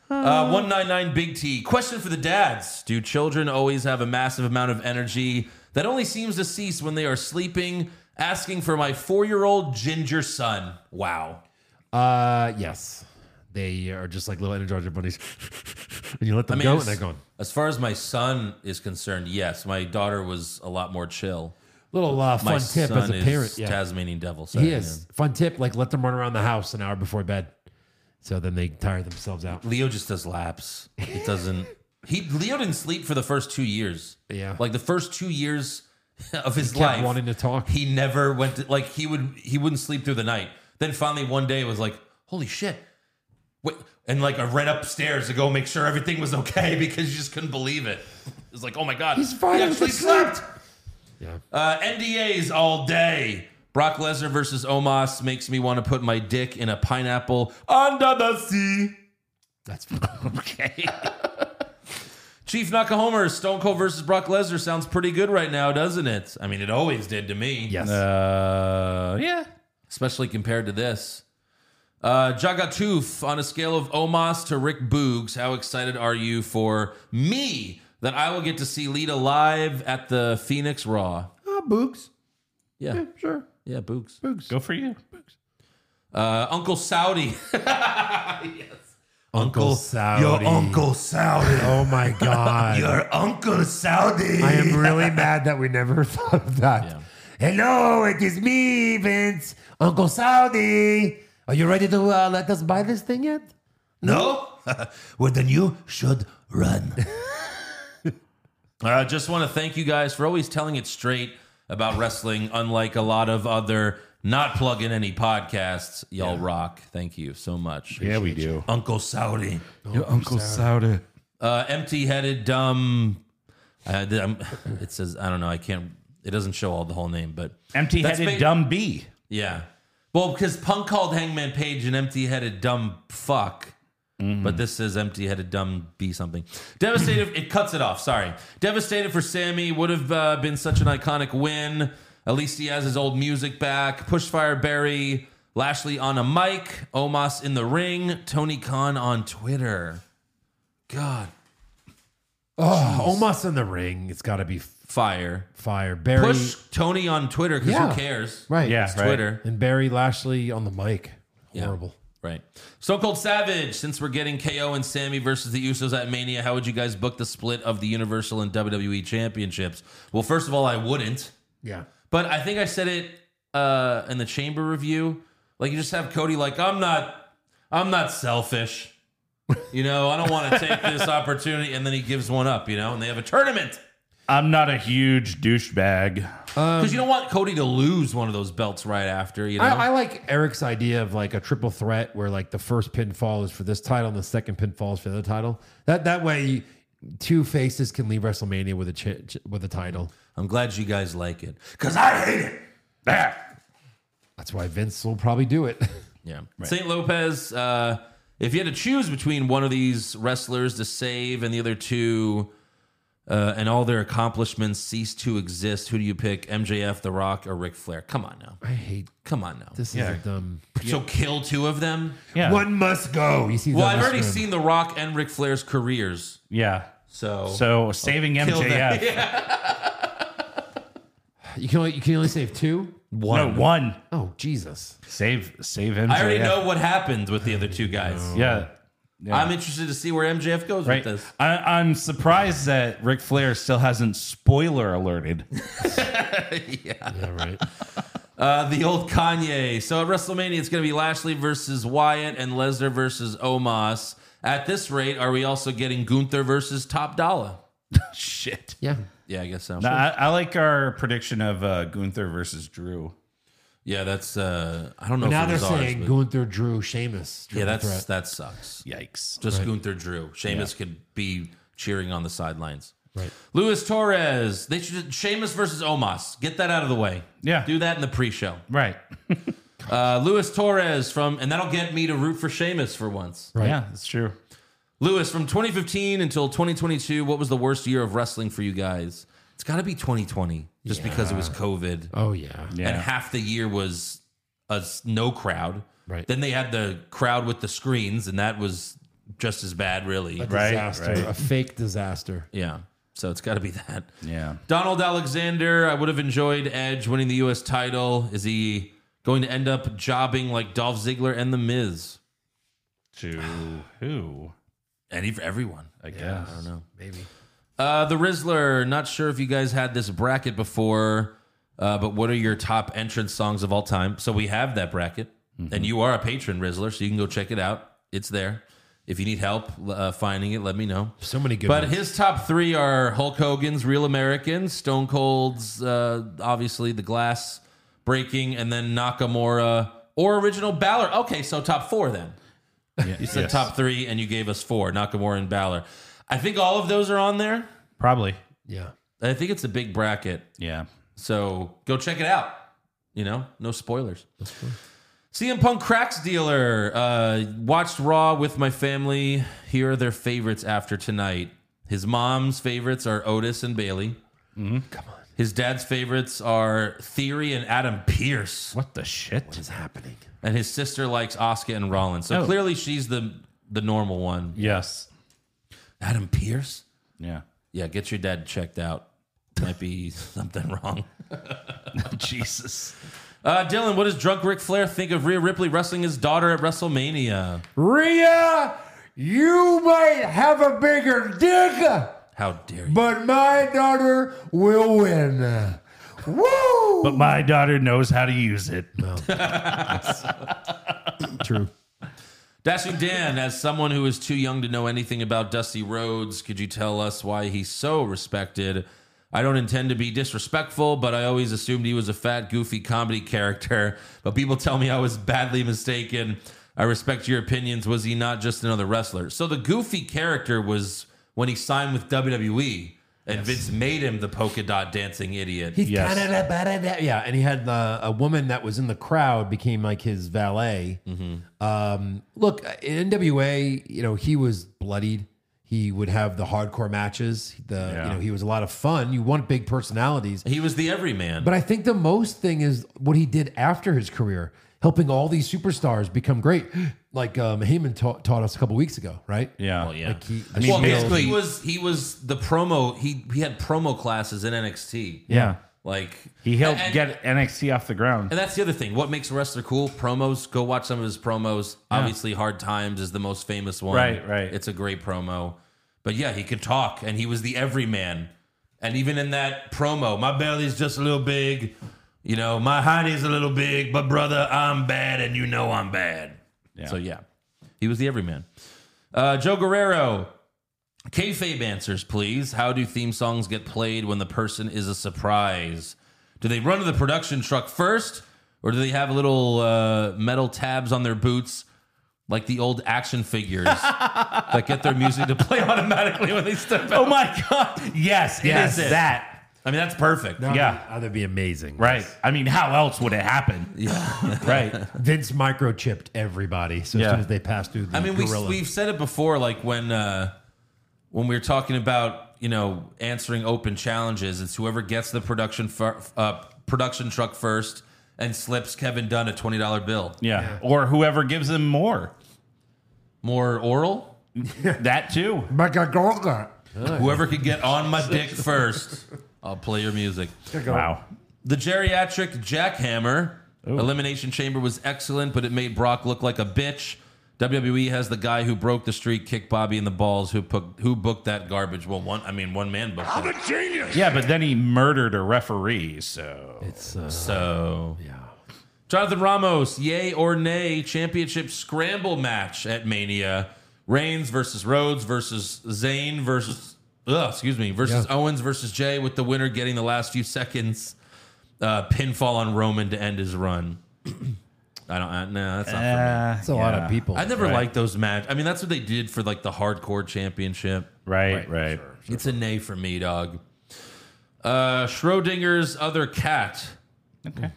Speaker 4: Uh, 199 Big T. Question for the dads Do children always have a massive amount of energy that only seems to cease when they are sleeping? Asking for my four year old ginger son. Wow.
Speaker 6: Uh, yes, they are just like little energizer bunnies, and you let them
Speaker 4: I mean,
Speaker 6: go, and
Speaker 4: as-
Speaker 6: they're gone.
Speaker 4: As far as my son is concerned, yes, my daughter was a lot more chill.
Speaker 6: Little uh,
Speaker 4: My
Speaker 6: fun tip
Speaker 4: son
Speaker 6: as a
Speaker 4: is
Speaker 6: parent. Yeah,
Speaker 4: Tasmanian devil. so,
Speaker 6: he
Speaker 4: yeah.
Speaker 6: is fun tip. Like let them run around the house an hour before bed, so then they tire themselves out.
Speaker 4: Leo just does laps. It doesn't. He Leo didn't sleep for the first two years.
Speaker 6: Yeah.
Speaker 4: like the first two years of his
Speaker 6: kept
Speaker 4: life,
Speaker 6: wanting to talk.
Speaker 4: He never went. To, like he would. He wouldn't sleep through the night. Then finally one day it was like, holy shit. Wait, and like I ran upstairs to go make sure everything was okay because you just couldn't believe it. It was like, oh my god,
Speaker 6: He's fine
Speaker 4: He
Speaker 6: with the
Speaker 4: actually
Speaker 6: sleep.
Speaker 4: slept. Uh, NDAs all day. Brock Lesnar versus Omos makes me want to put my dick in a pineapple under the sea.
Speaker 6: That's
Speaker 5: okay.
Speaker 4: Chief Nakahomer, Stone Cold versus Brock Lesnar sounds pretty good right now, doesn't it? I mean, it always did to me,
Speaker 6: yes.
Speaker 5: Uh, yeah,
Speaker 4: especially compared to this. Uh, Jagatoof, on a scale of Omos to Rick Boogs, how excited are you for me that I will get to see Lita live at the Phoenix Raw?
Speaker 2: Ah, Boogs.
Speaker 4: Yeah.
Speaker 2: Yeah, sure.
Speaker 4: Yeah, Boogs.
Speaker 2: Boogs.
Speaker 5: Go for you.
Speaker 4: Uh, Uncle Saudi.
Speaker 6: Uncle Saudi.
Speaker 1: Saudi.
Speaker 6: Oh my God.
Speaker 1: Uncle Saudi.
Speaker 6: I am really mad that we never thought of that. Hello, it is me, Vince, Uncle Saudi. Are you ready to uh, let us buy this thing yet?
Speaker 1: No? well, then you should run.
Speaker 4: Uh, just want to thank you guys for always telling it straight about wrestling, unlike a lot of other not plugging any podcasts. Y'all rock. Thank you so much.
Speaker 5: Yeah, we do.
Speaker 4: Uncle Saudi.
Speaker 5: Your
Speaker 1: Oh,
Speaker 5: Uncle Saudi.
Speaker 4: Uh, empty headed, dumb. Uh, th- I'm- it says, I don't know. I can't, it doesn't show all the whole name, but
Speaker 5: Empty
Speaker 4: That's ba-
Speaker 5: headed dumb bee.
Speaker 4: yeah. Well, because Punk called Hangman Page an empty headed, dumb fuck.
Speaker 6: Mm-hmm.
Speaker 4: But this says empty headed, dumb be something. Devastated. it cuts it off. Sorry. Devastated for Sammy. Would have uh, been such an iconic win. At least he has his old music back. Pushfire Barry. Lashley on a mic. Omos in the ring. Tony Khan on Twitter. God.
Speaker 6: Oh, Omos in the ring. It's got to be
Speaker 4: Fire.
Speaker 6: fire. Barry,
Speaker 4: Push Tony on Twitter because
Speaker 6: Yeah.
Speaker 4: who cares?
Speaker 6: right?
Speaker 5: Yeah, right.
Speaker 4: Twitter.
Speaker 6: And Barry Lashley on the mic.
Speaker 4: Yeah.
Speaker 6: Horrible.
Speaker 4: Right. So Cold Savage, since we're getting KO and Sammy versus the Usos at Mania, how would you guys book the split of the Universal and WWE Championships? Well, first of all, I wouldn't.
Speaker 6: Yeah.
Speaker 4: But I think I said it uh, in the chamber review. Like you just have Cody like, I'm not I'm not selfish. You know, I don't want to take this opportunity, and then he gives one up, you know, and they have a tournament.
Speaker 5: I'm not a huge douchebag.
Speaker 4: Because you don't want Cody to lose one of those belts right after, you know.
Speaker 6: Um, I, I like Eric's idea of like a triple threat where like the first pinfall is for this title and the second pinfall is for the other title. That that way, two faces can leave WrestleMania with a ch- ch- with a title.
Speaker 4: I'm glad you guys like it.
Speaker 1: Because I hate it.
Speaker 6: That's why Vince will probably do it.
Speaker 4: Yeah. St. Lopez, uh, if you had to choose between one of these wrestlers to save and the other two uh, and all their accomplishments cease to exist, who do you pick? MJF, The Rock, or Ric Flair? Come on now.
Speaker 6: I hate
Speaker 4: Come on now.
Speaker 6: this. Is a dumb.
Speaker 4: so kill two of them?
Speaker 5: Yeah.
Speaker 6: One must go. You see,
Speaker 4: Well,
Speaker 6: that
Speaker 4: I've
Speaker 6: must
Speaker 4: already
Speaker 6: go.
Speaker 4: seen The Rock and Ric Flair's careers.
Speaker 5: Yeah.
Speaker 4: So,
Speaker 5: So saving
Speaker 4: kill them.
Speaker 5: MJF.
Speaker 6: You can only you can only save two.
Speaker 5: No, one.
Speaker 6: Oh Jesus!
Speaker 5: Save save MJF.
Speaker 4: I already know what happened with the other two guys.
Speaker 5: Yeah.
Speaker 4: I'm interested to see where MJF goes
Speaker 5: Right.
Speaker 4: with this.
Speaker 5: I, I'm surprised that Ric Flair still hasn't spoiler alerted.
Speaker 6: Yeah, right.
Speaker 4: Uh, the old Kanye. So at WrestleMania, it's going to be Lashley versus Wyatt and Lesnar versus Omos. At this rate, are we also getting Gunther versus Top Dollar?
Speaker 5: Shit.
Speaker 6: yeah.
Speaker 4: Yeah, I guess so.
Speaker 5: No, I, I like our prediction of uh, Gunther versus Drew.
Speaker 4: Yeah, that's. Uh, I don't know. if
Speaker 6: Now
Speaker 4: it
Speaker 6: they're
Speaker 4: was ours,
Speaker 6: saying
Speaker 4: but-
Speaker 6: Gunther, Drew, Sheamus.
Speaker 4: yeah, that's
Speaker 6: triple threat.
Speaker 4: that sucks.
Speaker 5: Yikes.
Speaker 4: Just Gunther Drew. Sheamus could be cheering on the sidelines.
Speaker 6: Right.
Speaker 4: Luis Torres. They should Sheamus versus Omos. Get that out of the way.
Speaker 5: Yeah.
Speaker 4: Do that in the pre-show.
Speaker 5: Right.
Speaker 4: Uh, Luis Torres from, and that'll get me to root for Sheamus for once.
Speaker 6: Right.
Speaker 5: Yeah, that's true.
Speaker 4: Lewis, from 2015 until 2022, what was the worst year of wrestling for you guys? It's got to be 2020, just because it was COVID
Speaker 6: Oh yeah.
Speaker 4: and
Speaker 5: Yeah.
Speaker 4: half the year was a s- no crowd.
Speaker 6: Right.
Speaker 4: Then they had the crowd with the screens, and that was just as bad, really.
Speaker 6: A
Speaker 5: Right,
Speaker 6: disaster.
Speaker 5: right.
Speaker 6: A fake disaster.
Speaker 4: Yeah. So it's got to be that.
Speaker 5: Yeah.
Speaker 4: Donald Alexander, I would have enjoyed Edge winning the U.S. title. Is he going to end up jobbing like Dolph Ziggler and The Miz?
Speaker 5: To who?
Speaker 4: Any for everyone.
Speaker 5: I guess. I don't know.
Speaker 4: Uh, the Rizzler. Not sure if you guys had this bracket before, uh, but what are your top entrance songs of all time? So we have that bracket, and you are a patron Rizzler, so you can go check it out. It's there. If you need help uh, finding it, let me know.
Speaker 6: So many good.
Speaker 4: But
Speaker 6: ones.
Speaker 4: his top three are Hulk Hogan's Real American, Stone Cold's, uh, obviously, The Glass Breaking, and then Nakamura or Original Balor. Okay, so top four then. you said top three, and you gave us four Nakamura and Balor. I think all of those are on there.
Speaker 5: Probably.
Speaker 6: yeah.
Speaker 4: I think it's a big bracket.
Speaker 5: Yeah.
Speaker 4: So go check it out. You know, no spoilers. CM Punk cracks dealer. Uh, watched Raw with my family. Here are their favorites after tonight. His mom's favorites are Otis and Bailey. Come on. His dad's favorites are Theory and Adam Pierce.
Speaker 5: What the shit? What
Speaker 6: is happening?
Speaker 4: And his sister likes Oscar and Rollins. So
Speaker 5: Oh.
Speaker 4: clearly she's the the normal one.
Speaker 5: Yes.
Speaker 4: Adam Pierce?
Speaker 5: Yeah.
Speaker 4: Yeah, get your dad checked out. Might be something wrong.
Speaker 5: Jesus.
Speaker 4: Uh, Dylan, what does drunk Ric Flair think of Rhea Ripley wrestling his daughter at WrestleMania?
Speaker 6: Rhea, you might have a bigger dick,
Speaker 4: How dare you?
Speaker 6: but my daughter will win. Woo!
Speaker 5: But my daughter knows how to use it.
Speaker 6: True.
Speaker 4: Dashing Dan, as someone who is too young to know anything about Dusty Rhodes, could you tell us why he's so respected? I don't intend to be disrespectful, but I always assumed he was a fat, goofy comedy character. But people tell me I was badly mistaken. I respect your opinions. Was he not just another wrestler? So the goofy character was when he signed with WWE, and Vince made him the polka dot dancing idiot.
Speaker 6: He's
Speaker 5: Yes.
Speaker 6: kind of yeah, and he had uh, a woman that was in the crowd became like his valet.
Speaker 5: Mm-hmm.
Speaker 6: Um, look, in NWA, you know, he was bloodied. He would have the hardcore matches. The you know, he was a lot of fun. You want big personalities,
Speaker 4: he was the everyman.
Speaker 6: but I think the most thing is what he did after his career, helping all these superstars become great, like um, Heyman ta- taught us a couple weeks ago, right?
Speaker 5: Yeah.
Speaker 4: yeah.
Speaker 6: Like he,
Speaker 5: mean,
Speaker 4: well,
Speaker 5: Shield.
Speaker 4: basically, he was he was the promo. He he had promo classes in NXT.
Speaker 5: Yeah.
Speaker 4: Like
Speaker 5: He helped
Speaker 4: and-
Speaker 5: get NXT off the ground.
Speaker 4: And that's the other thing. What makes a wrestler cool? Promos. Go watch some of his promos. Obviously, Hard Times is the most famous one.
Speaker 5: Right, right.
Speaker 4: It's a great promo. But yeah, he could talk, and he was the everyman. And even in that promo, my belly's just a little big. You know, my hiney's a little big, but brother, I'm bad, and you know I'm bad. So yeah, he was the everyman. Uh, Joe Guerrero, Kayfabe answers, please. How do theme songs get played when the person is a surprise? Do they run to the production truck first, or do they have little uh, metal tabs on their boots, like the old action figures that get their music to play automatically when they step out?
Speaker 5: Oh my God. Yes. it
Speaker 4: Yes.
Speaker 5: is that.
Speaker 4: I mean, that's perfect.
Speaker 5: Yeah.
Speaker 6: oh, that'd be amazing,
Speaker 5: Right. I mean, how else would it happen? Yeah. right.
Speaker 6: Vince microchipped everybody, so as
Speaker 5: Yeah.
Speaker 6: soon as they passed through the
Speaker 4: I mean, we,
Speaker 6: gorilla.
Speaker 4: we've said it before, like when uh, when we were talking about you know answering open challenges, it's whoever gets the production fir- uh, production truck first and slips Kevin Dunn a twenty dollar bill.
Speaker 5: Yeah. Or whoever gives them more.
Speaker 4: More oral,
Speaker 5: That too.
Speaker 4: whoever could get on my dick first, I'll play your music.
Speaker 5: Wow.
Speaker 4: The geriatric jackhammer elimination chamber was excellent, but it made Brock look like a bitch. WWE has the guy who broke the streak kick Bobby in the balls. Who put, who booked that garbage? Well, one I mean one man booked it.
Speaker 5: Yeah, but then he murdered a referee, so
Speaker 6: uh,
Speaker 4: So yeah. Jonathan Ramos, yay or nay, championship scramble match at Mania. Reigns versus Rhodes versus Zayn versus ugh, excuse me versus Owens versus Jay with the winner getting the last few seconds uh, pinfall on Roman to end his run. I don't. I, no, that's not for
Speaker 5: Uh,
Speaker 4: me.
Speaker 6: That's a lot of people.
Speaker 4: I never
Speaker 5: right.
Speaker 4: liked those match. I mean, that's what they did for like the hardcore championship.
Speaker 5: right, right.
Speaker 4: It's a nay for me, dog. Uh, Schrodinger's other cat.
Speaker 5: Okay.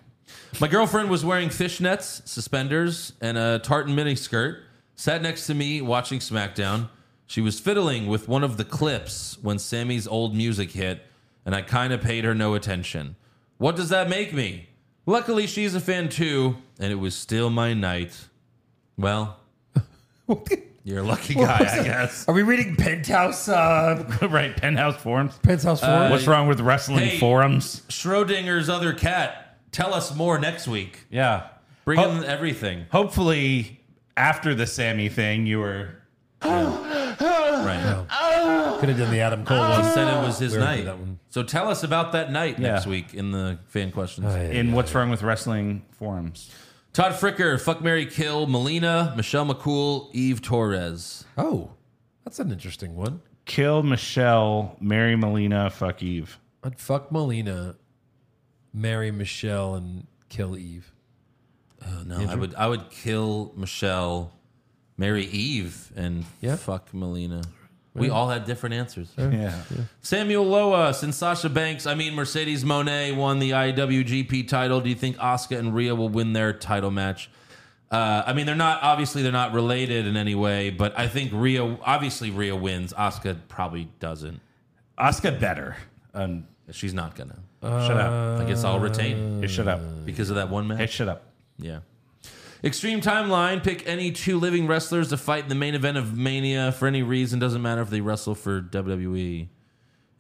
Speaker 4: My girlfriend was wearing fishnets, suspenders, and a tartan miniskirt. Sat next to me watching SmackDown. She was fiddling with one of the clips when Sammy's old music hit, and I kind of paid her no attention. What does that make me? Luckily, she's a fan too, and it was still my night. Well, you're a lucky guy, I guess.
Speaker 6: Are we reading Penthouse? Uh,
Speaker 5: right, penthouse forums.
Speaker 6: Penthouse Four.
Speaker 5: What's wrong with wrestling
Speaker 4: hey.
Speaker 5: forums?
Speaker 4: Schrodinger's other cat. Tell us more next week.
Speaker 5: Yeah.
Speaker 4: Bring
Speaker 5: Ho-
Speaker 4: in everything.
Speaker 5: Hopefully after the Sammy thing you were
Speaker 4: Right now.
Speaker 6: Could have done the Adam Cole
Speaker 4: He
Speaker 6: one.
Speaker 4: said it was his
Speaker 6: We already did
Speaker 4: night.
Speaker 6: that one.
Speaker 4: So tell us about that night
Speaker 5: Yeah.
Speaker 4: next week in the fan questions.
Speaker 6: Oh,
Speaker 5: in what's wrong with wrestling forums.
Speaker 4: Todd Fricker, fuck Mary Kill, Melina, Michelle McCool, Eve Torres.
Speaker 6: Oh, that's an interesting one.
Speaker 5: Kill Michelle, Mary Molina, fuck Eve.
Speaker 6: I'd fuck Melina, marry Michelle, and kill Eve.
Speaker 4: Oh, no, I would I would kill Michelle, marry Eve, and
Speaker 6: Yeah.
Speaker 4: fuck Melina. We all had different answers.
Speaker 5: Yeah.
Speaker 4: Samuel Loas and Sasha Banks. I mean, Mercedes Monet won the IWGP title. Do you think Asuka and Rhea will win their title match? Uh, I mean, they're not obviously they're not related in any way, but I think Rhea obviously Rhea wins. Asuka probably doesn't.
Speaker 5: Asuka better. Um,
Speaker 4: She's not gonna.
Speaker 5: Shut up.
Speaker 4: I guess I'll retain
Speaker 5: Hey, shut up.
Speaker 4: because of that one match.
Speaker 5: Hey, shut up.
Speaker 4: Yeah. Extreme timeline. Pick any two living wrestlers to fight in the main event of Mania for any reason. Doesn't matter if they wrestle for WWE.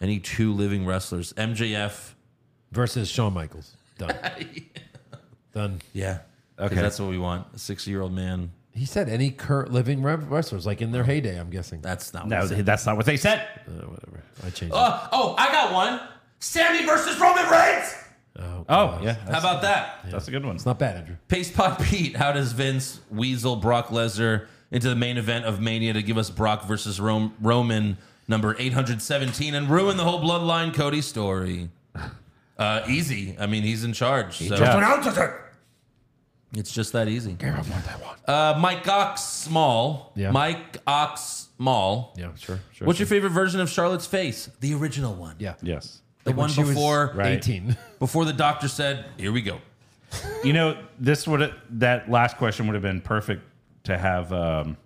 Speaker 4: Any two living wrestlers. MJF.
Speaker 6: versus Shawn Michaels. Done. Done.
Speaker 4: Yeah. Okay.
Speaker 5: Okay.
Speaker 4: That's what we want. A sixty-year-old man.
Speaker 6: He said any current living rev- wrestlers, like in their heyday. I'm guessing.
Speaker 4: That's not.
Speaker 5: No,
Speaker 4: What no.
Speaker 5: that's not what they said.
Speaker 6: Uh, whatever. I changed. it.
Speaker 4: Oh, oh, I got one. Sammy versus Roman Reigns.
Speaker 5: Oh, yeah.
Speaker 4: How
Speaker 5: That's,
Speaker 4: about that?
Speaker 5: that's a good one.
Speaker 6: It's not bad, Andrew.
Speaker 4: Paste Pot Pete. How does Vince Weasel Brock Lesnar into the main event of Mania to give us Brock versus Rom- Roman number eight hundred seventeen and ruin the whole bloodline Cody story? Uh, easy. I mean, he's in charge. So It's just that easy. Uh, Mike Ox Small.
Speaker 6: Yeah.
Speaker 4: Mike Ox Small.
Speaker 6: Yeah, sure, sure.
Speaker 4: What's your favorite version of Charlotte's face? The original one.
Speaker 6: Yeah.
Speaker 5: Yes.
Speaker 4: The
Speaker 6: When
Speaker 4: one
Speaker 6: she was
Speaker 4: before
Speaker 5: Right.
Speaker 6: 18.
Speaker 4: before the doctor said, "Here we go."
Speaker 5: You know, this would that last question would have been perfect to have um,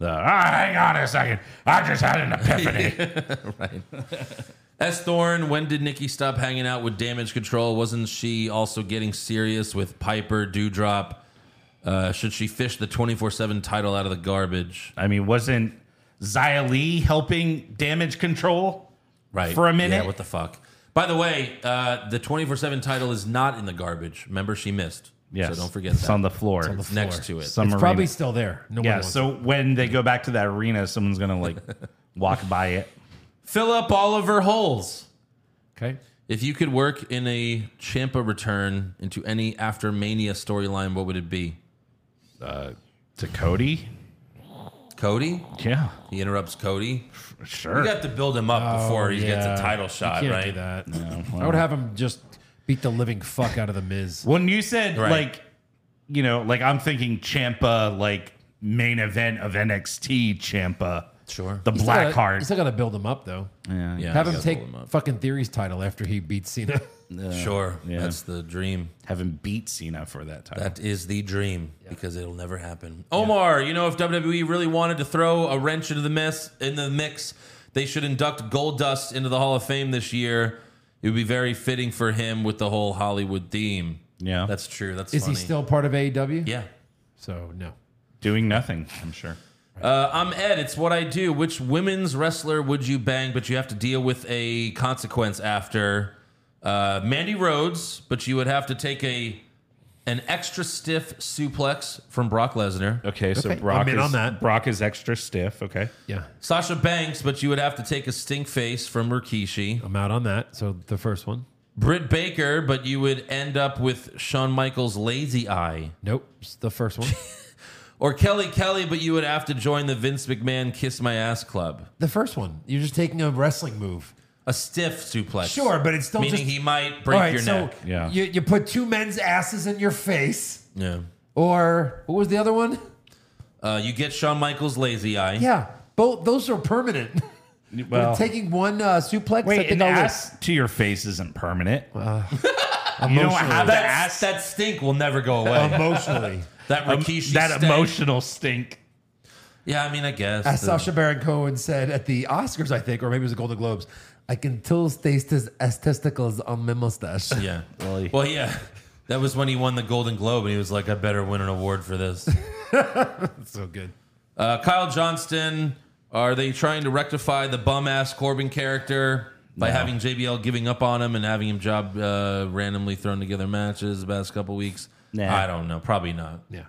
Speaker 5: the. Ah, hang on a second. I just had an epiphany.
Speaker 4: S. Thorne, when did Nikki stop hanging out with Damage Control? Wasn't she also getting serious with Piper Dewdrop? Uh, should she fish the twenty four seven title out of the garbage?
Speaker 5: I mean, wasn't Xia Li helping damage control?
Speaker 4: Right
Speaker 5: For a minute?
Speaker 4: Yeah, what the fuck? By the way, uh, the twenty four seven title is not in the garbage. Remember, she missed.
Speaker 5: Yes.
Speaker 4: So don't forget that.
Speaker 5: It's on the floor.
Speaker 4: It's next to it.
Speaker 5: Some
Speaker 6: It's
Speaker 5: arena.
Speaker 6: probably still there. No one
Speaker 5: yeah.
Speaker 6: wants
Speaker 5: So when they go back to that arena, someone's gonna like walk by it.
Speaker 4: Philip Oliver Holes.
Speaker 6: it. Okay.
Speaker 4: If you could work in a Champa return into any after Mania storyline, what would it be?
Speaker 5: To Cody?
Speaker 4: Cody?
Speaker 5: Yeah.
Speaker 4: He interrupts Cody.
Speaker 5: Sure.
Speaker 4: You have to build him up before he
Speaker 6: Oh, yeah.
Speaker 4: gets a title
Speaker 6: You
Speaker 4: shot,
Speaker 6: can't
Speaker 4: right?
Speaker 6: do that. I would have him just beat the living fuck out of the Miz.
Speaker 5: when you said
Speaker 4: Right.
Speaker 5: like you know, like I'm thinking Champa like main event of NXT Champa.
Speaker 4: Sure.
Speaker 5: The
Speaker 6: He's still
Speaker 5: black
Speaker 6: gotta-
Speaker 5: heart.
Speaker 6: You still got to build him up, though.
Speaker 4: Yeah,
Speaker 6: have
Speaker 4: you
Speaker 6: him
Speaker 4: gotta
Speaker 6: take
Speaker 4: build up.
Speaker 6: fucking Theory's title after he beats Cena.
Speaker 4: Sure.
Speaker 5: Yeah.
Speaker 4: That's the dream.
Speaker 5: Having beat Cena for that time.
Speaker 4: That is the dream because it'll never happen. Omar, you know, if WWE really wanted to throw a wrench into the mess in the mix, they should induct Gold Dust into the Hall of Fame this year. It would be very fitting for him with the whole Hollywood theme.
Speaker 5: Yeah.
Speaker 4: That's true. That's
Speaker 6: Is he
Speaker 4: funny.
Speaker 6: still part of AEW?
Speaker 4: Yeah.
Speaker 6: So no.
Speaker 5: Doing nothing, I'm sure.
Speaker 4: Uh, I'm Ed. It's what I do. Which women's wrestler would you bang, but you have to deal with a consequence after? Uh, Mandy Rhodes, but you would have to take a an extra stiff suplex from Brock Lesnar.
Speaker 5: Okay, so
Speaker 6: Okay,
Speaker 5: Brock
Speaker 6: I'm in
Speaker 5: is
Speaker 6: on that.
Speaker 5: Brock is extra stiff. Okay.
Speaker 6: Yeah,
Speaker 4: Sasha Banks, but you would have to take a stink face from Rikishi.
Speaker 6: I'm out on that. So the first one.
Speaker 4: Britt Baker, but you would end up with Shawn Michaels' lazy eye.
Speaker 6: Nope. It's the first one.
Speaker 4: Or Kelly Kelly, but you would have to join the Vince McMahon Kiss My Ass Club.
Speaker 6: the first one. You're just taking a wrestling move.
Speaker 4: A stiff suplex.
Speaker 6: Sure, but it's still
Speaker 4: meaning
Speaker 6: just-
Speaker 4: he might break
Speaker 6: All right,
Speaker 4: your
Speaker 6: so
Speaker 4: neck.
Speaker 5: Yeah.
Speaker 6: You, you put two men's asses in your face,
Speaker 4: Yeah.
Speaker 6: or what was the other one?
Speaker 4: Uh, you get Shawn Michaels' lazy eye.
Speaker 6: Yeah, both those are permanent.
Speaker 5: Well,
Speaker 6: taking one uh, suplex. I
Speaker 5: wait,
Speaker 6: think
Speaker 5: an
Speaker 6: I'll-
Speaker 5: ass to your face isn't permanent.
Speaker 6: Uh,
Speaker 5: you don't have that
Speaker 4: That's,
Speaker 5: ass.
Speaker 4: that stink will never go
Speaker 6: Um,
Speaker 4: away.
Speaker 6: emotionally.
Speaker 4: that
Speaker 5: um,
Speaker 4: Rikishi
Speaker 5: that
Speaker 4: stink.
Speaker 5: emotional stink.
Speaker 4: Yeah, I mean, I guess.
Speaker 6: As
Speaker 4: the-
Speaker 6: Sasha Baron Cohen said at the Oscars, I think, or maybe it was the Golden Globes, I can still taste his as testicles on my mustache.
Speaker 4: Yeah. Well, yeah. That was when he won the Golden Globe, and he was like, "I better win an award for this."
Speaker 6: so good.
Speaker 4: Uh, Kyle Johnston, are they trying to rectify the bum ass Corbin character by having JBL giving up on him and having him job uh, randomly thrown together matches the past couple weeks?
Speaker 5: Nah.
Speaker 4: I don't know. Probably not.
Speaker 6: Yeah.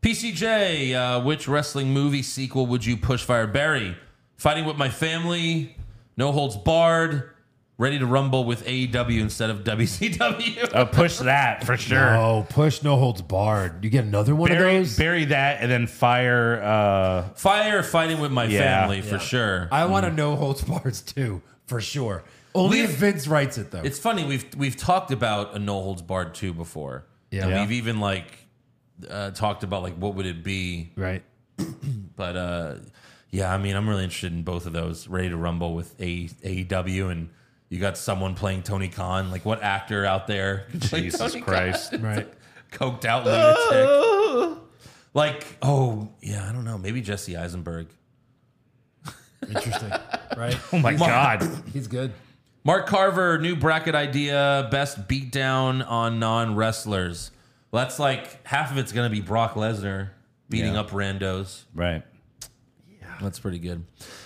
Speaker 4: PCJ, uh, which wrestling movie sequel would you push fire? Barry, fighting with my family, no holds barred, ready to rumble with AEW instead of WCW.
Speaker 5: Uh, push that for sure.
Speaker 6: Oh, push no holds barred. You get another one of
Speaker 5: bury,
Speaker 6: those.
Speaker 5: bury that and then fire. Uh,
Speaker 4: Fire fighting with my
Speaker 5: Yeah.
Speaker 4: family for sure.
Speaker 6: I want to no holds barred too, for sure. Mm. Only
Speaker 4: We've-
Speaker 6: if Vince writes it though.
Speaker 4: It's funny we've we've talked about a no holds barred two before.
Speaker 6: Yeah.
Speaker 4: And
Speaker 6: Yeah.
Speaker 4: we've even like uh, talked about like what would it be,
Speaker 6: right.
Speaker 4: but uh, yeah, I mean I'm really interested in both of those. Ready to rumble with A AEW and you got someone playing Tony Khan. Like what actor out there? could play
Speaker 5: Jesus
Speaker 4: Tony Khan?
Speaker 5: Christ.
Speaker 6: Right.
Speaker 4: coked out lunatic. like oh yeah, I don't know. Maybe Jesse Eisenberg.
Speaker 6: Interesting. Right.
Speaker 5: Oh my God.
Speaker 6: He's good.
Speaker 4: Mark Carver, new bracket idea, best beatdown on non wrestlers. Well, that's like half of it's going to be Brock Lesnar beating
Speaker 5: Yeah.
Speaker 4: up randos.
Speaker 5: Right.
Speaker 4: That's pretty good.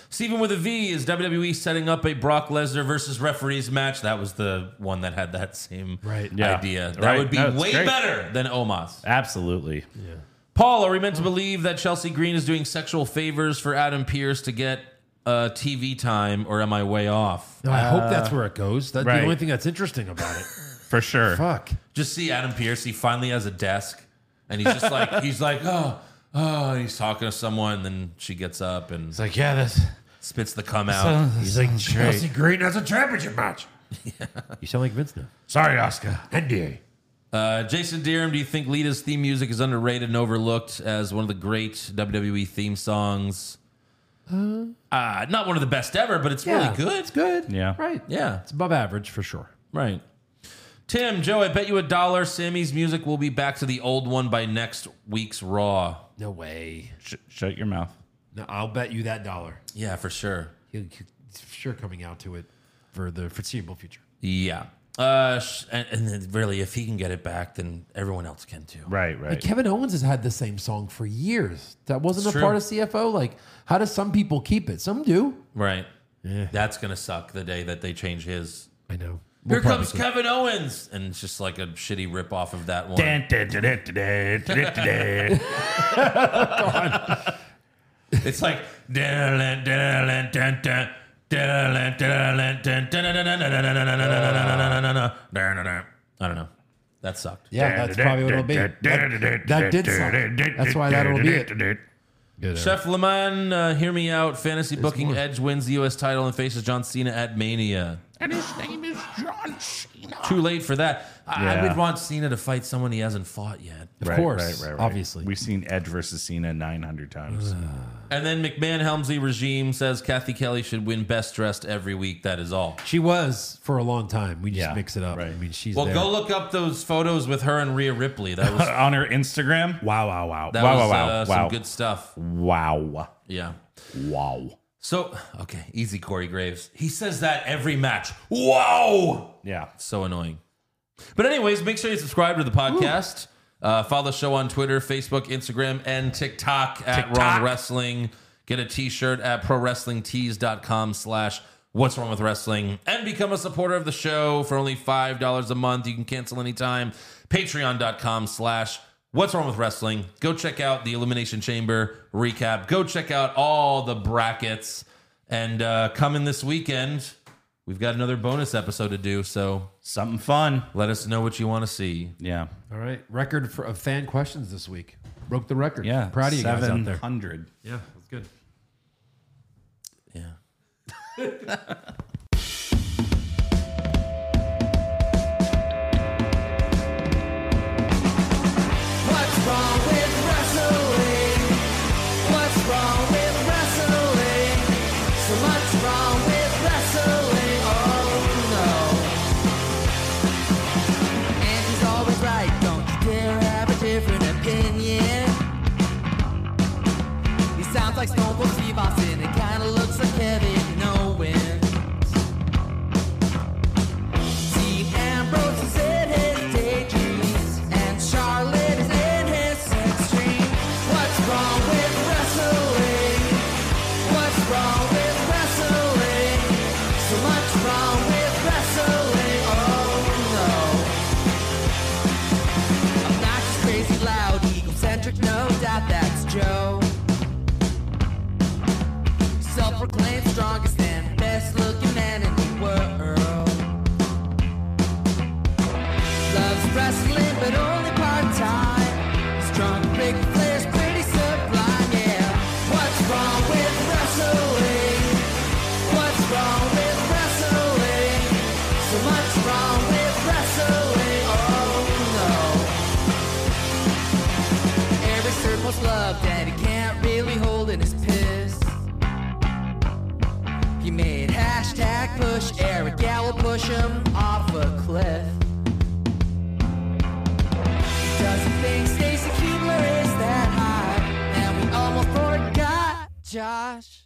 Speaker 4: Stephen with a V is WWE setting up a Brock Lesnar versus referees match. That was the one that had that same
Speaker 6: Right.
Speaker 5: Yeah.
Speaker 4: idea. That
Speaker 5: Right.
Speaker 4: would be
Speaker 5: No, it's
Speaker 4: way
Speaker 5: great.
Speaker 4: better than Omos.
Speaker 5: Absolutely.
Speaker 4: Paul, are we meant to believe that Chelsea Green is doing sexual favors for Adam Pierce to get uh, TV time, or am I way off?
Speaker 6: No, I hope that's where it goes. That's
Speaker 5: right.
Speaker 6: the only thing that's interesting about it.
Speaker 5: For sure.
Speaker 6: Fuck.
Speaker 4: Just see Adam Pierce. He finally has a desk, and he's just like he's like oh oh, and he's talking to someone. And then she gets up and
Speaker 6: It's like, yeah, that's.
Speaker 4: spits the cum out.
Speaker 6: Oh, He's like, Chelsea Green has a championship match. You sound like Vince now.
Speaker 5: Sorry, Oscar.
Speaker 6: NDA.
Speaker 4: Uh, Jason Deerham, do you think Lita's theme music is underrated and overlooked as one of the great WWE theme songs? Uh, not one of the best ever, but it's really good.
Speaker 6: It's good.
Speaker 5: Yeah.
Speaker 6: Right.
Speaker 4: Yeah.
Speaker 6: It's above average for sure.
Speaker 4: Right. Tim, Joe, I bet you a dollar Sammy's music will be back to the old one by next week's Raw.
Speaker 6: No way.
Speaker 5: Sh- shut your mouth.
Speaker 6: No, I'll bet you that dollar.
Speaker 4: Yeah, for sure.
Speaker 6: He'll, he's sure coming out to it for the foreseeable future.
Speaker 4: Yeah. Uh, sh- and, and then really, if he can get it back, then everyone else can too.
Speaker 5: Right. Right.
Speaker 6: Like Kevin Owens has had the same song for years. That wasn't
Speaker 4: It's
Speaker 6: a
Speaker 4: true.
Speaker 6: part of CFO. Like, how do some people keep it? Some do.
Speaker 4: Right. That's going to suck the day that they change his.
Speaker 6: I know.
Speaker 4: Here comes Kevin Owens. And it's just like a shitty ripoff of that one.
Speaker 5: Dun, dun, dun, dun, dun, dun, dun, dun.
Speaker 4: It's like. "Dun, dun, dun, dun, dun, dun, dun, dun, dun, dun, dun, dun, dun, dun, dun, dun, dun, dun, dun, dun, dun, dun, dun." I don't know. That sucked.
Speaker 6: Yeah, that's probably what it'll be. That, that did something. That's why that'll be it.
Speaker 4: Chef Leman, uh, hear me out. Fantasy booking Edge wins the U.S. title and faces John Cena at Mania. And his name is John Cena. Too late for that. I, I
Speaker 5: Yeah.
Speaker 4: would want Cena to fight someone he hasn't fought yet.
Speaker 6: Of
Speaker 5: Right,
Speaker 6: course.
Speaker 5: right, right, right.
Speaker 6: Obviously.
Speaker 5: We've seen Edge versus Cena 900 times.
Speaker 4: And then McMahon Helmsley regime says Kathy Kelly should win best dressed every week. That is all.
Speaker 6: she was for a long time. We just
Speaker 5: Yeah,
Speaker 6: mix it up.
Speaker 5: right.
Speaker 6: I mean, she's
Speaker 4: Well,
Speaker 6: there.
Speaker 4: go look up those photos with her and Rhea Ripley. That was
Speaker 5: On her Instagram? Wow, wow, wow.
Speaker 4: that
Speaker 5: wow,
Speaker 4: was
Speaker 5: wow,
Speaker 4: uh,
Speaker 5: wow.
Speaker 4: some good stuff.
Speaker 5: wow.
Speaker 4: Yeah.
Speaker 5: Wow.
Speaker 4: So okay, easy Corey Graves. He says that every match. Wow.
Speaker 5: Yeah.
Speaker 4: So annoying. But anyways, make sure you subscribe to the podcast. Uh, follow the show on Twitter, Facebook, Instagram, and TikTok at Wrong Wrestling. Get a t-shirt at prowrestlingtees.com slash what's wrong with wrestling. And become a supporter of the show for only $5 a month. You can cancel anytime. Patreon.com slash what's wrong with wrestling. Go check out the Elimination Chamber recap. Go check out all the brackets. And uh, coming this weekend, we've got another bonus episode to do. So
Speaker 5: Something fun.
Speaker 4: let us know what you want to see.
Speaker 5: Yeah.
Speaker 6: All right. Record for, of fan questions this week. Broke the record.
Speaker 5: Yeah.
Speaker 6: Proud of you guys out there.
Speaker 5: 700.
Speaker 6: Yeah, that's good.
Speaker 4: Yeah.
Speaker 11: What's wrong with wrestling? What's wrong with wrestling? So much wrong with wrestling. Oh no. And he's always right. Don't you dare have a different opinion. He sounds like Stone Cold Steve Austin. It kinda looks like Kevin Owens. Dean Ambrose is in his daydreams, and Charlotte is in his sex dream. What's wrong with wrestling? What's wrong with wrestling? So much wrong with wrestling. Oh no. Obnoxious, crazy, loud, egocentric, no doubt that's Joe. Self proclaimed strongest and best looking man in the world. Loves wrestling, but only part time. Strong, big players, pretty sublime, yeah. What's wrong with wrestling? What's wrong with wrestling? So much wrong with wrestling, oh no. Every circle's love that he can't really hold in his piss. He made hashtag push Eric Gallo push him off a cliff. He doesn't think Stacy Kubler is that hot, and we almost forgot Josh.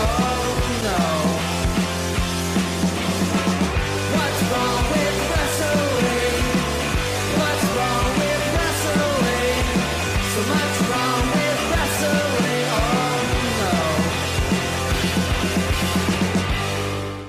Speaker 11: Oh no. What's wrong with wrestling? What's wrong with wrestling? So much wrong with wrestling. Oh no.